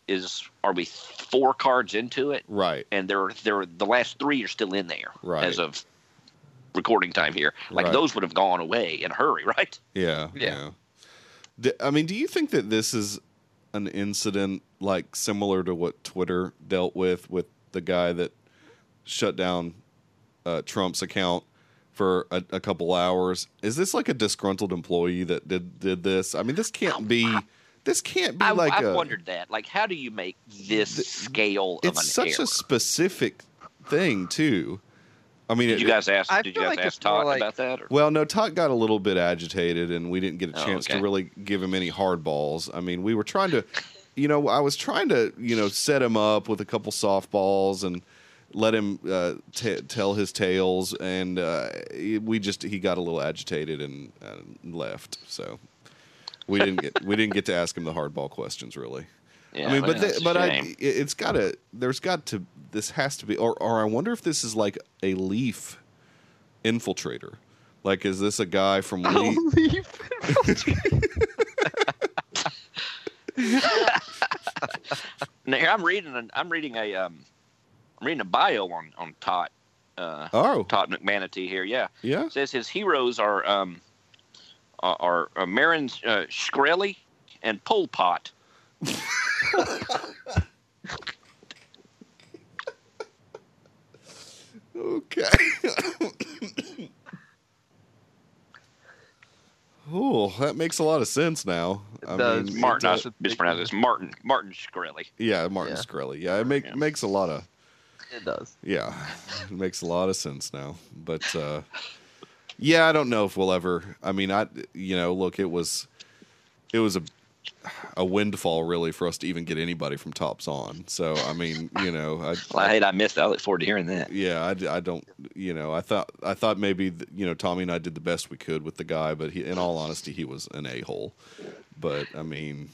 [SPEAKER 3] is are we four cards into it,
[SPEAKER 2] Right.
[SPEAKER 3] and they're they're the last three are still in there
[SPEAKER 2] Right.
[SPEAKER 3] as of recording time here. Like
[SPEAKER 2] Right.
[SPEAKER 3] those would have gone away in a hurry, (laughs) right?
[SPEAKER 2] Yeah.
[SPEAKER 1] Yeah.
[SPEAKER 2] D- I mean, do you think that this is an incident like similar to what Twitter dealt with with the guy that shut down uh, Trump's account for a, a couple hours? Is this like a disgruntled employee that did did this? I mean, this can't be. This can't be
[SPEAKER 3] I,
[SPEAKER 2] like
[SPEAKER 3] I've
[SPEAKER 2] a-
[SPEAKER 3] wondered that. Like, how do you make this
[SPEAKER 2] Th-
[SPEAKER 3] scale of an
[SPEAKER 2] It's such
[SPEAKER 3] error?
[SPEAKER 2] a specific thing, too. I mean,
[SPEAKER 3] did
[SPEAKER 2] it,
[SPEAKER 3] you guys ask?
[SPEAKER 1] I
[SPEAKER 3] did you
[SPEAKER 1] feel
[SPEAKER 3] guys
[SPEAKER 1] like it's
[SPEAKER 3] ask
[SPEAKER 1] more
[SPEAKER 3] Todd
[SPEAKER 1] like-
[SPEAKER 3] about that? Or?
[SPEAKER 2] Well, no, Todd got a little bit agitated, and we didn't get a
[SPEAKER 3] Oh,
[SPEAKER 2] chance
[SPEAKER 3] okay.
[SPEAKER 2] to really give him any hardballs. I mean, we were trying to, you know, I was trying to, you know, set him up with a couple softballs and let him uh, t- tell his tales, and uh, we just he got a little agitated and uh, left. So we didn't get we didn't get to ask him the hardball questions really.
[SPEAKER 3] Yeah,
[SPEAKER 2] I mean, but
[SPEAKER 3] that's
[SPEAKER 2] the,
[SPEAKER 3] a
[SPEAKER 2] but I,
[SPEAKER 3] shame.
[SPEAKER 2] it- it's got to. There's got to. This has to be. Or or I wonder if this is like a leaf infiltrator. Like, is this a guy from
[SPEAKER 3] Oh.
[SPEAKER 1] (laughs)
[SPEAKER 2] Leaf?
[SPEAKER 3] Now, here I'm reading. An, I'm reading a. Um, I'm reading a bio on on Todd. Uh,
[SPEAKER 2] Oh,
[SPEAKER 3] Todd McManatee here. Yeah,
[SPEAKER 2] yeah.
[SPEAKER 3] says his heroes are um, are, are uh, Marin uh, Shkreli and Pol Pot.
[SPEAKER 2] (laughs) Okay. oh, that makes a lot of sense now. I
[SPEAKER 1] does.
[SPEAKER 2] mean,
[SPEAKER 1] Mar-
[SPEAKER 3] Martin, I
[SPEAKER 1] it's a big-
[SPEAKER 3] mispronounced this. Martin, Martin Shkreli.
[SPEAKER 2] yeah, Martin
[SPEAKER 4] Yeah.
[SPEAKER 2] Scully. Yeah, it make,
[SPEAKER 3] Yeah.
[SPEAKER 2] makes a lot of
[SPEAKER 4] It does.
[SPEAKER 2] Yeah, it makes a lot of sense now. But uh, yeah, I don't know if we'll ever. I mean, I you know, look, it was it was a a windfall really for us to even get anybody from Tops on. So I mean, you know, I,
[SPEAKER 3] Well, I hate I missed. that. I look forward to hearing that.
[SPEAKER 2] yeah, I, d- I don't. You know, I thought I thought maybe th- you know Tommy and I did the best we could with the guy, but he, in all honesty, he was an a hole. But I mean,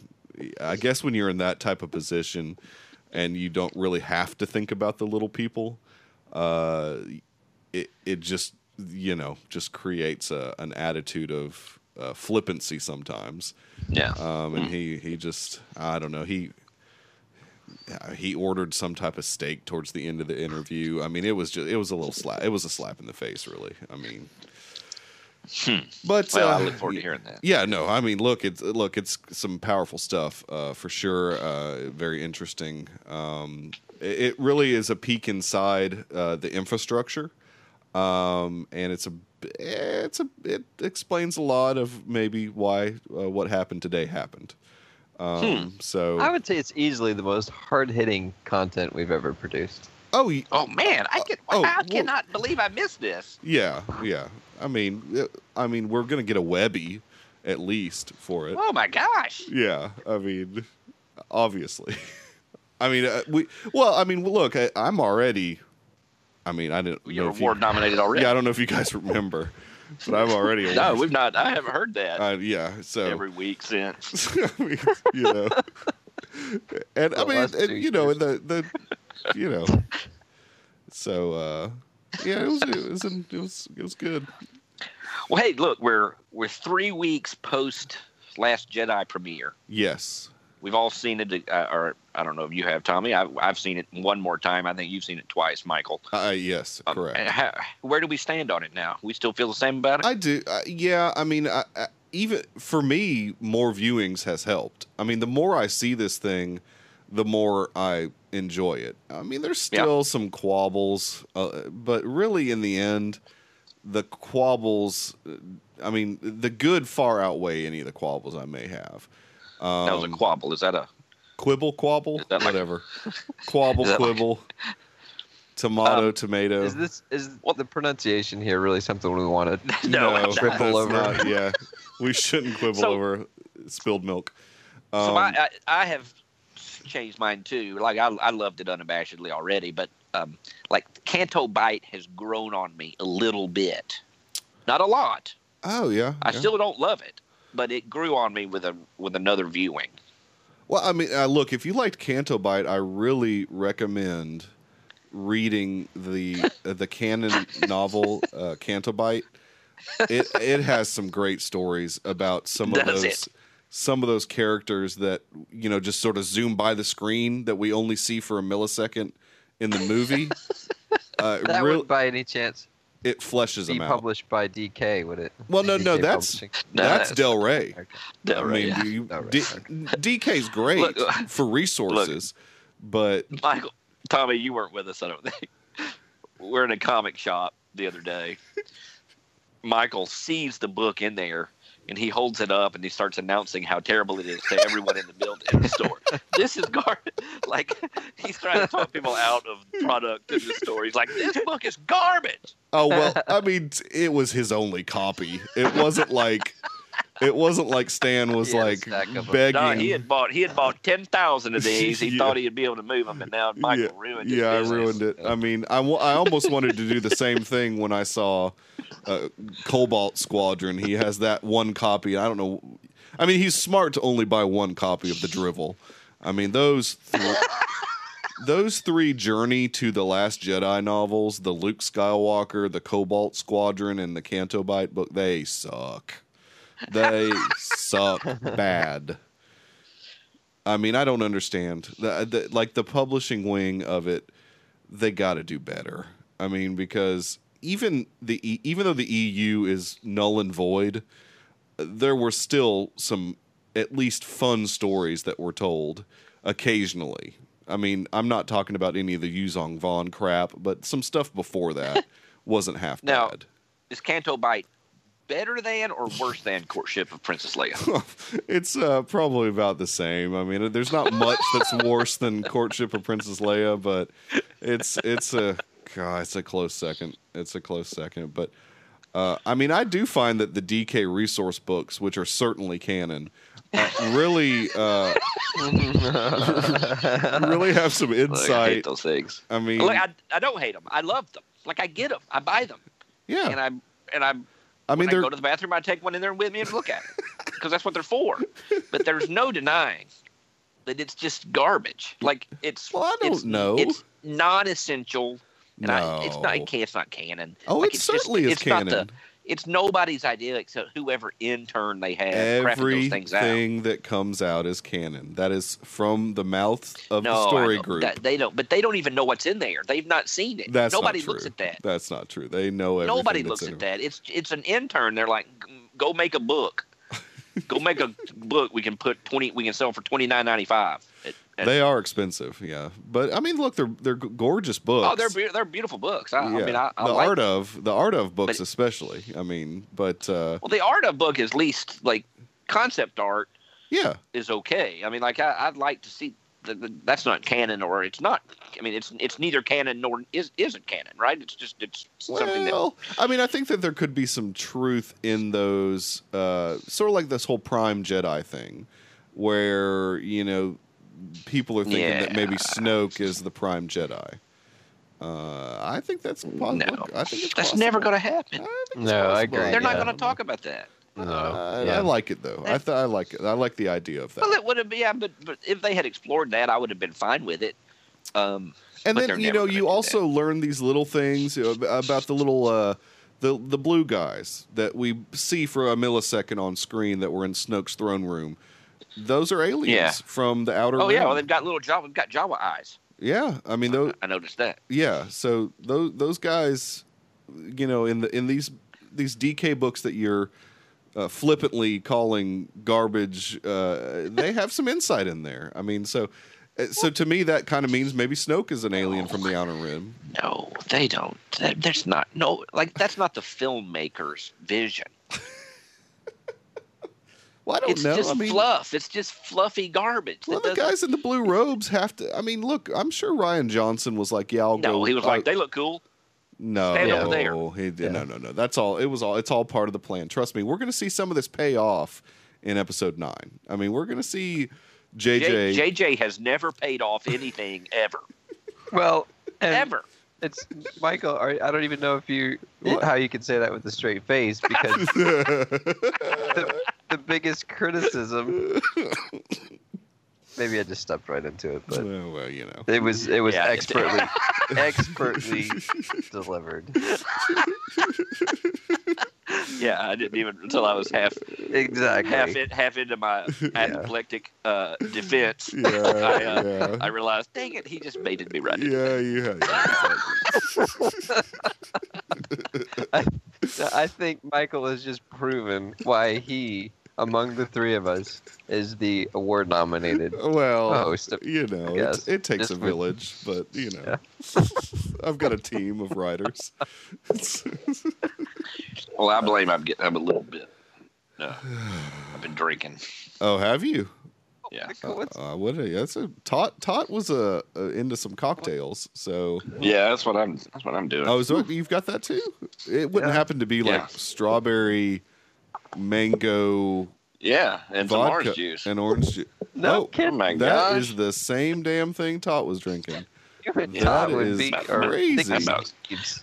[SPEAKER 2] I guess when you're in that type of position and you don't really have to think about the little people, uh, it it just you know just creates a, an attitude of uh, flippancy sometimes.
[SPEAKER 3] Yeah.
[SPEAKER 2] Um,
[SPEAKER 3] Hmm.
[SPEAKER 2] and he he just I don't know he uh, he ordered some type of steak towards the end of the interview. I mean, it was just it was a little slap. It was a slap in the face, really. I mean, but
[SPEAKER 3] Hmm. Well,
[SPEAKER 2] uh,
[SPEAKER 3] I look forward to hearing that.
[SPEAKER 2] yeah, no, I mean, look, it's look, it's some powerful stuff uh, for sure. Uh, very interesting. Um, it, it really is a peek inside uh, the infrastructure, um, and it's a it's a it explains a lot of maybe why uh, what happened today happened. Um, So
[SPEAKER 1] Hmm. I would say it's easily the most hard hitting content we've ever produced.
[SPEAKER 2] oh y-
[SPEAKER 3] Oh man, I can.
[SPEAKER 2] Oh,
[SPEAKER 3] I
[SPEAKER 2] well-
[SPEAKER 3] cannot believe I missed this.
[SPEAKER 2] yeah yeah. I mean it- I mean we're gonna get a Webby at least for it.
[SPEAKER 3] Oh my gosh.
[SPEAKER 2] Yeah, I mean, obviously. (laughs) I mean, uh, we. Well, I mean, look, I, I'm already. I mean, I didn't.
[SPEAKER 3] You're
[SPEAKER 2] know if
[SPEAKER 3] award
[SPEAKER 2] you,
[SPEAKER 3] nominated
[SPEAKER 2] (laughs)
[SPEAKER 3] already.
[SPEAKER 2] Yeah, I don't know if you
[SPEAKER 3] (laughs)
[SPEAKER 2] guys remember, but I'm already.
[SPEAKER 3] no,
[SPEAKER 2] award-
[SPEAKER 3] we've not. I haven't heard that
[SPEAKER 2] (laughs) uh, yeah, so
[SPEAKER 3] every week since.
[SPEAKER 2] (laughs) I mean, you
[SPEAKER 3] (laughs)
[SPEAKER 2] know, and I
[SPEAKER 1] The
[SPEAKER 2] mean,
[SPEAKER 1] last
[SPEAKER 2] and,
[SPEAKER 1] two
[SPEAKER 2] you know, and the
[SPEAKER 3] (laughs)
[SPEAKER 2] the, you know, so uh, yeah, it was it was it was it was good.
[SPEAKER 3] Well, hey, look, we're we're three weeks post Last Jedi premiere. Yes, we've all seen it. Uh, or I don't know if you have, Tommy. I, I've seen it one more time. I think you've seen it twice, Michael.
[SPEAKER 2] Uh, yes,
[SPEAKER 3] Um,
[SPEAKER 2] correct.
[SPEAKER 3] and how- where do we stand on it now? We still feel the same about it.
[SPEAKER 2] I do. Uh, yeah, I mean, I, I, even for me, more viewings has helped. I mean, the more I see this thing, the more I enjoy it. I mean, there's
[SPEAKER 3] Yeah.
[SPEAKER 2] still some quabbles, uh, but really, in the end, the quabbles. uh, I mean, the good far outweigh any of the quabbles I may have. Um,
[SPEAKER 3] that was a quabble. Is that a (laughs)
[SPEAKER 2] quibble, quabble,
[SPEAKER 3] Is that like-
[SPEAKER 2] whatever. quabble,
[SPEAKER 3] (laughs) Is that like- Um,
[SPEAKER 2] quibble. Tomato, tomato.
[SPEAKER 1] Is this is the pronunciation here really something we wanted?
[SPEAKER 3] (laughs) No, I'm
[SPEAKER 2] that's
[SPEAKER 3] not.
[SPEAKER 1] Quibble over.
[SPEAKER 2] not- (laughs) yeah, we shouldn't quibble
[SPEAKER 3] So-
[SPEAKER 2] over spilled milk.
[SPEAKER 3] so
[SPEAKER 2] Um,
[SPEAKER 3] my, I, I have changed mine too. Like I, I loved it unabashedly already, but um, like Canto Bite has grown on me a little bit, not a lot.
[SPEAKER 2] oh yeah,
[SPEAKER 3] I
[SPEAKER 2] yeah.
[SPEAKER 3] still don't love it, but it grew on me with a with another viewing.
[SPEAKER 2] Well, I mean, uh, look, if you liked Canto Bite, I really recommend reading the uh, the canon novel uh, Canto Bite. It it has some great stories about some of those
[SPEAKER 3] Does it?
[SPEAKER 2] some of those characters that you know just sort of zoom by the screen that we only see for a millisecond in the
[SPEAKER 3] (laughs)
[SPEAKER 2] movie. Uh,
[SPEAKER 1] That
[SPEAKER 2] real-
[SPEAKER 1] would by any chance
[SPEAKER 2] it fleshes
[SPEAKER 1] be
[SPEAKER 2] them out.
[SPEAKER 1] published by DK, would it?
[SPEAKER 2] Well, no, no,
[SPEAKER 1] DK
[SPEAKER 2] that's
[SPEAKER 1] Publishing.
[SPEAKER 3] No,
[SPEAKER 2] that's
[SPEAKER 3] that's-
[SPEAKER 2] Del Rey.
[SPEAKER 1] Okay.
[SPEAKER 3] That
[SPEAKER 2] I
[SPEAKER 3] really-
[SPEAKER 2] mean, you,
[SPEAKER 1] Del Rey,
[SPEAKER 2] D-
[SPEAKER 1] okay. (laughs)
[SPEAKER 2] DK's great
[SPEAKER 3] Look, uh,
[SPEAKER 2] for resources, but
[SPEAKER 3] Michael, Tommy, you weren't with us, I don't think. (laughs) We're in a comic shop the other day. Michael sees the book in there and he holds it up and he starts announcing how terrible it is to everyone in the building in
[SPEAKER 2] (laughs)
[SPEAKER 3] the store. This is garbage. Like he's trying to talk people out of product in the store. He's like, this book is garbage.
[SPEAKER 1] (laughs)
[SPEAKER 2] oh well. I mean, t- it was his only copy. It wasn't like it wasn't like Stan was
[SPEAKER 1] He had a
[SPEAKER 2] like
[SPEAKER 1] stack of 'em.
[SPEAKER 2] begging.
[SPEAKER 3] No, he had bought he had bought ten thousand of these. He
[SPEAKER 2] (laughs) Yeah.
[SPEAKER 3] thought he'd be able to move them, and now Michael ruined it.
[SPEAKER 2] yeah, I ruined it. I mean, I wa- I almost wanted to do the same thing when I saw uh, Cobalt Squadron. He has that one copy. I don't know. I mean, he's smart to only buy one copy of the drivel. I mean, those th- those three Journey to the Last Jedi novels, the Luke Skywalker, the Cobalt Squadron, and the Canto Bite book, they suck. They suck bad. I mean, I don't understand. The, the, like the publishing wing of it, they got to do better. I mean, because even the E- even though the EU is null and void, there were still some at least fun stories that were told occasionally. I mean, I'm not talking about any of the Yuzong Vaughn crap, but some stuff before that wasn't half
[SPEAKER 3] No.
[SPEAKER 2] bad.
[SPEAKER 3] Is Canto Bite better than or worse than Courtship of Princess Leia?
[SPEAKER 2] (laughs) it's uh, probably about the same. I mean, there's not much that's worse than courtship of Princess Leia, but it's it's a god, it's a close second. It's a close second. But uh, I mean, I do find that the DK resource books, which are certainly canon, uh, really uh,
[SPEAKER 1] (laughs)
[SPEAKER 2] really have some
[SPEAKER 3] Look, I hate
[SPEAKER 2] insight.
[SPEAKER 3] those things.
[SPEAKER 2] I mean,
[SPEAKER 3] Look, I, I don't hate them. I love them. Like I get them. I buy them, and
[SPEAKER 2] yeah.
[SPEAKER 3] I'm and I'm.
[SPEAKER 2] I mean,
[SPEAKER 3] when I
[SPEAKER 2] they're
[SPEAKER 3] go to the bathroom, I take one in there with me and look at it
[SPEAKER 2] (laughs)
[SPEAKER 3] because that's what they're for. But there's no denying that it's just garbage. Like it's
[SPEAKER 2] Well, I don't
[SPEAKER 3] it's,
[SPEAKER 2] know.
[SPEAKER 3] It's non-essential. And I, it's not.
[SPEAKER 2] No.
[SPEAKER 3] It can't, it's not canon.
[SPEAKER 2] Oh,
[SPEAKER 3] Like,
[SPEAKER 2] it
[SPEAKER 3] it's just-
[SPEAKER 2] certainly is
[SPEAKER 3] it's not the-
[SPEAKER 2] canon.
[SPEAKER 3] it's nobody's idea except whoever intern they have crafting those things out.
[SPEAKER 2] Everything that comes out is canon. That is from the mouth of the
[SPEAKER 3] I
[SPEAKER 2] story
[SPEAKER 3] don't-
[SPEAKER 2] group.
[SPEAKER 3] that- they don't, but they don't even know what's in there. They've not seen it.
[SPEAKER 2] That's
[SPEAKER 3] Nobody
[SPEAKER 2] not true.
[SPEAKER 3] looks at that.
[SPEAKER 2] That's not true. They know everything.
[SPEAKER 3] Nobody
[SPEAKER 2] that's
[SPEAKER 3] looks
[SPEAKER 2] in
[SPEAKER 3] at
[SPEAKER 2] it.
[SPEAKER 3] that. It's it's an intern. They're like, go make a book. go make a book. We can put twenty. We can sell for twenty nine ninety five.
[SPEAKER 2] They are expensive, yeah. But I mean, look, they're they're g- gorgeous books.
[SPEAKER 3] Oh, they're be- they're beautiful books. I, I
[SPEAKER 2] Yeah.
[SPEAKER 3] mean, I, I
[SPEAKER 2] the
[SPEAKER 3] like.
[SPEAKER 2] art of the art of books,
[SPEAKER 3] But-
[SPEAKER 2] especially. I mean, but uh,
[SPEAKER 3] well, the art of book is least like concept art
[SPEAKER 2] yeah,
[SPEAKER 3] is okay. I mean, like I, I'd like to see. The, the, that's not canon, or it's not. I mean, it's it's neither canon nor is isn't canon, right? It's just it's something that
[SPEAKER 2] well, I mean, I think that there could be some truth in those, uh, sort of like this whole Prime Jedi thing, where you know people are thinking that maybe
[SPEAKER 3] Yeah.
[SPEAKER 2] Snoke is the Prime Jedi. Uh, I think that's possible.
[SPEAKER 3] No,
[SPEAKER 2] I think it's
[SPEAKER 3] that's
[SPEAKER 2] possible.
[SPEAKER 3] never going to happen.
[SPEAKER 2] I think it's
[SPEAKER 1] No, I
[SPEAKER 2] possible.
[SPEAKER 1] agree,
[SPEAKER 3] They're not
[SPEAKER 1] yeah.
[SPEAKER 3] going to talk about that.
[SPEAKER 1] No,
[SPEAKER 2] Uh, I,
[SPEAKER 1] Uh, yeah.
[SPEAKER 2] I like it though. I th- I like it. I like the idea of that.
[SPEAKER 3] Well, it would have been, yeah, but, but if they had explored that, I would have been fine with it. Um,
[SPEAKER 2] and
[SPEAKER 3] but they're
[SPEAKER 2] then you
[SPEAKER 3] never
[SPEAKER 2] know
[SPEAKER 3] gonna
[SPEAKER 2] you
[SPEAKER 3] do
[SPEAKER 2] also learn these little things you know, ab- about the little uh the the blue guys that we see for a millisecond on screen that were in Snoke's throne room. Those are aliens
[SPEAKER 3] Yeah.
[SPEAKER 2] from the outer
[SPEAKER 3] oh yeah,
[SPEAKER 2] Rim.
[SPEAKER 3] well they've got little Java, they've got Java eyes.
[SPEAKER 2] yeah, I mean those
[SPEAKER 3] I noticed that.
[SPEAKER 2] yeah, so those those guys you know in the in these these DK books that you're uh, flippantly calling garbage uh, they have some insight in there. I mean, so uh, so to me that kind of means maybe Snoke is an alien from the outer rim.
[SPEAKER 3] No, they don't. That, that's not no, like that's not the filmmaker's vision.
[SPEAKER 2] Well, I don't
[SPEAKER 3] It's
[SPEAKER 2] know.
[SPEAKER 3] just
[SPEAKER 2] I mean,
[SPEAKER 3] fluff. It's just fluffy garbage.
[SPEAKER 2] Well,
[SPEAKER 3] that
[SPEAKER 2] the
[SPEAKER 3] doesn't-
[SPEAKER 2] guys in the blue robes have to. I mean, look, I'm sure Ryan Johnson was like, "Yeah, I'll go."
[SPEAKER 3] no, he was
[SPEAKER 2] I'll-
[SPEAKER 3] like, they look cool.
[SPEAKER 2] "No,
[SPEAKER 3] stand over there."
[SPEAKER 2] He did,
[SPEAKER 1] Yeah.
[SPEAKER 2] No, no, no. That's all. It was all. It's all part of the plan. Trust me. We're going to see some of this pay off in episode nine. I mean, we're going to see JJ.
[SPEAKER 3] J- JJ has never paid off anything (laughs) ever,
[SPEAKER 1] Well, and
[SPEAKER 3] ever.
[SPEAKER 1] it's Michael. Are, I don't even know if you
[SPEAKER 2] What?
[SPEAKER 1] how you can say that with a straight
[SPEAKER 2] (laughs)
[SPEAKER 1] face because the, the biggest criticism. Maybe I just stepped right into it, but
[SPEAKER 2] well, well, you know.
[SPEAKER 1] it was it was
[SPEAKER 3] Yeah, it
[SPEAKER 1] expertly
[SPEAKER 3] did. (laughs)
[SPEAKER 1] expertly delivered.
[SPEAKER 3] Yeah, I didn't even until I was half
[SPEAKER 1] Exactly.
[SPEAKER 3] half in, half
[SPEAKER 2] (laughs)
[SPEAKER 3] into my apoplectic uh, defense.
[SPEAKER 2] (laughs) Yeah,
[SPEAKER 3] I, uh,
[SPEAKER 2] yeah.
[SPEAKER 3] (laughs) I realized, dang it, he just baited me right. in.
[SPEAKER 2] yeah, yeah, yeah.
[SPEAKER 1] So I think Michael has just proven why he, among the three of us, is the award nominated
[SPEAKER 2] Well,
[SPEAKER 3] Oh,
[SPEAKER 1] host. of-
[SPEAKER 2] you know, it,
[SPEAKER 1] Yes.
[SPEAKER 2] it takes
[SPEAKER 1] Just
[SPEAKER 2] a
[SPEAKER 1] with-
[SPEAKER 2] village, but you know, (laughs) I've got a team of
[SPEAKER 3] (laughs)
[SPEAKER 2] writers. (laughs)
[SPEAKER 3] Well, I blame I'm getting I'm a little bit. No, I've been drinking.
[SPEAKER 2] oh, have you?
[SPEAKER 3] Yeah, (laughs)
[SPEAKER 1] Michael, what's-
[SPEAKER 2] Uh, what? A, that's a Tot. Tot was uh uh, into some cocktails, so
[SPEAKER 3] yeah, that's what I'm. That's what I'm doing.
[SPEAKER 2] oh, so you've got that too. It wouldn't
[SPEAKER 1] Yeah.
[SPEAKER 2] happen to be like
[SPEAKER 3] Yeah.
[SPEAKER 2] strawberry, mango,
[SPEAKER 3] yeah, and some
[SPEAKER 2] vodka,
[SPEAKER 3] orange juice.
[SPEAKER 2] and orange juice.
[SPEAKER 1] no
[SPEAKER 2] oh,
[SPEAKER 3] oh
[SPEAKER 1] kidding.
[SPEAKER 3] my
[SPEAKER 2] That is
[SPEAKER 3] gosh!
[SPEAKER 2] the same damn thing Tot was
[SPEAKER 3] (laughs)
[SPEAKER 2] drinking.
[SPEAKER 1] That,
[SPEAKER 2] that
[SPEAKER 1] would
[SPEAKER 2] is
[SPEAKER 1] be
[SPEAKER 2] crazy.
[SPEAKER 1] Or,
[SPEAKER 3] About-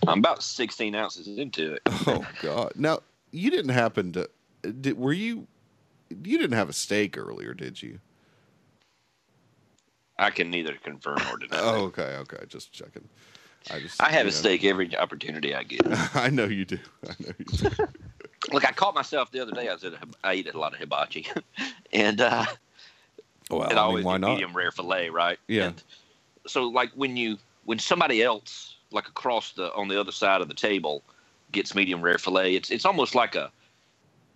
[SPEAKER 3] I'm about 16 ounces into it.
[SPEAKER 2] Oh God! Now you didn't happen to? Did, were you? You didn't have a steak earlier, did you?
[SPEAKER 3] I can neither confirm nor deny.
[SPEAKER 2] Oh, okay, okay. Just checking. I just.
[SPEAKER 3] I have
[SPEAKER 2] you
[SPEAKER 3] a
[SPEAKER 2] know.
[SPEAKER 3] steak every opportunity I get.
[SPEAKER 2] (laughs) I know you do. I know you do.
[SPEAKER 3] Look, I caught myself the other day. I was at a, I eat a lot of hibachi, (laughs) and uh,
[SPEAKER 2] Well,
[SPEAKER 3] and I always
[SPEAKER 2] why
[SPEAKER 3] do
[SPEAKER 2] not?
[SPEAKER 3] medium rare fillet, right?
[SPEAKER 2] Yeah.
[SPEAKER 3] And so like when you when somebody else like across the on the other side of the table gets medium rare fillet, it's it's almost like a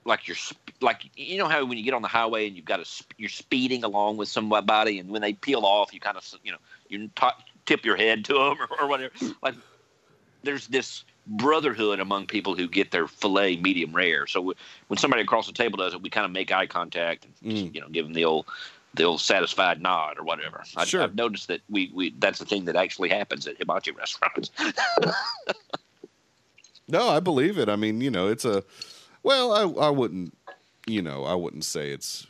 [SPEAKER 3] like you're sp- like you know how when you get on the highway and you've got a sp- you're speeding along with somebody and when they peel off you kind of you know you t- tip your head to them or, or whatever. Like there's this brotherhood among people who get their fillet medium rare. So w- when somebody across the table does it, we kind of make eye contact and
[SPEAKER 2] Mm.
[SPEAKER 3] you know give them the old the old satisfied nod or whatever. I,
[SPEAKER 2] Sure.
[SPEAKER 3] I've noticed that we, we that's the thing that actually happens at hibachi (laughs) restaurants.
[SPEAKER 2] No, I believe it. I mean, you know, it's a well, I I wouldn't, you know, I wouldn't say it's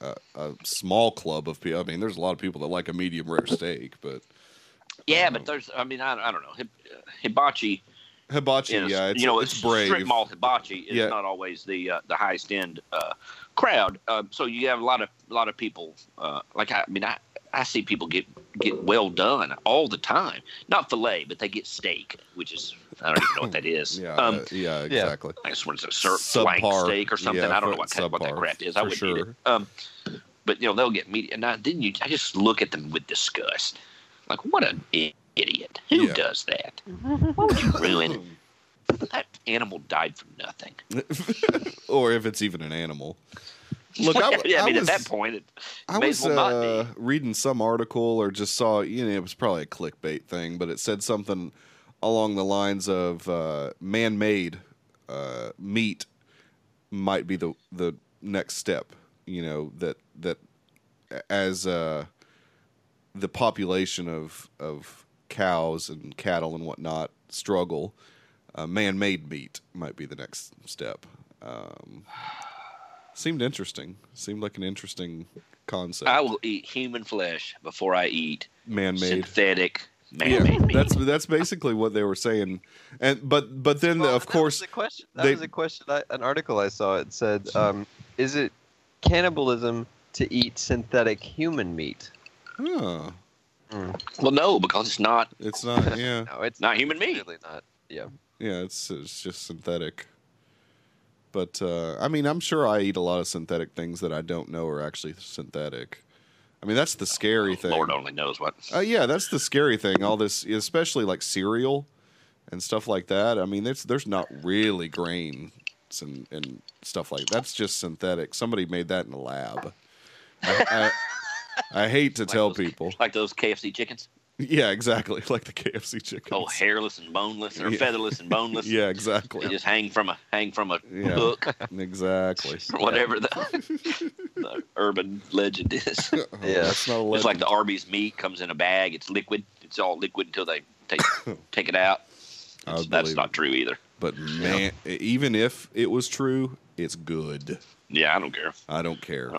[SPEAKER 2] a, a small club of people. I mean, there's a lot of people that like a medium rare steak, but
[SPEAKER 3] yeah,
[SPEAKER 2] Um,
[SPEAKER 3] but there's I mean I, I don't know Hib- uh, hibachi.
[SPEAKER 2] hibachi,
[SPEAKER 3] in a-
[SPEAKER 2] yeah, it's,
[SPEAKER 3] you know,
[SPEAKER 2] it's,
[SPEAKER 3] a
[SPEAKER 2] brave.
[SPEAKER 3] Strip mall hibachi is
[SPEAKER 2] Yeah.
[SPEAKER 3] not always the uh, the highest end uh, crowd. Uh, so you have a lot of a lot of people. Uh, like I, I mean, I I see people get get well done all the time. Not fillet, but they get steak, which is I don't even know what that is.
[SPEAKER 2] (laughs) Yeah,
[SPEAKER 3] um,
[SPEAKER 2] uh, yeah, exactly.
[SPEAKER 3] I guess what it's a sur- flank
[SPEAKER 2] Subpar.
[SPEAKER 3] steak or something.
[SPEAKER 2] Yeah,
[SPEAKER 3] I don't know
[SPEAKER 2] for-
[SPEAKER 3] what, kind of, what that
[SPEAKER 2] subpar,
[SPEAKER 3] crap is. I
[SPEAKER 2] for
[SPEAKER 3] wouldn't eat
[SPEAKER 2] sure.
[SPEAKER 3] it. Um, but you know they'll get meat, and I didn't. You, I just look at them with disgust. Like what an i- idiot! Who
[SPEAKER 2] Yeah.
[SPEAKER 3] does that? Why would you ruin? that animal died for
[SPEAKER 2] (laughs)
[SPEAKER 3] nothing.
[SPEAKER 2] or if it's even an animal. Look, I, w-
[SPEAKER 3] (laughs) yeah, I,
[SPEAKER 2] I
[SPEAKER 3] mean,
[SPEAKER 2] was-
[SPEAKER 3] at that point, it
[SPEAKER 2] I
[SPEAKER 3] may
[SPEAKER 2] was
[SPEAKER 3] as well not
[SPEAKER 2] uh,
[SPEAKER 3] be.
[SPEAKER 2] reading some article or just saw, you know, it was probably a clickbait thing, but it said something along the lines of uh, man made uh, meat might be the, the next step, you know, that, that as uh, the population of, of cows and cattle and whatnot struggle, uh, man made meat might be the next step. Um, (sighs) seemed interesting. Seemed like an interesting concept.
[SPEAKER 3] I will eat human flesh before I eat
[SPEAKER 2] man-made.
[SPEAKER 3] synthetic
[SPEAKER 2] Yeah,
[SPEAKER 3] man-made meat.
[SPEAKER 2] that's that's basically what they were saying, and but but then
[SPEAKER 1] Well,
[SPEAKER 2] of
[SPEAKER 1] that
[SPEAKER 2] course
[SPEAKER 1] was a question. That
[SPEAKER 2] they-
[SPEAKER 1] was a question. I, an article I saw. It said, um, "Is it cannibalism to eat synthetic human meat?"
[SPEAKER 2] huh,
[SPEAKER 3] Well, no, because it's not.
[SPEAKER 1] (laughs)
[SPEAKER 2] it's not yeah
[SPEAKER 1] No, it's
[SPEAKER 3] Not human meat.
[SPEAKER 1] Really not. Yeah.
[SPEAKER 2] yeah it's it's just synthetic. But uh, I mean, I'm sure I eat a lot of synthetic things that I don't know are actually synthetic. I mean, that's the scary thing.
[SPEAKER 3] Lord only knows what.
[SPEAKER 2] Uh, yeah, that's the scary thing. All this, especially like cereal and stuff like that. I mean, there's there's not really grains and, and stuff like that's just synthetic. Somebody made that in a lab. I, I, I hate to
[SPEAKER 3] Like
[SPEAKER 2] tell
[SPEAKER 3] those-
[SPEAKER 2] people.
[SPEAKER 3] Like those KFC chickens.
[SPEAKER 2] Yeah, exactly. (laughs) Like the KFC chickens.
[SPEAKER 3] Oh, hairless and boneless, or
[SPEAKER 2] Yeah.
[SPEAKER 3] featherless and
[SPEAKER 2] (laughs)
[SPEAKER 3] boneless.
[SPEAKER 2] Yeah,
[SPEAKER 3] They
[SPEAKER 2] exactly.
[SPEAKER 3] just hang from a hang from a
[SPEAKER 2] Yeah. (laughs)
[SPEAKER 3] (laughs) hook
[SPEAKER 2] Exactly.
[SPEAKER 3] or whatever the, the urban legend is.
[SPEAKER 2] Oh,
[SPEAKER 1] Yeah.
[SPEAKER 2] that's not a
[SPEAKER 3] It's like
[SPEAKER 2] legend.
[SPEAKER 3] the Arby's meat comes in a bag. It's liquid. It's all liquid until they
[SPEAKER 2] (coughs)
[SPEAKER 3] take take it out.
[SPEAKER 2] I
[SPEAKER 3] It's-
[SPEAKER 2] would
[SPEAKER 3] That's
[SPEAKER 2] believe
[SPEAKER 3] not
[SPEAKER 2] it.
[SPEAKER 3] true either.
[SPEAKER 2] But man, e, even if it was true, it's good.
[SPEAKER 3] Yeah, I don't care.
[SPEAKER 2] I don't care.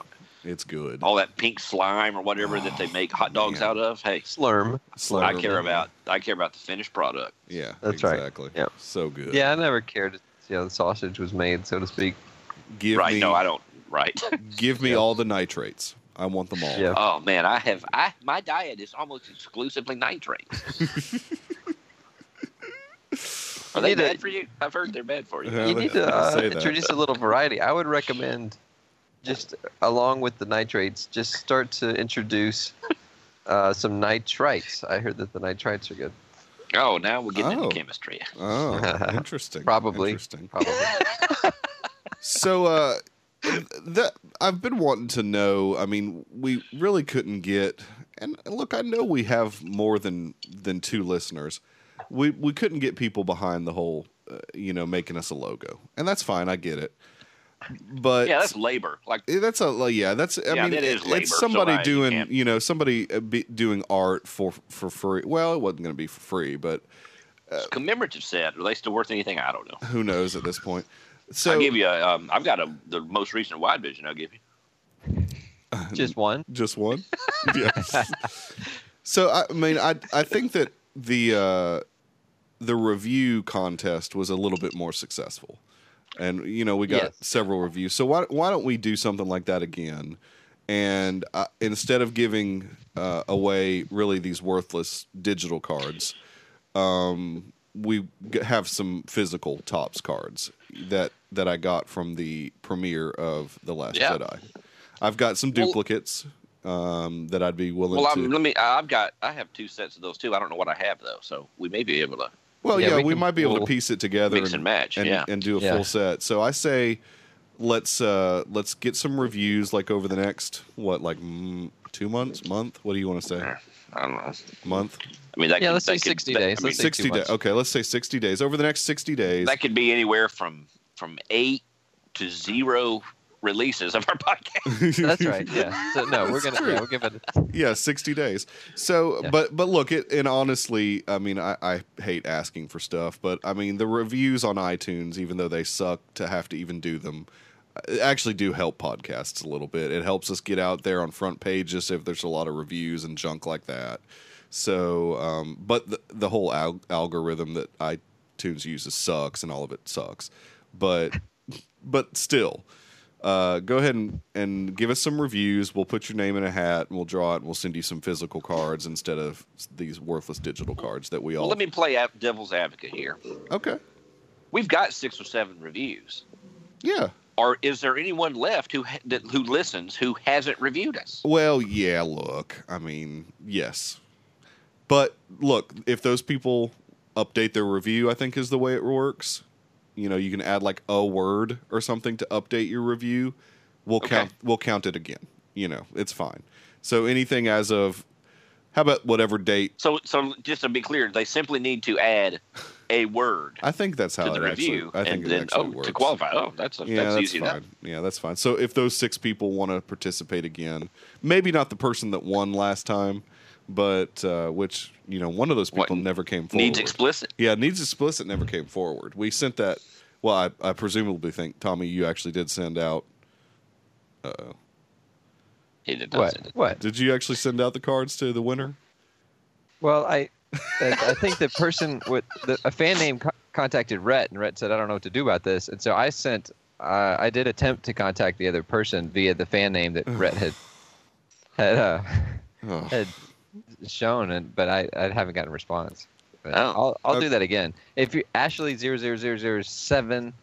[SPEAKER 2] It's good.
[SPEAKER 3] All that pink slime or whatever that they make hot dogs
[SPEAKER 2] man.
[SPEAKER 3] out of. Hey,
[SPEAKER 1] Slurm.
[SPEAKER 3] I
[SPEAKER 2] Slurm.
[SPEAKER 3] care about I care about the finished product.
[SPEAKER 2] Yeah,
[SPEAKER 1] That's right.
[SPEAKER 2] exactly.
[SPEAKER 1] Yeah.
[SPEAKER 2] So good.
[SPEAKER 1] Yeah, I never cared to see how the sausage was made, so to speak.
[SPEAKER 2] Give
[SPEAKER 3] right?
[SPEAKER 2] me
[SPEAKER 3] No, I don't.
[SPEAKER 2] (laughs)
[SPEAKER 3] Right.
[SPEAKER 2] give me
[SPEAKER 1] Yeah.
[SPEAKER 2] all the nitrates. I want them all.
[SPEAKER 1] Yeah.
[SPEAKER 3] oh man, I have I my diet is almost
[SPEAKER 2] (laughs)
[SPEAKER 3] exclusively nitrates. Are they
[SPEAKER 1] Need a-
[SPEAKER 3] bad for you? I've heard they're bad for you.
[SPEAKER 2] Yeah.
[SPEAKER 1] you
[SPEAKER 2] they-
[SPEAKER 1] need
[SPEAKER 2] they
[SPEAKER 1] to uh,
[SPEAKER 2] say that.
[SPEAKER 1] introduce a little variety. I would recommend just along with the nitrates, just start to introduce uh, some nitrites. I heard that the nitrites are good.
[SPEAKER 3] Oh, now we're getting
[SPEAKER 2] Oh.
[SPEAKER 3] into chemistry.
[SPEAKER 1] (laughs)
[SPEAKER 2] Oh, interesting.
[SPEAKER 1] Probably.
[SPEAKER 2] Interesting. (laughs)
[SPEAKER 1] Probably.
[SPEAKER 2] So uh that I've been wanting to know, I mean, we really couldn't get and look, I know we have more than than two listeners. We we couldn't get people behind the whole uh, you know, making us a logo. And that's fine, I get it. But
[SPEAKER 3] Yeah, that's labor. Like
[SPEAKER 2] Yeah, Eh, That's a like, yeah. That's I
[SPEAKER 3] Yeah,
[SPEAKER 2] mean,
[SPEAKER 3] that is
[SPEAKER 2] it-
[SPEAKER 3] labor,
[SPEAKER 2] it's somebody
[SPEAKER 3] so I- you
[SPEAKER 2] doing
[SPEAKER 3] can't-
[SPEAKER 2] you know somebody uh, be, doing art for for free. Well, it wasn't going to be for free, but Uh,
[SPEAKER 3] it's commemorative set. Are they still worth anything? I don't know.
[SPEAKER 2] who knows at this point. So
[SPEAKER 3] I'll give you a, um, I've got a, the most recent wide vision I'll give you.
[SPEAKER 1] Just one.
[SPEAKER 2] just
[SPEAKER 1] (laughs)
[SPEAKER 2] one. yeah. So I mean, I I think that the uh, the review contest was a little bit more successful, and you know we got
[SPEAKER 1] Yes.
[SPEAKER 2] several reviews. So why why don't we do something like that again? And uh, instead of giving uh, away really these worthless digital cards, um, we g- have some physical tops cards that that I got from the premiere of the Last
[SPEAKER 3] Yeah.
[SPEAKER 2] Jedi. I've got some
[SPEAKER 3] Well-
[SPEAKER 2] duplicates um, that I'd be willing
[SPEAKER 3] Well,
[SPEAKER 2] to.
[SPEAKER 3] I'm, let me. I've got. I have two sets of those too. I don't know what I have though, so we may be able to
[SPEAKER 2] well, yeah,
[SPEAKER 1] yeah,
[SPEAKER 2] we,
[SPEAKER 1] we can-
[SPEAKER 2] might be able to
[SPEAKER 1] we'll
[SPEAKER 2] piece it together
[SPEAKER 3] mix and match.
[SPEAKER 2] and,
[SPEAKER 3] yeah.
[SPEAKER 2] and do a
[SPEAKER 1] Yeah.
[SPEAKER 2] full set. So I say, let's uh, let's get some reviews like over the next what like mm, Two months, month. What do you want to say?
[SPEAKER 3] I don't know.
[SPEAKER 2] Month,
[SPEAKER 3] I mean, that
[SPEAKER 1] Yeah,
[SPEAKER 3] could,
[SPEAKER 1] let's
[SPEAKER 3] that
[SPEAKER 1] say
[SPEAKER 3] could-
[SPEAKER 1] 60
[SPEAKER 3] that-
[SPEAKER 1] days.
[SPEAKER 3] I mean,
[SPEAKER 1] Let's say
[SPEAKER 2] sixty
[SPEAKER 1] two
[SPEAKER 2] days.
[SPEAKER 1] months.
[SPEAKER 2] Okay, let's say sixty days. Over the next sixty days,
[SPEAKER 3] that could be anywhere from from eight to zero releases of our (laughs) podcast.
[SPEAKER 1] That's right. Yeah. So no, we're gonna yeah, we're giving
[SPEAKER 2] (laughs) yeah, sixty days. So,
[SPEAKER 1] Yeah.
[SPEAKER 2] but but look, it, and honestly, I mean, I, I hate asking for stuff, but I mean, the reviews on iTunes, even though they suck to have to even do them, uh, actually do help podcasts a little bit. It helps us get out there on front pages if there's a lot of reviews and junk like that. So, um, but the, the whole al- algorithm that iTunes uses sucks, and all of it sucks. But but still, uh, go ahead and, and give us some reviews. We'll put your name in a hat and we'll draw it and we'll send you some physical cards instead of these worthless digital cards that we all.
[SPEAKER 3] Well, let me play av- devil's advocate here.
[SPEAKER 2] Okay.
[SPEAKER 3] We've got six or seven reviews.
[SPEAKER 2] Yeah.
[SPEAKER 3] Or is there anyone left who ha- that, who listens who hasn't reviewed us?
[SPEAKER 2] Well, yeah, look. I mean, yes. But look, if those people update their review, I think is the way it works. You know, you can add like a word or something to update your review. We'll
[SPEAKER 3] Okay.
[SPEAKER 2] count we'll count it again. You know, it's fine. So anything as of how about whatever date
[SPEAKER 3] So, so just to be clear, they simply need to add a word
[SPEAKER 2] I think that's how
[SPEAKER 3] to the
[SPEAKER 2] it
[SPEAKER 3] review,
[SPEAKER 2] actually. I think
[SPEAKER 3] and
[SPEAKER 2] it
[SPEAKER 3] then
[SPEAKER 2] actually
[SPEAKER 3] oh,
[SPEAKER 2] works.
[SPEAKER 3] to qualify. Oh, that's a,
[SPEAKER 2] yeah,
[SPEAKER 3] that's,
[SPEAKER 2] that's,
[SPEAKER 3] easy
[SPEAKER 2] fine.
[SPEAKER 3] enough.
[SPEAKER 2] Yeah, that's fine. So if those six people want to participate again, maybe not the person that won last time, but uh, which you know one of those people
[SPEAKER 3] What,
[SPEAKER 2] never came forward.
[SPEAKER 3] Needs explicit.
[SPEAKER 2] yeah, needs explicit never came forward. We sent that. Well, I, I presumably think Tommy, you actually did send out.
[SPEAKER 3] He did not
[SPEAKER 1] what
[SPEAKER 3] send it.
[SPEAKER 1] what?
[SPEAKER 2] Did you actually send out the cards to the winner?
[SPEAKER 1] Well, I I I think the person with the, a fan name co- contacted Rhett, and Rhett said, "I don't know what to do about this," and so I sent. Uh, I did attempt to contact the other person via the fan name that Rhett had had uh,
[SPEAKER 2] Ugh.
[SPEAKER 1] had shown, and but I, I haven't gotten a response. But
[SPEAKER 3] Oh.
[SPEAKER 1] I'll I'll
[SPEAKER 2] Okay.
[SPEAKER 1] do that again. If you Ashley 00007,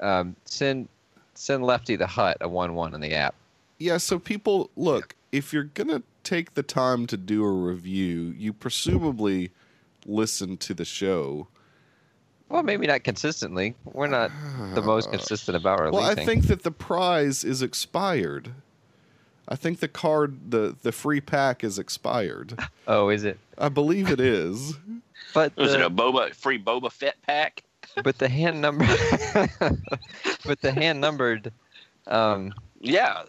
[SPEAKER 1] um, send send Lefty the Hut a one one on the app.
[SPEAKER 2] Yeah, so people, look, if you're going to take the time to do a review, you presumably listen to the show.
[SPEAKER 1] Well, maybe not consistently. We're not the most consistent about our
[SPEAKER 2] Uh, Well, I
[SPEAKER 1] leasing.
[SPEAKER 2] think that the prize is expired. I think the card, the, the free pack is expired.
[SPEAKER 1] oh, is it?
[SPEAKER 2] I believe it is.
[SPEAKER 1] But
[SPEAKER 3] Was it
[SPEAKER 1] the-
[SPEAKER 3] a boba free boba fett pack?
[SPEAKER 1] but the hand number (laughs) but the hand numbered um
[SPEAKER 3] Yeah,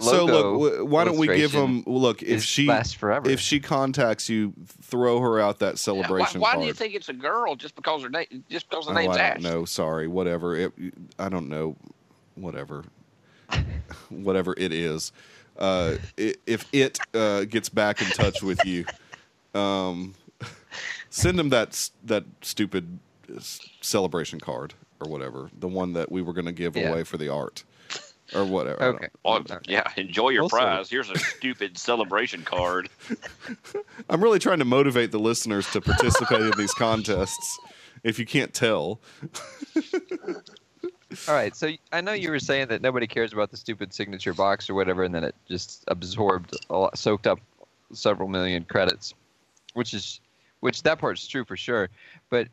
[SPEAKER 2] so look,
[SPEAKER 1] (laughs) Logo
[SPEAKER 2] w- why don't we give
[SPEAKER 1] illustration
[SPEAKER 2] them? Look, if
[SPEAKER 1] is-
[SPEAKER 2] she
[SPEAKER 1] lasts forever
[SPEAKER 2] if she contacts you, throw her out that celebration
[SPEAKER 3] Why, why
[SPEAKER 2] card.
[SPEAKER 3] do you think it's a girl just because her name just because her
[SPEAKER 2] oh,
[SPEAKER 3] name's
[SPEAKER 2] I
[SPEAKER 3] Ash?
[SPEAKER 2] don't know. Sorry, whatever. It, I don't know. Whatever. (laughs) whatever it is. Uh, i- if it uh, gets back in touch with you, um, send them that s- that stupid s- celebration card or whatever, the one that we were going to give
[SPEAKER 1] Yeah.
[SPEAKER 2] away for the art or whatever. I don't-
[SPEAKER 1] okay
[SPEAKER 3] Well, yeah, enjoy your
[SPEAKER 1] Also-
[SPEAKER 3] prize. Here's a stupid celebration card.
[SPEAKER 2] I'm really trying to motivate the listeners to participate in these contests. If you can't tell,
[SPEAKER 1] all right so i know you were saying that nobody cares about the stupid signature box or whatever and then it just absorbed a lot, soaked up several million credits which is which that part's true for sure but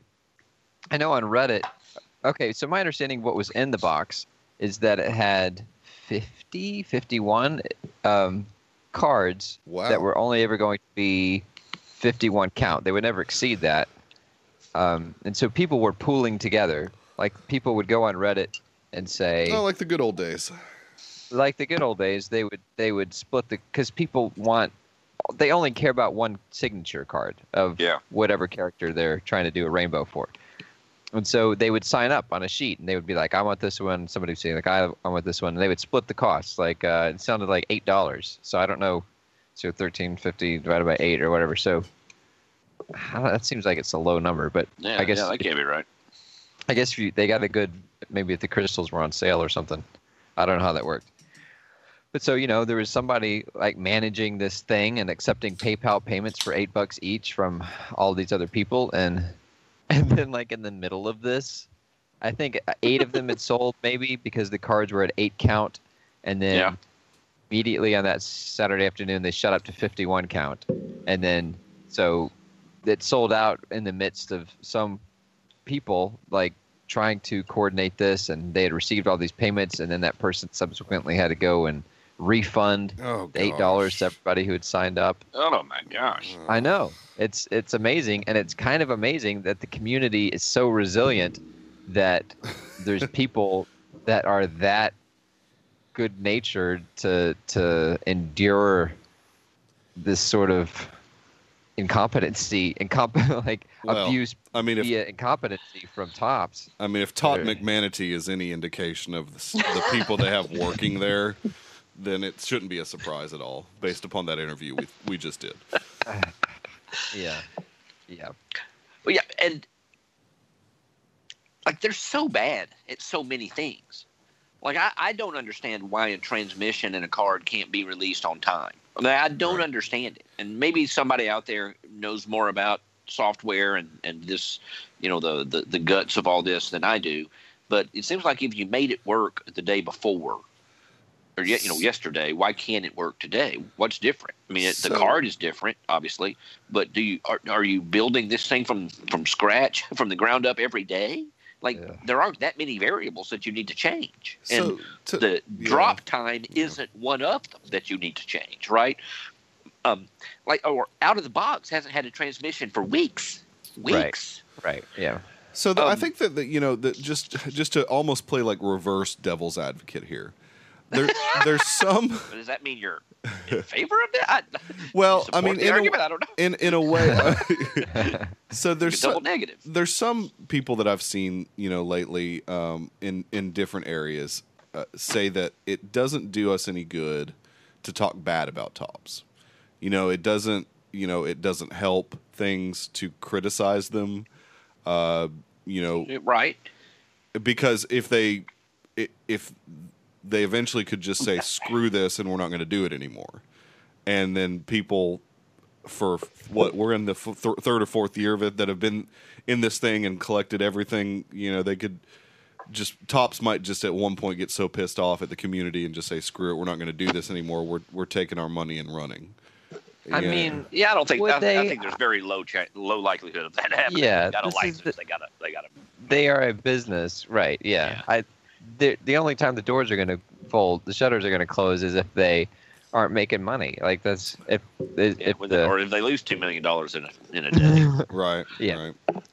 [SPEAKER 1] i know on reddit okay so my understanding of what was in the box is that it had 50 51 um, cards
[SPEAKER 2] Wow.
[SPEAKER 1] that were only ever going to be 51 count they would never exceed that um, and so people were pooling together like people would go on reddit and say
[SPEAKER 2] oh, like the good old days.
[SPEAKER 1] like the good old days, they would they would split the because people want they only care about one signature card of
[SPEAKER 3] Yeah.
[SPEAKER 1] whatever character they're trying to do a rainbow for, and so they would sign up on a sheet and they would be like, I want this one. Somebody would say like, I, I want this one. And they would split the costs. Like uh, it sounded like eight dollars. So I don't know, so thirteen fifty divided by eight or whatever. So I don't- that seems like it's a low number, but
[SPEAKER 3] Yeah,
[SPEAKER 1] I guess
[SPEAKER 3] yeah, that can't be right.
[SPEAKER 1] I guess if you, they got a good maybe if the crystals were on sale or something. I don't know how that worked. But so you know, there was somebody like managing this thing and accepting PayPal payments for eight bucks each from all these other people, and (laughs) and then like in the middle of this, I think eight of them had sold maybe because the cards were at eight count, and then
[SPEAKER 3] Yeah.
[SPEAKER 1] immediately on that Saturday afternoon they shut up to fifty one count, and then so it sold out in the midst of some people like trying to coordinate this and they had received all these payments and then that person subsequently had to go and refund
[SPEAKER 2] Oh,
[SPEAKER 1] the eight
[SPEAKER 2] gosh.
[SPEAKER 1] dollars to everybody who had signed up.
[SPEAKER 3] Oh my gosh.
[SPEAKER 1] I know it's it's amazing, and it's kind of amazing that the community is so resilient that
[SPEAKER 2] (laughs)
[SPEAKER 1] there's people that are that good natured to to endure this sort of incompetency, incomp- (laughs) like
[SPEAKER 2] Well,
[SPEAKER 1] abuse
[SPEAKER 2] I mean, if
[SPEAKER 1] via incompetency from tops.
[SPEAKER 2] I mean, if Todd
[SPEAKER 1] Right.
[SPEAKER 2] McManity is any indication of the, s- the people they have working there, then it shouldn't be a surprise at all, based upon that interview we, we just did.
[SPEAKER 1] Yeah, yeah.
[SPEAKER 3] Well, yeah, and like they're so bad at so many things. Like I, I don't understand why a transmission in a card can't be released on time. I, mean, I don't
[SPEAKER 2] Right.
[SPEAKER 3] understand it. And maybe somebody out there knows more about software and, and this, you know, the, the the guts of all this than I do. But it seems like if you made it work the day before, or yet you know yesterday, why can't it work today? What's different? I mean, it, the
[SPEAKER 2] So-
[SPEAKER 3] card is different, obviously but do you are, are you building this thing from from scratch (laughs) from the ground up every day like
[SPEAKER 1] Yeah.
[SPEAKER 3] there aren't that many variables that you need to change
[SPEAKER 2] So,
[SPEAKER 3] and
[SPEAKER 2] to,
[SPEAKER 3] the
[SPEAKER 2] yeah.
[SPEAKER 3] drop time
[SPEAKER 2] Yeah.
[SPEAKER 3] isn't one of them that you need to change right um like or out of the box hasn't had a transmission for weeks
[SPEAKER 1] Right.
[SPEAKER 3] weeks
[SPEAKER 1] Right. Yeah.
[SPEAKER 2] So th I
[SPEAKER 3] Um,
[SPEAKER 2] think that, that you know that just just to almost play like reverse devil's advocate here. There, there's some.
[SPEAKER 3] but does that mean you're
[SPEAKER 2] (laughs)
[SPEAKER 3] in favor of that (laughs) I,
[SPEAKER 2] Well,
[SPEAKER 3] you
[SPEAKER 2] I
[SPEAKER 3] support
[SPEAKER 2] mean,
[SPEAKER 3] the
[SPEAKER 2] in a-
[SPEAKER 3] argument I don't know
[SPEAKER 2] In in a way,
[SPEAKER 3] (laughs)
[SPEAKER 2] (laughs) so
[SPEAKER 3] It's
[SPEAKER 2] there's
[SPEAKER 3] double
[SPEAKER 2] so,
[SPEAKER 3] negative
[SPEAKER 2] there's some people that I've seen you know lately um, in in different areas uh, say that it doesn't do us any good to talk bad about tops. You know, it doesn't. You know, it doesn't help things to criticize them. Uh, you know,
[SPEAKER 3] right
[SPEAKER 2] because if they i- if they eventually could just say screw this and we're not going to do it anymore and then people for f- what we're in the f- th- third or fourth year of it that have been in this thing and collected everything you know they could just tops might just at one point get so pissed off at the community and just say screw it we're not going to do this anymore we're we're taking our money and running
[SPEAKER 1] I
[SPEAKER 2] Yeah.
[SPEAKER 1] mean,
[SPEAKER 3] yeah I don't think
[SPEAKER 1] Would
[SPEAKER 3] I, I
[SPEAKER 1] they-
[SPEAKER 3] think there's very low cha- low likelihood of that (laughs) happening
[SPEAKER 1] Yeah,
[SPEAKER 3] they got a
[SPEAKER 1] this is
[SPEAKER 3] license
[SPEAKER 1] the-
[SPEAKER 3] they got a they got a
[SPEAKER 1] they are a business, right? Yeah. I the the only time the doors are going to fold, the shutters are going to close, is if they aren't making money. Like that's if if,
[SPEAKER 3] Yeah,
[SPEAKER 1] if
[SPEAKER 3] with
[SPEAKER 1] the Mm-hmm.
[SPEAKER 3] or if they lose two million dollars in a in a day.
[SPEAKER 2] right
[SPEAKER 1] Yeah.
[SPEAKER 2] right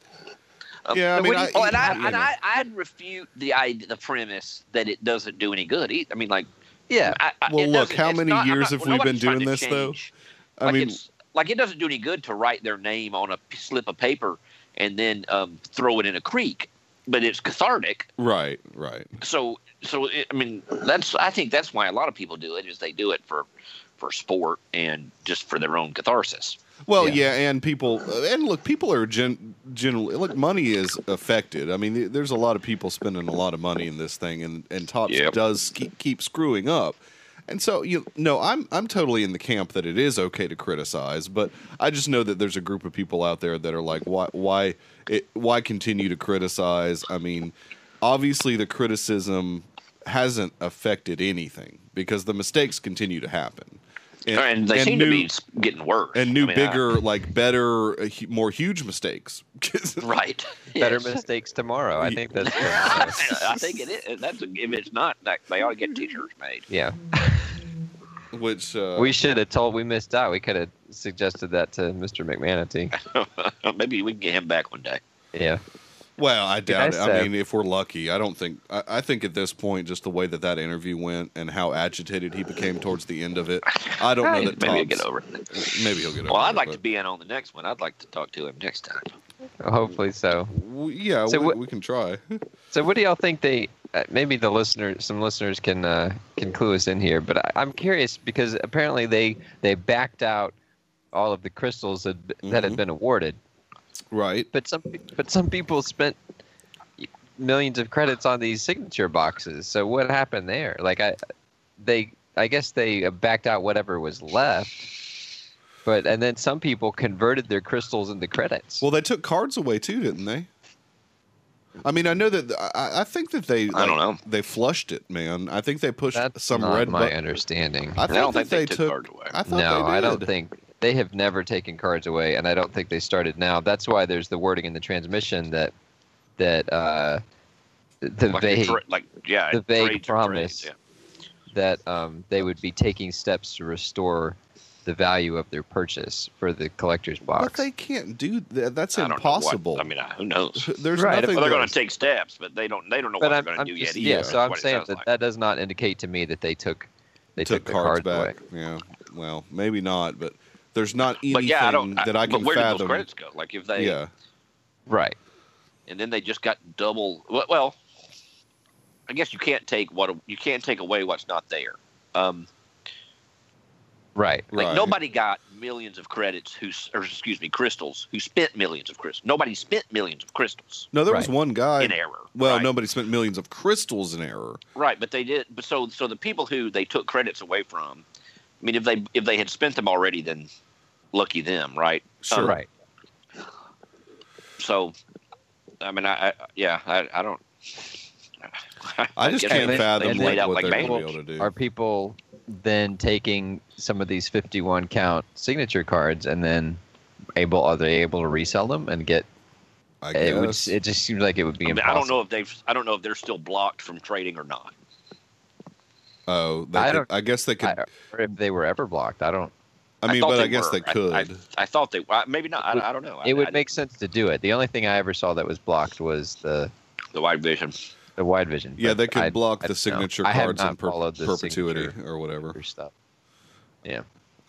[SPEAKER 3] Um,
[SPEAKER 2] Yeah, I
[SPEAKER 3] but
[SPEAKER 2] mean,
[SPEAKER 3] what do you-
[SPEAKER 2] I-
[SPEAKER 3] oh, and I,
[SPEAKER 2] you
[SPEAKER 3] and
[SPEAKER 2] know.
[SPEAKER 3] I I'd refute the idea, the premise that it doesn't do any good. Either. I mean, like,
[SPEAKER 1] (laughs) yeah,
[SPEAKER 3] I, I,
[SPEAKER 2] Well,
[SPEAKER 3] it
[SPEAKER 2] look,
[SPEAKER 3] doesn't-
[SPEAKER 2] how
[SPEAKER 3] it's
[SPEAKER 2] many
[SPEAKER 3] not- I'm
[SPEAKER 2] years
[SPEAKER 3] not-
[SPEAKER 2] have we been
[SPEAKER 3] nobody's trying
[SPEAKER 2] doing
[SPEAKER 3] to
[SPEAKER 2] this, though?
[SPEAKER 3] change.
[SPEAKER 2] i
[SPEAKER 3] like
[SPEAKER 2] mean
[SPEAKER 3] it's, like it doesn't do any good to write their name on a p- slip of paper and then um, throw it in a creek. But it's cathartic,
[SPEAKER 2] right right
[SPEAKER 3] so so it, I mean that's I think that's why a lot of people do it is they do it for for sport and just for their own catharsis.
[SPEAKER 2] Well, yeah.
[SPEAKER 1] Yeah.
[SPEAKER 2] and people, uh, and look, people are gen, generally look. Money is affected. I mean, there's a lot of people spending a lot of money in this thing, and and Tops
[SPEAKER 3] Yep.
[SPEAKER 2] does keep, keep screwing up. And so, you no, I'm I'm totally in the camp that it is okay to criticize, but I just know that there's a group of people out there that are like, why why it, why continue to criticize? I mean, obviously the criticism hasn't affected anything because the mistakes continue to happen.
[SPEAKER 3] And, they seem to
[SPEAKER 2] new-
[SPEAKER 3] be s- getting worse
[SPEAKER 2] and new
[SPEAKER 3] I mean, I-
[SPEAKER 2] bigger like better uh, hu- more huge mistakes (laughs)
[SPEAKER 3] (laughs) Right.
[SPEAKER 1] better
[SPEAKER 3] Yes.
[SPEAKER 1] mistakes tomorrow. I
[SPEAKER 2] Ye-
[SPEAKER 1] think that's
[SPEAKER 3] (laughs) I think it is. That's a, if it's not, like, they ought to get T-shirts made. (laughs)
[SPEAKER 1] yeah.
[SPEAKER 2] which uh,
[SPEAKER 1] We should have told we missed out. We could have suggested that to Mr. McManity.
[SPEAKER 3] Maybe we can get him back one day.
[SPEAKER 1] Yeah,
[SPEAKER 2] well i doubt
[SPEAKER 1] I
[SPEAKER 2] it i
[SPEAKER 1] said-
[SPEAKER 2] mean if we're lucky i don't think I, I think at this point just the way that that interview went and how agitated he became towards the end of it i don't know
[SPEAKER 3] Maybe
[SPEAKER 2] that
[SPEAKER 3] he'll
[SPEAKER 2] Tops-
[SPEAKER 3] get over it.
[SPEAKER 2] maybe he'll get over
[SPEAKER 3] Well, I'd
[SPEAKER 2] it,
[SPEAKER 3] like to
[SPEAKER 2] but
[SPEAKER 3] be in on the next one. I'd like to talk to him next time.
[SPEAKER 1] hopefully so.
[SPEAKER 2] we, yeah
[SPEAKER 1] So
[SPEAKER 2] we,
[SPEAKER 1] what-
[SPEAKER 2] we can try (laughs)
[SPEAKER 1] So, what do y'all think they? Uh, maybe the listener, some listeners can uh, can clue us in here. But I, I'm curious because apparently they they backed out all of the crystals that that
[SPEAKER 2] Mhm.
[SPEAKER 1] had been awarded.
[SPEAKER 2] right
[SPEAKER 1] But some pe- but some people spent millions of credits on these signature boxes. So what happened there? Like I they I guess they uh, backed out whatever was left. But and then some people converted their crystals into credits.
[SPEAKER 2] well they took cards away too didn't they I mean, I know that I, I think that they.
[SPEAKER 3] I don't know.
[SPEAKER 2] They flushed it, man. I think they pushed
[SPEAKER 1] that's
[SPEAKER 2] some
[SPEAKER 1] not
[SPEAKER 2] red.
[SPEAKER 1] my
[SPEAKER 2] bu-
[SPEAKER 1] understanding.
[SPEAKER 2] I
[SPEAKER 3] I
[SPEAKER 2] think
[SPEAKER 3] don't
[SPEAKER 2] that
[SPEAKER 3] think
[SPEAKER 2] they
[SPEAKER 3] they
[SPEAKER 2] took.
[SPEAKER 3] took cards away.
[SPEAKER 2] I thought
[SPEAKER 1] no,
[SPEAKER 2] they
[SPEAKER 1] I don't
[SPEAKER 2] did.
[SPEAKER 1] think they have never taken cards away, and I don't think they started now. That's why there's the wording in the transmission that that uh, the
[SPEAKER 3] Like,
[SPEAKER 1] vague
[SPEAKER 3] tra- like yeah,
[SPEAKER 1] the
[SPEAKER 3] trades
[SPEAKER 1] vague
[SPEAKER 3] are trades,
[SPEAKER 1] promise.
[SPEAKER 3] yeah.
[SPEAKER 1] that um, they would be taking steps to restore the value of their purchase for the collector's box.
[SPEAKER 2] But they can't do that. That's
[SPEAKER 3] I don't know what-
[SPEAKER 2] impossible.
[SPEAKER 3] I mean, I- who knows?
[SPEAKER 2] There's
[SPEAKER 1] Right,
[SPEAKER 2] nothing.
[SPEAKER 1] if
[SPEAKER 3] Well, they're going
[SPEAKER 2] that's-
[SPEAKER 3] to take steps, but they don't. They don't know
[SPEAKER 1] but
[SPEAKER 3] what
[SPEAKER 1] I'm,
[SPEAKER 3] they're
[SPEAKER 1] I'm
[SPEAKER 3] going to do
[SPEAKER 1] just,
[SPEAKER 3] yet.
[SPEAKER 1] yeah.
[SPEAKER 3] either,
[SPEAKER 1] So
[SPEAKER 3] is
[SPEAKER 1] I'm
[SPEAKER 3] what it
[SPEAKER 1] saying
[SPEAKER 3] sounds
[SPEAKER 1] that
[SPEAKER 3] like.
[SPEAKER 1] that does not indicate to me that they took they took,
[SPEAKER 2] took
[SPEAKER 1] the
[SPEAKER 2] cards
[SPEAKER 1] cards,
[SPEAKER 2] back.
[SPEAKER 1] away.
[SPEAKER 2] Yeah. Well, maybe not, but there's not anything
[SPEAKER 3] But yeah, I don't.
[SPEAKER 2] that I
[SPEAKER 3] but
[SPEAKER 2] can
[SPEAKER 3] where did
[SPEAKER 2] fathom.
[SPEAKER 3] those credits go? Like if they,
[SPEAKER 2] yeah.
[SPEAKER 1] Right.
[SPEAKER 3] and then they just got double. Well, well, I guess you can't take what you can't take away what's not there. Um,
[SPEAKER 1] Right.
[SPEAKER 3] like
[SPEAKER 2] Right.
[SPEAKER 3] nobody got millions of credits who, s- or excuse me, crystals who spent millions of crystals. Nobody spent millions of crystals
[SPEAKER 2] No, there was
[SPEAKER 1] Right.
[SPEAKER 2] one guy.
[SPEAKER 3] in error.
[SPEAKER 2] Well,
[SPEAKER 3] right? Uh,
[SPEAKER 2] nobody spent millions of crystals in error.
[SPEAKER 3] Right, but they did. But so, so the people who they took credits away from, I mean, if they if they had spent them already, then lucky them, right?
[SPEAKER 2] Sure.
[SPEAKER 1] Right.
[SPEAKER 3] So, I mean, I, I yeah, I, I don't.
[SPEAKER 2] I just
[SPEAKER 3] guess
[SPEAKER 2] can't
[SPEAKER 3] they-
[SPEAKER 2] fathom
[SPEAKER 3] they
[SPEAKER 2] what,
[SPEAKER 3] laid out
[SPEAKER 2] what
[SPEAKER 3] like
[SPEAKER 2] they're going to
[SPEAKER 3] manuals.
[SPEAKER 2] be able to do.
[SPEAKER 1] Are people then taking some of these 51 count signature cards and then able are they able to resell them and get
[SPEAKER 2] I
[SPEAKER 1] it would
[SPEAKER 2] guess.
[SPEAKER 1] it just seems like it would be
[SPEAKER 3] I, mean, I
[SPEAKER 1] impossible.
[SPEAKER 3] don't know if they've. I don't know if they're still blocked from trading or not.
[SPEAKER 2] oh, they
[SPEAKER 1] I
[SPEAKER 2] could-
[SPEAKER 1] don't-
[SPEAKER 2] I guess they could. I,
[SPEAKER 1] I- or if they were ever blocked. I don't.
[SPEAKER 2] mean,
[SPEAKER 3] thought
[SPEAKER 2] but I guess
[SPEAKER 3] were.
[SPEAKER 2] they could.
[SPEAKER 3] I, I, I thought they. well, Maybe not. I, I don't know. I-
[SPEAKER 1] It would
[SPEAKER 3] I-
[SPEAKER 1] make sense to do it. The only thing I ever saw that was blocked was the
[SPEAKER 3] the wide vision.
[SPEAKER 1] the wide vision.
[SPEAKER 2] yeah,
[SPEAKER 1] but
[SPEAKER 2] they could
[SPEAKER 1] I-
[SPEAKER 2] block
[SPEAKER 1] I
[SPEAKER 2] the
[SPEAKER 1] don't know.
[SPEAKER 2] signature
[SPEAKER 1] I have
[SPEAKER 2] cards
[SPEAKER 1] not
[SPEAKER 2] in per-
[SPEAKER 1] followed the
[SPEAKER 2] perpetuity
[SPEAKER 1] signature
[SPEAKER 2] or whatever.
[SPEAKER 1] stuff.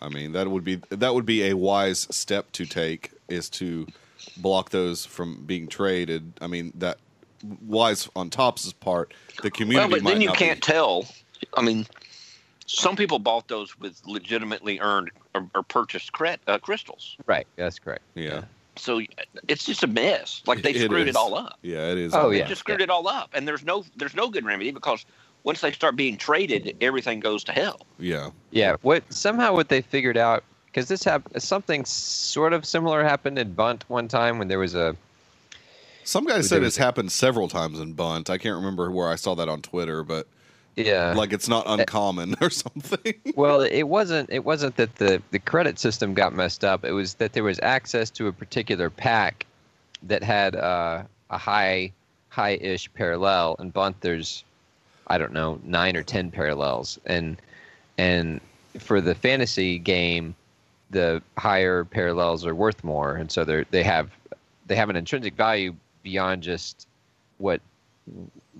[SPEAKER 2] I mean, that would be that would be a wise step to take is to block those from being traded. I mean, that wise on Tops' part, the community
[SPEAKER 3] Well, but
[SPEAKER 2] might
[SPEAKER 3] then you
[SPEAKER 2] not
[SPEAKER 3] can't
[SPEAKER 2] be,
[SPEAKER 3] tell. I mean, some people bought those with legitimately earned or, or purchased cre- uh, crystals.
[SPEAKER 1] Right. That's correct.
[SPEAKER 2] yeah,
[SPEAKER 3] So it's just a mess. Like they
[SPEAKER 2] It
[SPEAKER 3] screwed
[SPEAKER 2] is.
[SPEAKER 3] it all up.
[SPEAKER 2] yeah, it is.
[SPEAKER 1] Oh,
[SPEAKER 3] They
[SPEAKER 1] yeah.
[SPEAKER 3] just screwed it all up, and there's no there's no good remedy because once they start being traded, everything goes to hell.
[SPEAKER 2] yeah,
[SPEAKER 1] Yeah. What somehow what they figured out because this happened something sort of similar happened in Bunt one time when there was a
[SPEAKER 2] Some guy
[SPEAKER 1] We
[SPEAKER 2] said
[SPEAKER 1] do.
[SPEAKER 2] it's happened several times in Bunt. I can't remember where I saw that on Twitter, but
[SPEAKER 1] yeah
[SPEAKER 2] like it's not uncommon (laughs) or something.
[SPEAKER 1] well it wasn't it wasn't that the the credit system got messed up it was that there was access to a particular pack that had uh, a high high-ish parallel and bunt there's i don't know nine or ten parallels and and for the fantasy game the higher parallels are worth more and so they they have they have an intrinsic value beyond just what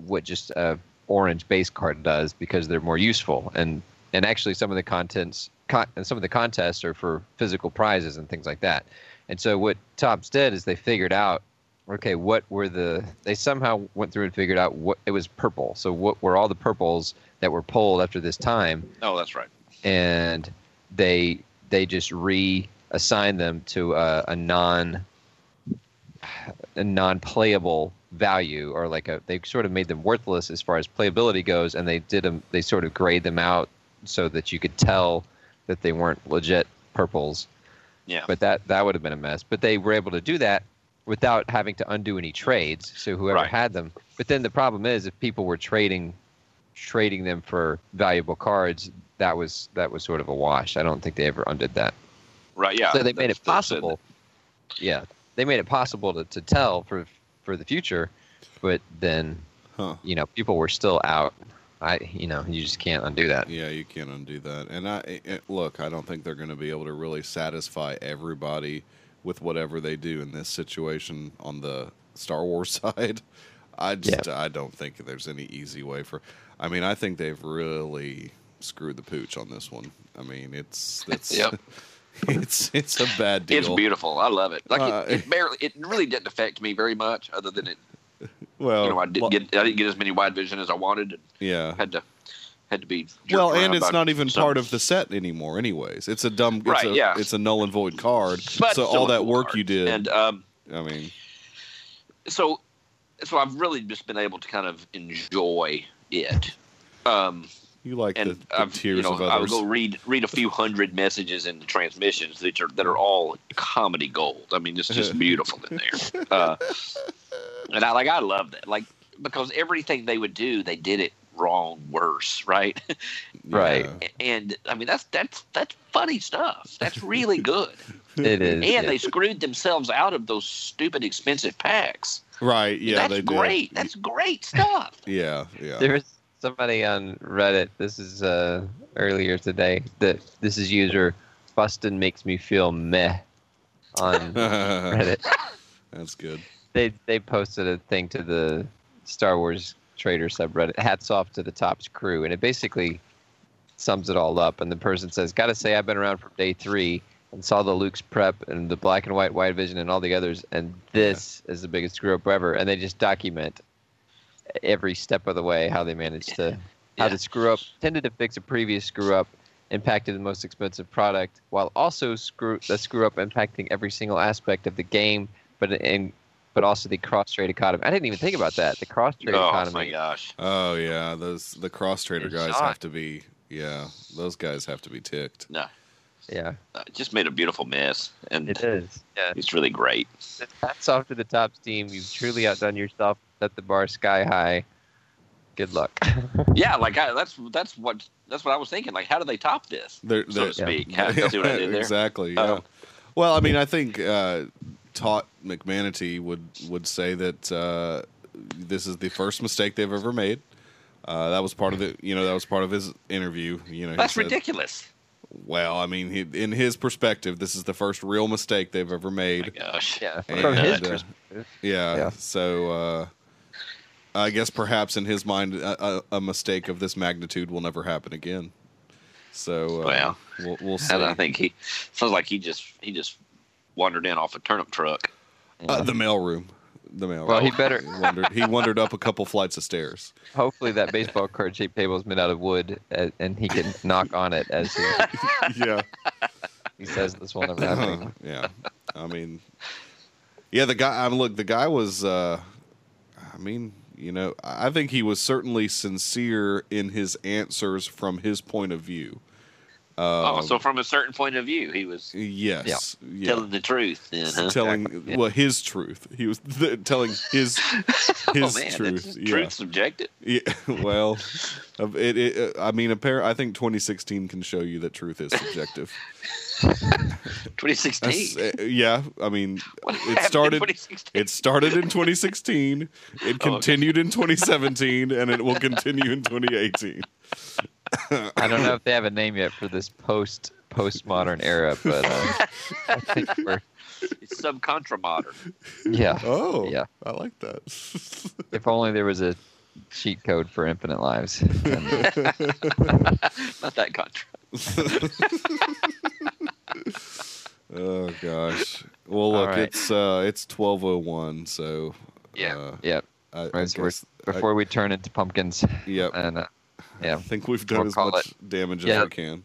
[SPEAKER 1] what just a orange base card does because they're more useful and and actually some of the contents con- and some of the contests are for physical prizes and things like that and so what tops did is they figured out okay what were the they somehow went through and figured out what it was purple so what were all the purples that were pulled after this time
[SPEAKER 3] Oh, that's right.
[SPEAKER 1] and they they just reassign them to a, a non a non-playable value or like a they sort of made them worthless as far as playability goes and they did them they sort of grade them out so that you could tell that they weren't legit purples
[SPEAKER 3] Yeah.
[SPEAKER 1] but that that would have been a mess but they were able to do that without having to undo any trades so whoever
[SPEAKER 3] Right.
[SPEAKER 1] had them but then the problem is if people were trading trading them for valuable cards that was that was sort of a wash i don't think they ever undid that
[SPEAKER 3] right. Yeah.
[SPEAKER 1] so they made
[SPEAKER 3] That's-
[SPEAKER 1] it
[SPEAKER 3] that's it.
[SPEAKER 1] possible yeah they made it possible to, to tell for for the future but then
[SPEAKER 2] Huh.
[SPEAKER 1] you know people were still out i you know you just can't undo that
[SPEAKER 2] Yeah, you can't undo that. And I it- it- look, I don't think they're going to be able to really satisfy everybody with whatever they do in this situation on the Star Wars (laughs) side. I just I don't think there's any easy way for. I mean, I think they've really screwed the pooch on this one. I mean,
[SPEAKER 3] (laughs)
[SPEAKER 2] it's it's
[SPEAKER 3] Yep.
[SPEAKER 2] (laughs) it's it's a bad deal.
[SPEAKER 3] It's beautiful. I love it. Like
[SPEAKER 2] Uh,
[SPEAKER 3] it, it barely, it really didn't affect me very much, other than it.
[SPEAKER 2] Well,
[SPEAKER 3] You know, I didn't
[SPEAKER 2] well,
[SPEAKER 3] get, I didn't get as many wide vision as I wanted. And
[SPEAKER 2] yeah.
[SPEAKER 3] had to, had to be. jerked
[SPEAKER 2] Well, and
[SPEAKER 3] around
[SPEAKER 2] it's
[SPEAKER 3] by
[SPEAKER 2] not even
[SPEAKER 3] some-
[SPEAKER 2] part of the set anymore. Anyways, it's a dumb. It's
[SPEAKER 3] Right,
[SPEAKER 2] a,
[SPEAKER 3] yeah.
[SPEAKER 2] It's a null and void card.
[SPEAKER 3] but
[SPEAKER 2] so
[SPEAKER 3] still
[SPEAKER 2] all
[SPEAKER 3] a
[SPEAKER 2] that
[SPEAKER 3] cool
[SPEAKER 2] work
[SPEAKER 3] card.
[SPEAKER 2] you did.
[SPEAKER 3] and um,
[SPEAKER 2] I mean,
[SPEAKER 3] so so I've really just been able to kind of enjoy it. Um,
[SPEAKER 2] You like
[SPEAKER 3] and
[SPEAKER 2] the, the
[SPEAKER 3] I've,
[SPEAKER 2] tears
[SPEAKER 3] you know,
[SPEAKER 2] of
[SPEAKER 3] I'll
[SPEAKER 2] others.
[SPEAKER 3] go read read a few hundred messages in the transmissions that are that are all comedy gold. I mean,
[SPEAKER 2] (laughs)
[SPEAKER 3] it's just beautiful in there. Uh, and I like I love that, like because everything they would do, they did it wrong, worse, right? (laughs)
[SPEAKER 1] Right.
[SPEAKER 2] Yeah.
[SPEAKER 3] and I mean, that's that's that's funny stuff.
[SPEAKER 2] (laughs)
[SPEAKER 3] That's really good.
[SPEAKER 1] it is
[SPEAKER 3] and
[SPEAKER 1] yeah.
[SPEAKER 3] they screwed themselves out of those stupid expensive packs.
[SPEAKER 2] Right. Yeah.
[SPEAKER 3] that's
[SPEAKER 2] they did.
[SPEAKER 3] great. That's great stuff.
[SPEAKER 2] Yeah. Yeah.
[SPEAKER 1] there's somebody on Reddit. This is uh, earlier today. That this is user Bustin makes me feel meh on
[SPEAKER 2] (laughs)
[SPEAKER 1] Reddit. (laughs)
[SPEAKER 2] That's good.
[SPEAKER 1] They they posted a thing to the Star Wars Trader subreddit. Hats off to the Tops crew, and it basically sums it all up. And the person says, "Gotta say, I've been around from day three and saw the Luke's prep and the black and white wide vision and all the others, and this is the biggest screw up ever." And they just document every step of the way how they managed to how
[SPEAKER 3] Yeah.
[SPEAKER 1] the screw up tended to fix a previous screw up impacted the most expensive product while also screw the screw up impacting every single aspect of the game but in but also the cross trade economy. I didn't even think about that. The cross trade
[SPEAKER 3] Oh my
[SPEAKER 1] economy.
[SPEAKER 3] gosh.
[SPEAKER 2] Oh yeah, those the cross trader
[SPEAKER 1] It's
[SPEAKER 2] guys
[SPEAKER 1] not.
[SPEAKER 2] have to be. Yeah, those guys have to be ticked.
[SPEAKER 3] No,
[SPEAKER 1] Yeah,
[SPEAKER 3] uh, just made a beautiful mess, and
[SPEAKER 1] it is. Yeah.
[SPEAKER 3] it's really great.
[SPEAKER 1] Hats off to the top team. You've truly outdone yourself. Set the bar sky high. Good (laughs) luck.
[SPEAKER 3] Yeah, like I, that's that's what that's what I was thinking. Like, how do they top this?
[SPEAKER 2] They're,
[SPEAKER 3] So
[SPEAKER 2] they're,
[SPEAKER 3] to speak. How- see what I did there?
[SPEAKER 2] Exactly. Yeah.
[SPEAKER 3] Oh.
[SPEAKER 2] Well, I mean, I think uh, Todd McManity would would say that uh, this is the first mistake they've ever made. Uh, that was part of the, you know, that was part of his interview. You know, he
[SPEAKER 3] That's
[SPEAKER 2] said,
[SPEAKER 3] ridiculous.
[SPEAKER 2] Well, I mean, he, in his perspective, this is the first real mistake they've ever
[SPEAKER 3] My
[SPEAKER 2] made.
[SPEAKER 3] gosh.
[SPEAKER 1] Yeah.
[SPEAKER 2] And,
[SPEAKER 1] From his
[SPEAKER 2] uh,
[SPEAKER 1] perspective.
[SPEAKER 2] Yeah.
[SPEAKER 1] Yeah.
[SPEAKER 2] So uh, I guess perhaps in his mind, a, a, a mistake of this magnitude will never happen again. So uh,
[SPEAKER 3] Well,
[SPEAKER 2] we'll, we'll see.
[SPEAKER 3] I don't think he sounds like he just he just wandered in off a turnip truck.
[SPEAKER 2] Uh, the mailroom. The mailroom.
[SPEAKER 1] Well, he
[SPEAKER 2] (laughs)
[SPEAKER 1] better-
[SPEAKER 2] He wandered, he wandered up a couple flights of stairs.
[SPEAKER 1] Hopefully that baseball card shaped table is made out of wood, uh, and he can knock on it as he,
[SPEAKER 2] yeah.
[SPEAKER 1] he says this will never
[SPEAKER 2] Oh,
[SPEAKER 1] happen. again.
[SPEAKER 2] Uh-huh. yeah. I mean, yeah, the guy, I mean, look, the guy was, uh, I mean, you know, I I think he was certainly sincere in his answers from his point of view. Uh,
[SPEAKER 3] oh, so from a certain point of view, he was
[SPEAKER 2] yes. yeah.
[SPEAKER 3] telling the truth. Then, huh?
[SPEAKER 2] telling
[SPEAKER 1] Exactly.
[SPEAKER 2] well his truth. He was (laughs) th- telling his his
[SPEAKER 3] (laughs) oh man,
[SPEAKER 2] truth.
[SPEAKER 3] truth,
[SPEAKER 2] Yeah.
[SPEAKER 3] truth subjective.
[SPEAKER 2] Yeah, (laughs) well, of- it, it, uh, I mean, appar- I think 2016 can show you that truth is subjective. That's-
[SPEAKER 3] 2016.
[SPEAKER 2] uh, yeah, I mean,
[SPEAKER 3] What happened
[SPEAKER 2] it
[SPEAKER 3] in
[SPEAKER 2] started.
[SPEAKER 3] 2016?
[SPEAKER 2] It started in 2016.
[SPEAKER 1] Oh,
[SPEAKER 2] It continued in 2017, and it will continue in 2018.
[SPEAKER 1] I don't know if they have a name yet for this post postmodern era, but uh, I think we're
[SPEAKER 3] It's subcontra modern.
[SPEAKER 1] yeah.
[SPEAKER 2] (laughs) Oh,
[SPEAKER 1] Yeah.
[SPEAKER 2] I like that. (laughs)
[SPEAKER 1] If only there was a cheat code for infinite lives.
[SPEAKER 3] Not that contra.
[SPEAKER 2] oh gosh. Well,
[SPEAKER 1] All
[SPEAKER 2] look,
[SPEAKER 1] right.
[SPEAKER 2] it's uh, it's 12:01, so
[SPEAKER 3] Yeah.
[SPEAKER 2] uh,
[SPEAKER 1] yep.
[SPEAKER 2] I, I
[SPEAKER 1] Right, so we're-
[SPEAKER 2] guess- I-
[SPEAKER 1] Before we turn into pumpkins,
[SPEAKER 2] Yep.
[SPEAKER 1] and uh,
[SPEAKER 2] I
[SPEAKER 1] yeah.
[SPEAKER 2] think we've done
[SPEAKER 1] We'll
[SPEAKER 2] as
[SPEAKER 1] call
[SPEAKER 2] much damage as
[SPEAKER 1] Yeah.
[SPEAKER 2] we can.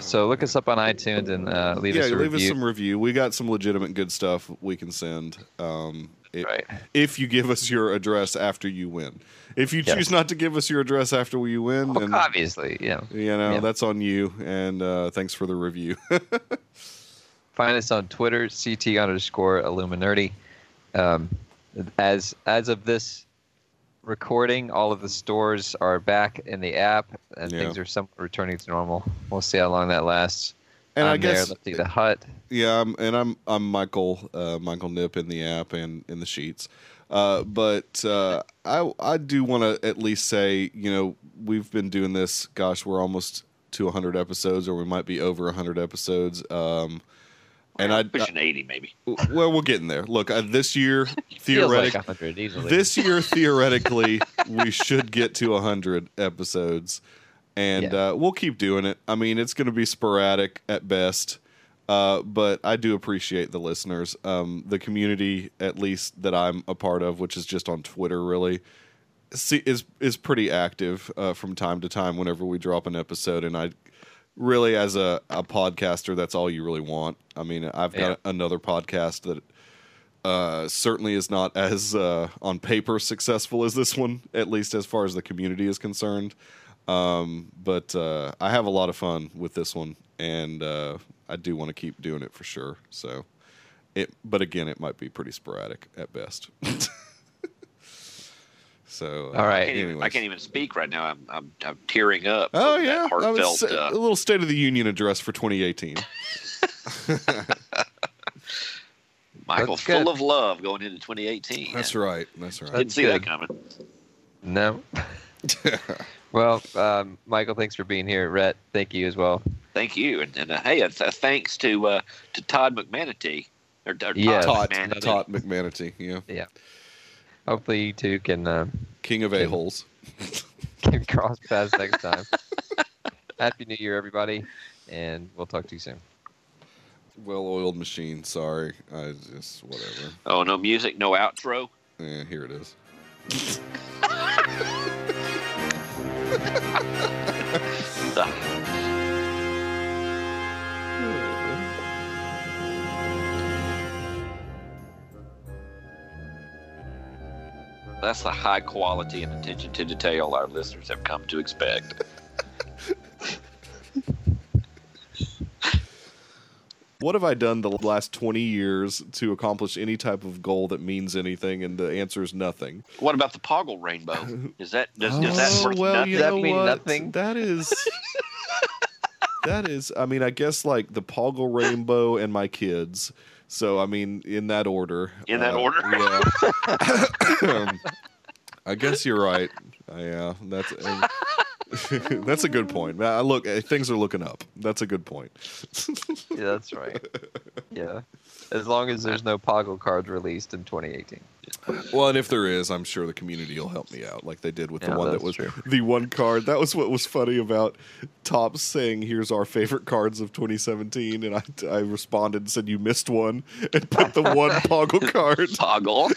[SPEAKER 1] So look us up on iTunes and uh, leave
[SPEAKER 2] yeah,
[SPEAKER 1] us a
[SPEAKER 2] leave
[SPEAKER 1] review.
[SPEAKER 2] us some review. We got some legitimate good stuff we can send. Um, it-
[SPEAKER 1] Right.
[SPEAKER 2] If you give us your address after you win, if you
[SPEAKER 1] Yeah.
[SPEAKER 2] choose not to give us your address after you win,
[SPEAKER 1] Well,
[SPEAKER 2] then
[SPEAKER 1] obviously, yeah.
[SPEAKER 2] you know
[SPEAKER 1] Yeah.
[SPEAKER 2] that's on you. And uh, thanks for the review. (laughs)
[SPEAKER 1] Find us on Twitter, CT underscore Illuminati. Um, as as of this recording, all of the stores are back in the app, and
[SPEAKER 2] Yeah.
[SPEAKER 1] things are somewhat returning to normal. We'll see how long that lasts.
[SPEAKER 2] and i
[SPEAKER 1] I'm
[SPEAKER 2] guess
[SPEAKER 1] there, Lefty the Hut.
[SPEAKER 2] Yeah, I'm, and I'm I'm Michael uh, Michael Nip in the app and in the sheets. Uh, but uh, I I do want to at least say you know we've been doing this. Gosh, we're almost to 100 episodes, or we might be over 100 episodes. Um, and I
[SPEAKER 3] pushing 80 maybe.
[SPEAKER 2] well, we're getting there. Look, uh, this year
[SPEAKER 1] (laughs) Feels like
[SPEAKER 2] theoretically,
[SPEAKER 1] 100 easily.
[SPEAKER 2] this year theoretically we should get to 100 episodes and uh, we'll keep doing it i mean it's going to be sporadic at best uh, but i do appreciate the listeners um, the community at least that i'm a part of which is just on twitter really see, is is pretty active uh, from time to time whenever we drop an episode and i really as a, a podcaster that's all you really want i mean i've got another podcast that uh, certainly is not as uh, on paper successful as this one, at least as far as the community is concerned. Um, but uh, I have a lot of fun with this one, and uh, I do want to keep doing it for sure. So, it, but again, it might be pretty sporadic at best. (laughs) so, uh,
[SPEAKER 1] All
[SPEAKER 3] I
[SPEAKER 1] right.
[SPEAKER 3] can't, even, I
[SPEAKER 2] anyways.
[SPEAKER 3] can't even speak right now. I'm I'm, I'm tearing up.
[SPEAKER 2] Oh
[SPEAKER 3] from that
[SPEAKER 2] yeah, I would
[SPEAKER 3] heartfelt.
[SPEAKER 2] say- a
[SPEAKER 3] uh,
[SPEAKER 2] little State of the Union address for 2018.
[SPEAKER 3] Michael,
[SPEAKER 1] That's good.
[SPEAKER 3] full of love going into 2018.
[SPEAKER 2] That's right. That's right.
[SPEAKER 3] Didn't see
[SPEAKER 1] Good.
[SPEAKER 2] (laughs)
[SPEAKER 3] that coming.
[SPEAKER 1] No. Well, um, Michael, thanks for being here. Rhett, thank you as well.
[SPEAKER 3] Thank you, and, and uh, hey, uh, th- thanks to uh, to Todd McManatee or, or Todd
[SPEAKER 1] Yes.
[SPEAKER 2] Tot,
[SPEAKER 3] McManatee.
[SPEAKER 2] Tot McManatee, yeah,
[SPEAKER 1] Hopefully, you two can uh, (laughs)
[SPEAKER 2] king of a holes.
[SPEAKER 1] can cross paths next
[SPEAKER 2] (laughs)
[SPEAKER 1] time. Happy New Year, everybody, and we'll talk to you soon.
[SPEAKER 2] Well-oiled machine. Sorry, I just whatever.
[SPEAKER 3] Oh, no music, no outro.
[SPEAKER 2] Yeah, here it is.
[SPEAKER 3] Ugh. That's the high quality and attention to detail our listeners have come to expect.
[SPEAKER 2] What have I done the last 20 years to accomplish any type of goal that means anything? And the answer is nothing.
[SPEAKER 3] What about the
[SPEAKER 2] (laughs)
[SPEAKER 3] Poggle Rainbow? Is that does, does that
[SPEAKER 2] Oh,
[SPEAKER 3] worth
[SPEAKER 2] well,
[SPEAKER 3] nothing?
[SPEAKER 2] you
[SPEAKER 1] Does that
[SPEAKER 2] know
[SPEAKER 1] mean
[SPEAKER 2] what?
[SPEAKER 1] nothing? (laughs)
[SPEAKER 2] That is. that is. I mean, I guess like the Poggle Rainbow and my kids. So I mean, in that order.
[SPEAKER 3] In that
[SPEAKER 2] Uh,
[SPEAKER 3] order?
[SPEAKER 2] Yeah. (laughs) I guess you're right. Uh, Yeah, that's uh, (laughs) that's a good point. Uh, Look, uh, things are looking up. That's a good point. (laughs)
[SPEAKER 1] Yeah, that's right. Yeah, as long as there's no Poggle cards released in 2018.
[SPEAKER 2] Well, and if there is, I'm sure the community will help me out, like they did with
[SPEAKER 1] Yeah,
[SPEAKER 2] the one that
[SPEAKER 1] that's
[SPEAKER 2] was
[SPEAKER 1] true.
[SPEAKER 2] the one card. That was what was funny about Top saying, "Here's our favorite cards of 2017," and I, I responded and said, "You missed one," and put the
[SPEAKER 3] (laughs)
[SPEAKER 2] one Poggle card,
[SPEAKER 3] Poggle.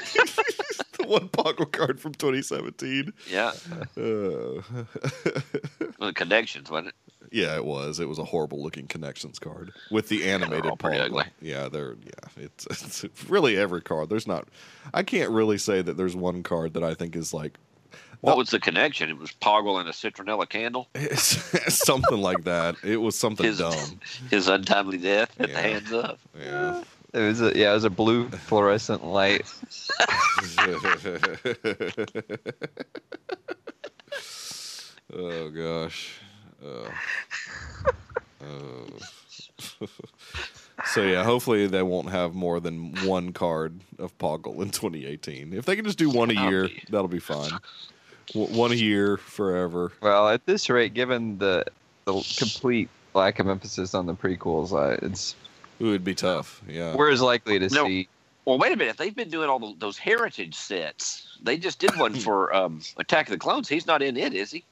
[SPEAKER 2] the one Poggle card from 2017.
[SPEAKER 3] yeah,
[SPEAKER 2] Uh,
[SPEAKER 3] well, the connections, wasn't it?
[SPEAKER 2] (laughs) yeah, it was. It was a horrible looking connections card with the animated
[SPEAKER 3] all pretty
[SPEAKER 2] Poggle.
[SPEAKER 3] ugly.
[SPEAKER 2] Yeah, they're yeah. It's, it's (laughs) really every card. There's not. I can't really say that there's one card that I think is like (laughs)
[SPEAKER 3] What
[SPEAKER 2] Well-
[SPEAKER 3] was the connection? It was Poggle and a citronella candle.
[SPEAKER 2] something like that. It was something
[SPEAKER 3] His,
[SPEAKER 2] dumb.
[SPEAKER 3] his untimely death at
[SPEAKER 2] Yeah.
[SPEAKER 3] the hands of.
[SPEAKER 2] Yeah.
[SPEAKER 1] It was a, yeah, it was a blue fluorescent light.
[SPEAKER 2] (laughs) oh gosh. Uh, uh. so yeah, hopefully they won't have more than one card of Poggle in 2018. If they can just do one a
[SPEAKER 3] I'll
[SPEAKER 2] year,
[SPEAKER 3] be-
[SPEAKER 2] that'll be fine. W- One a year forever.
[SPEAKER 1] Well, at this rate, given the the complete lack of emphasis on the prequels, uh, it's
[SPEAKER 2] It would be tough. Yeah.
[SPEAKER 1] we're as likely to
[SPEAKER 3] No.
[SPEAKER 1] see.
[SPEAKER 3] Well, wait a minute. They've been doing all tho- those heritage sets. They just did one
[SPEAKER 2] Hmm.
[SPEAKER 3] for um, Attack of the Clones. He's not in it, is he?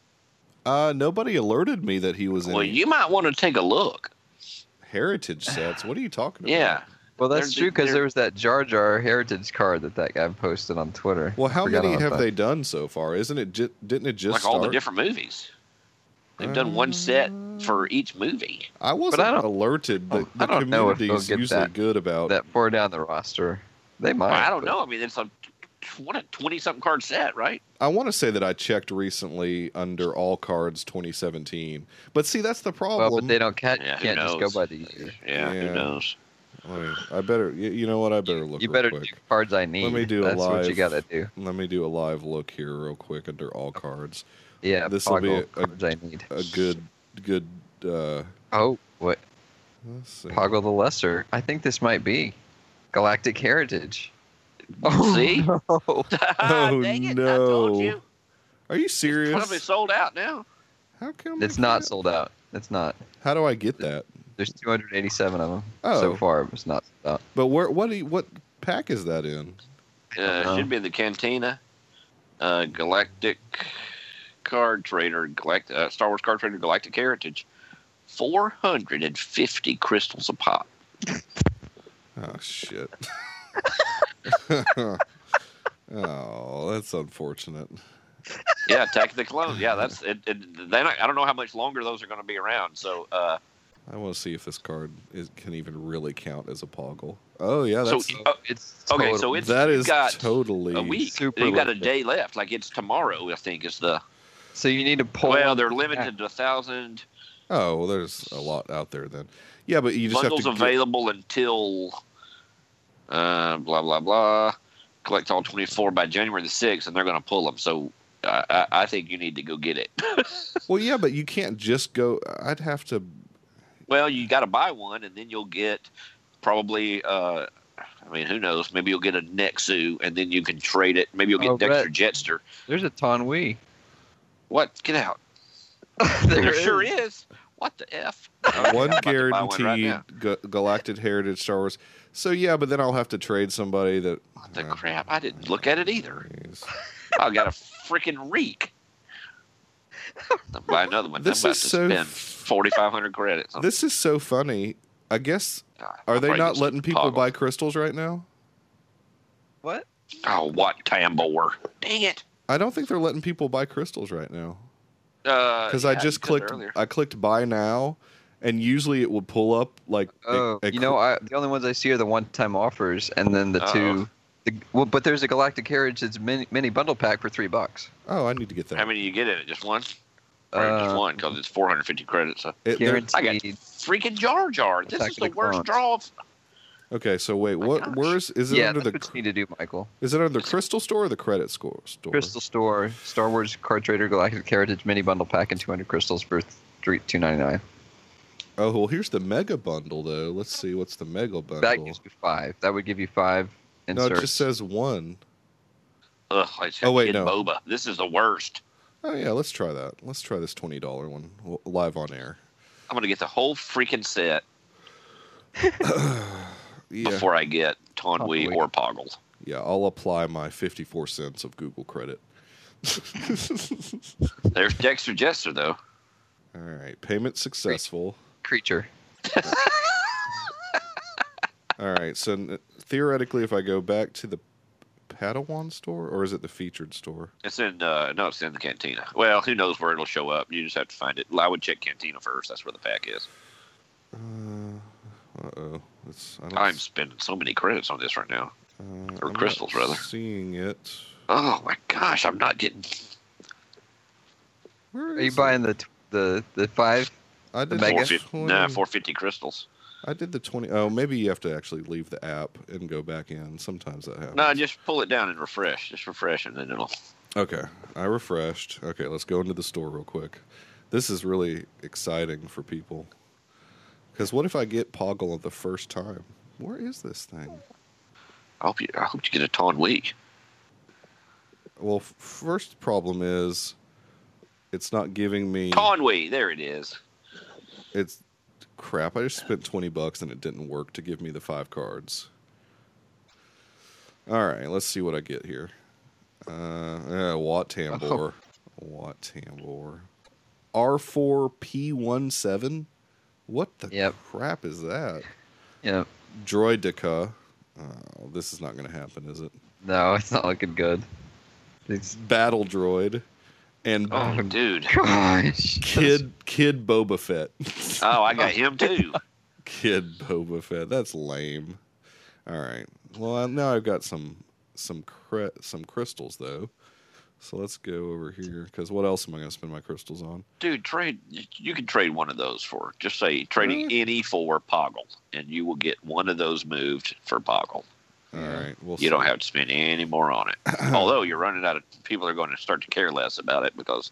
[SPEAKER 2] Uh, nobody alerted me that he was in
[SPEAKER 3] Well, you might want to take a look.
[SPEAKER 2] heritage sets. What are you talking about?
[SPEAKER 3] Yeah.
[SPEAKER 1] Well, that's
[SPEAKER 3] They're-
[SPEAKER 1] true because
[SPEAKER 3] they're-
[SPEAKER 1] there was that Jar Jar heritage card that that guy posted on Twitter.
[SPEAKER 2] Well, how
[SPEAKER 1] Forgot
[SPEAKER 2] many
[SPEAKER 1] about
[SPEAKER 2] have
[SPEAKER 1] that.
[SPEAKER 2] they done so far? Isn't it? Ju- didn't it just
[SPEAKER 3] like all the
[SPEAKER 2] start?
[SPEAKER 3] different movies. They've done one set for each movie.
[SPEAKER 2] I wasn't
[SPEAKER 1] But I don't- Oh,
[SPEAKER 2] alerted. The,
[SPEAKER 1] I
[SPEAKER 2] the
[SPEAKER 1] don't know if they'll
[SPEAKER 2] community's
[SPEAKER 1] get
[SPEAKER 2] usually
[SPEAKER 1] that-
[SPEAKER 2] good about.
[SPEAKER 1] that far down the roster? They might.
[SPEAKER 3] I don't
[SPEAKER 1] but-
[SPEAKER 3] know. I mean, it's a what a twenty something card set, right?
[SPEAKER 2] I want to say that I checked recently under all cards 2017, but see that's the
[SPEAKER 1] Well,
[SPEAKER 2] problem.
[SPEAKER 1] but they don't can't,
[SPEAKER 3] Yeah, who
[SPEAKER 1] can't just go
[SPEAKER 3] knows?
[SPEAKER 1] by the year.
[SPEAKER 2] Yeah.
[SPEAKER 3] Yeah. Who knows?
[SPEAKER 2] Let me- I better. You, you know what? I better look.
[SPEAKER 1] you
[SPEAKER 2] real
[SPEAKER 1] better
[SPEAKER 2] quick.
[SPEAKER 1] do cards I need.
[SPEAKER 2] me do a
[SPEAKER 1] That's what you
[SPEAKER 2] live-
[SPEAKER 1] gotta do.
[SPEAKER 2] Let me do a live look here real quick under all cards.
[SPEAKER 1] Yeah,
[SPEAKER 2] This will be
[SPEAKER 1] Poggle
[SPEAKER 2] a- a-
[SPEAKER 1] cards I need.
[SPEAKER 2] A good, good. uh
[SPEAKER 1] Oh, what
[SPEAKER 2] let's see.
[SPEAKER 1] Poggle the Lesser? I think this might be Galactic Heritage. (laughs)
[SPEAKER 3] (laughs) See?
[SPEAKER 1] no.
[SPEAKER 2] (laughs) Oh,
[SPEAKER 3] (laughs) Dang it, I
[SPEAKER 2] no.
[SPEAKER 3] told you.
[SPEAKER 2] Are you serious?
[SPEAKER 3] Probably sold out now.
[SPEAKER 2] How come I
[SPEAKER 1] it's not
[SPEAKER 2] can't-
[SPEAKER 1] sold out. It's not.
[SPEAKER 2] How do I get that?
[SPEAKER 1] There's 287 of them
[SPEAKER 2] Oh.
[SPEAKER 1] so far. It's not sold out.
[SPEAKER 2] But where? What? do you- What pack is that in?
[SPEAKER 3] Uh,
[SPEAKER 1] know.
[SPEAKER 3] should be in the Cantina. Uh, Galactic Card Trader, Galact- uh, Star Wars Card Trader Galactic Heritage. 450 crystals a pop.
[SPEAKER 2] Oh shit. (laughs) oh, that's unfortunate.
[SPEAKER 3] Yeah, Attack of the Clones. Yeah, that's it. it they not, I don't know how much longer those are going to be around. So, uh,
[SPEAKER 2] I want to see if this card is, can even really count as a poggle. Oh yeah,
[SPEAKER 3] So-
[SPEAKER 2] that's
[SPEAKER 3] Oh,
[SPEAKER 1] it's
[SPEAKER 3] okay,
[SPEAKER 1] total-
[SPEAKER 3] so it's
[SPEAKER 2] that
[SPEAKER 3] you've
[SPEAKER 2] is
[SPEAKER 3] got
[SPEAKER 2] totally
[SPEAKER 3] a week.
[SPEAKER 1] super
[SPEAKER 3] You've got a
[SPEAKER 1] limited.
[SPEAKER 3] day left. Like it's tomorrow, I think, is the.
[SPEAKER 1] so you need to pull.
[SPEAKER 3] Well, they're limited to a thousand
[SPEAKER 2] Oh, well, there's a lot out there then. Yeah, but you just
[SPEAKER 3] bundles
[SPEAKER 2] have to get-
[SPEAKER 3] available until. Uh, blah blah blah. Collect all twenty-four by January the sixth, and they're going to pull them. So, I, I, I think you need to go get it. (laughs)
[SPEAKER 2] Well, yeah, but you can't just go. I'd have to.
[SPEAKER 3] Well, you got to buy one, and then you'll get probably. Uh, I mean, who knows? Maybe you'll get a Nexu, and then you can trade it. Maybe you'll get
[SPEAKER 1] Oh,
[SPEAKER 3] Dexter
[SPEAKER 1] Brett.
[SPEAKER 3] Jetster. (laughs)
[SPEAKER 1] There's a Tonwi.
[SPEAKER 3] What? Get out.
[SPEAKER 1] There
[SPEAKER 3] There
[SPEAKER 1] it
[SPEAKER 3] sure is. What the F?
[SPEAKER 2] one
[SPEAKER 3] I'm about to buy one
[SPEAKER 2] guaranteed
[SPEAKER 3] right now.
[SPEAKER 2] Ga- Galactic Heritage Star Wars. So yeah, but then I'll have to trade somebody that.
[SPEAKER 3] What the
[SPEAKER 2] Uh,
[SPEAKER 3] crap? I didn't look at it either.
[SPEAKER 2] geez.
[SPEAKER 3] I got a freaking reek. I'll buy another one.
[SPEAKER 2] This
[SPEAKER 3] I'm about
[SPEAKER 2] is
[SPEAKER 3] to
[SPEAKER 2] so
[SPEAKER 3] spend
[SPEAKER 2] f-
[SPEAKER 3] 4,500 credits. On
[SPEAKER 2] This is so funny. I guess
[SPEAKER 3] Ah,
[SPEAKER 2] are
[SPEAKER 3] I'll
[SPEAKER 2] they
[SPEAKER 3] probably
[SPEAKER 2] not
[SPEAKER 3] just
[SPEAKER 2] letting people
[SPEAKER 3] toggle.
[SPEAKER 2] buy crystals right now?
[SPEAKER 1] What?
[SPEAKER 3] Oh, what Tambor? Dang it!
[SPEAKER 2] I don't think they're letting people buy crystals right now
[SPEAKER 3] Because
[SPEAKER 2] because I just clicked. I clicked buy now, and usually it would pull up like. a-
[SPEAKER 1] Oh,
[SPEAKER 2] a
[SPEAKER 1] you
[SPEAKER 2] cr-
[SPEAKER 1] know, I, the only ones I see are the one-time offers, and then the
[SPEAKER 3] Uh-oh.
[SPEAKER 1] two. The, well, but there's a Galactic Heritage mini, mini bundle pack for three bucks.
[SPEAKER 2] oh, I need to get that.
[SPEAKER 3] How many do you get in it? Just one? Or just
[SPEAKER 1] Uh,
[SPEAKER 3] one? Because it's 450 credits. So.
[SPEAKER 2] It- they're-
[SPEAKER 1] Guaranteed.
[SPEAKER 3] I got freaking Jar Jar.
[SPEAKER 1] It's
[SPEAKER 3] This is
[SPEAKER 1] actually
[SPEAKER 3] the
[SPEAKER 1] clones.
[SPEAKER 3] worst draw. Of,
[SPEAKER 2] okay, so wait,
[SPEAKER 3] My
[SPEAKER 2] what?
[SPEAKER 3] gosh.
[SPEAKER 2] Where's is it
[SPEAKER 1] yeah,
[SPEAKER 2] under
[SPEAKER 1] that's
[SPEAKER 2] the
[SPEAKER 1] what you need to do, Michael.
[SPEAKER 2] is it under the crystal store or the credit score store?
[SPEAKER 1] Crystal Store, Star Wars Card Trader Galactic Heritage mini bundle pack and 200 crystals for three two ninety nine.
[SPEAKER 2] Oh well, here's the mega bundle though. Let's see what's the mega bundle.
[SPEAKER 1] That gives you five. That would give you five
[SPEAKER 2] no,
[SPEAKER 1] inserts.
[SPEAKER 2] it just says one.
[SPEAKER 3] ugh, it's
[SPEAKER 2] Oh, wait,
[SPEAKER 3] Kid
[SPEAKER 2] no.
[SPEAKER 3] Boba. This is the worst.
[SPEAKER 2] Oh yeah, let's try that. Let's try this twenty dollar one w- live on air.
[SPEAKER 3] I'm gonna get the whole freaking set
[SPEAKER 2] Yeah,
[SPEAKER 3] before I get Tonwi
[SPEAKER 1] Tonwi.
[SPEAKER 3] or Poggle.
[SPEAKER 2] yeah. I'll apply my fifty four cents of Google credit. (laughs)
[SPEAKER 3] There's Dexter Jester though.
[SPEAKER 2] All right, payment successful.
[SPEAKER 1] Creature.
[SPEAKER 2] All right, so n- theoretically, if I go back to the Padawan store, or is it the featured store?
[SPEAKER 3] It's in uh, no, it's in the Cantina. Well, who knows where it'll show up? You just have to find it. Well, I would check Cantina first. That's where the pack is.
[SPEAKER 2] Uh oh, it's I don't
[SPEAKER 3] I'm
[SPEAKER 2] s-
[SPEAKER 3] spending so many credits on this right now.
[SPEAKER 2] uh,
[SPEAKER 3] or
[SPEAKER 2] I'm not
[SPEAKER 3] crystals, rather.
[SPEAKER 2] Seeing it.
[SPEAKER 3] Oh my gosh, I'm not getting.
[SPEAKER 2] Where
[SPEAKER 1] Are you
[SPEAKER 2] is it?
[SPEAKER 1] buying the t- the the five?
[SPEAKER 2] I did
[SPEAKER 1] mega?
[SPEAKER 2] the
[SPEAKER 3] 450,
[SPEAKER 2] 20
[SPEAKER 3] nah, 450 crystals.
[SPEAKER 2] I did the 20. Oh, maybe you have to actually leave the app and go back in. Sometimes that happens.
[SPEAKER 3] No, just pull it down and refresh. Just refresh, and then it'll.
[SPEAKER 2] Okay. I refreshed. Okay, let's go into the store real quick. This is really exciting for people. Because what if I get Poggle on the first time? Where is this thing?
[SPEAKER 3] I hope you. I hope you get a Tonwi.
[SPEAKER 2] Well, f- first problem is it's not giving me.
[SPEAKER 3] Tonwi, there
[SPEAKER 2] (laughs)
[SPEAKER 3] it is.
[SPEAKER 2] It's crap. I just spent 20 bucks and it didn't work to give me the five cards. All right, let's see what I get here. Uh, uh Watt
[SPEAKER 3] Oh.
[SPEAKER 2] Tambor. Watt Tambor. R4P17? What the
[SPEAKER 1] Yep.
[SPEAKER 2] crap is that?
[SPEAKER 1] Yeah.
[SPEAKER 2] Droidica. Oh, this is not going to happen, is it?
[SPEAKER 1] No, (laughs) it's not looking good. It's,
[SPEAKER 2] Battle Droid. And
[SPEAKER 3] Oh, dude.
[SPEAKER 1] gosh.
[SPEAKER 2] Kid Kid Boba Fett.
[SPEAKER 3] Oh, I got him
[SPEAKER 2] (laughs)
[SPEAKER 3] too.
[SPEAKER 2] Kid (laughs) Boba Fett. That's lame. All right. Well, I- now I've got some some cre- some crystals though. So let's go over here because what else am I going to spend my crystals on?
[SPEAKER 3] Dude, trade. You can trade one of those for. Just say trading any for Poggle, and you will get one of those moved for Poggle.
[SPEAKER 2] All
[SPEAKER 1] Yeah.
[SPEAKER 2] right. We'll
[SPEAKER 3] You
[SPEAKER 2] see.
[SPEAKER 3] don't have to spend any more on it.
[SPEAKER 2] (clears throat)
[SPEAKER 3] Although you're running out of people are going to start to care less about it because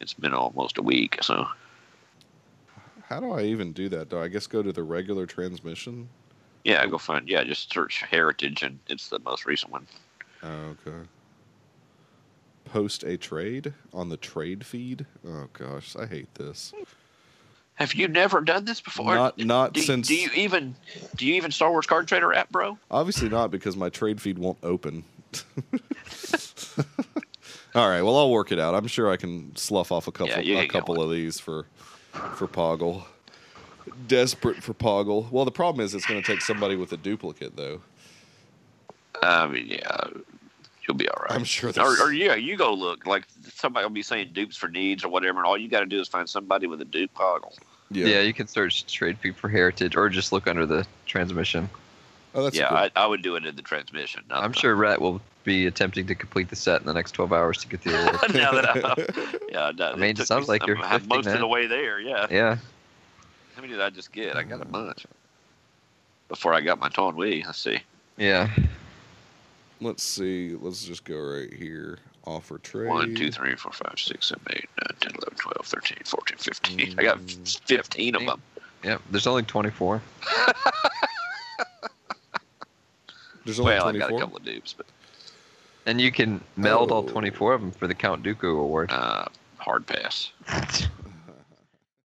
[SPEAKER 3] it's been almost a week. So
[SPEAKER 2] How do I even do that? Do I guess go to the regular transmission?
[SPEAKER 3] yeah, go find. Yeah, just search Heritage, and it's the most recent one.
[SPEAKER 2] Oh, okay. Post a trade on the trade feed. Oh gosh, I hate this.
[SPEAKER 3] Have you never done this before?
[SPEAKER 2] Not not
[SPEAKER 3] do,
[SPEAKER 2] since
[SPEAKER 3] do you even do you even Star Wars Card Trader app, bro?
[SPEAKER 2] Obviously not because my trade feed won't open. (laughs) All right, well I'll work it out. I'm sure I can slough off a couple
[SPEAKER 3] Yeah, you
[SPEAKER 2] a
[SPEAKER 3] ain't got
[SPEAKER 2] couple of these for for Poggle. Desperate for Poggle. Well, the problem is it's going to take somebody with a duplicate though.
[SPEAKER 3] I mean, yeah, you'll be all right.
[SPEAKER 2] I'm sure
[SPEAKER 3] Or,
[SPEAKER 2] there's
[SPEAKER 3] or yeah, you go look. Like somebody will be saying dupes for needs or whatever, and all you got to do is find somebody with a dupe poggle.
[SPEAKER 1] Yeah. you can search Trade Peak for Heritage or just look under the transmission.
[SPEAKER 2] Oh, that's
[SPEAKER 3] yeah,
[SPEAKER 2] good.
[SPEAKER 3] I, I would do it in the transmission. not
[SPEAKER 1] I'm
[SPEAKER 3] the-
[SPEAKER 1] sure Rat will be attempting to complete the set in the next 12 hours to get
[SPEAKER 3] (laughs)
[SPEAKER 1] the award.
[SPEAKER 3] now
[SPEAKER 2] (laughs)
[SPEAKER 3] that I, yeah, no,
[SPEAKER 1] I mean,
[SPEAKER 3] took
[SPEAKER 1] sounds
[SPEAKER 3] me-
[SPEAKER 1] like you're
[SPEAKER 3] I'm- I'm most
[SPEAKER 1] lifting
[SPEAKER 3] of the
[SPEAKER 1] that.
[SPEAKER 3] way there. Yeah.
[SPEAKER 1] yeah.
[SPEAKER 3] How many did I just get? I got a bunch before I got my Ton Wee. Let's see.
[SPEAKER 1] Yeah.
[SPEAKER 2] Let's see. Let's just go right here. Offer trade.
[SPEAKER 3] One, two, three, four, five, six, seven, eight, nine, ten, eleven, twelve, thirteen, fourteen, fifteen. I got
[SPEAKER 2] Mm.
[SPEAKER 3] fifteen of them.
[SPEAKER 1] Yeah. There's only 24.
[SPEAKER 2] There's only
[SPEAKER 3] Well, I got a
[SPEAKER 2] 24.
[SPEAKER 3] couple of dupes, but
[SPEAKER 1] And you can meld all
[SPEAKER 2] Oh.
[SPEAKER 3] (laughs)
[SPEAKER 1] 24 of them for the Count Dooku award.
[SPEAKER 3] Uh, hard pass.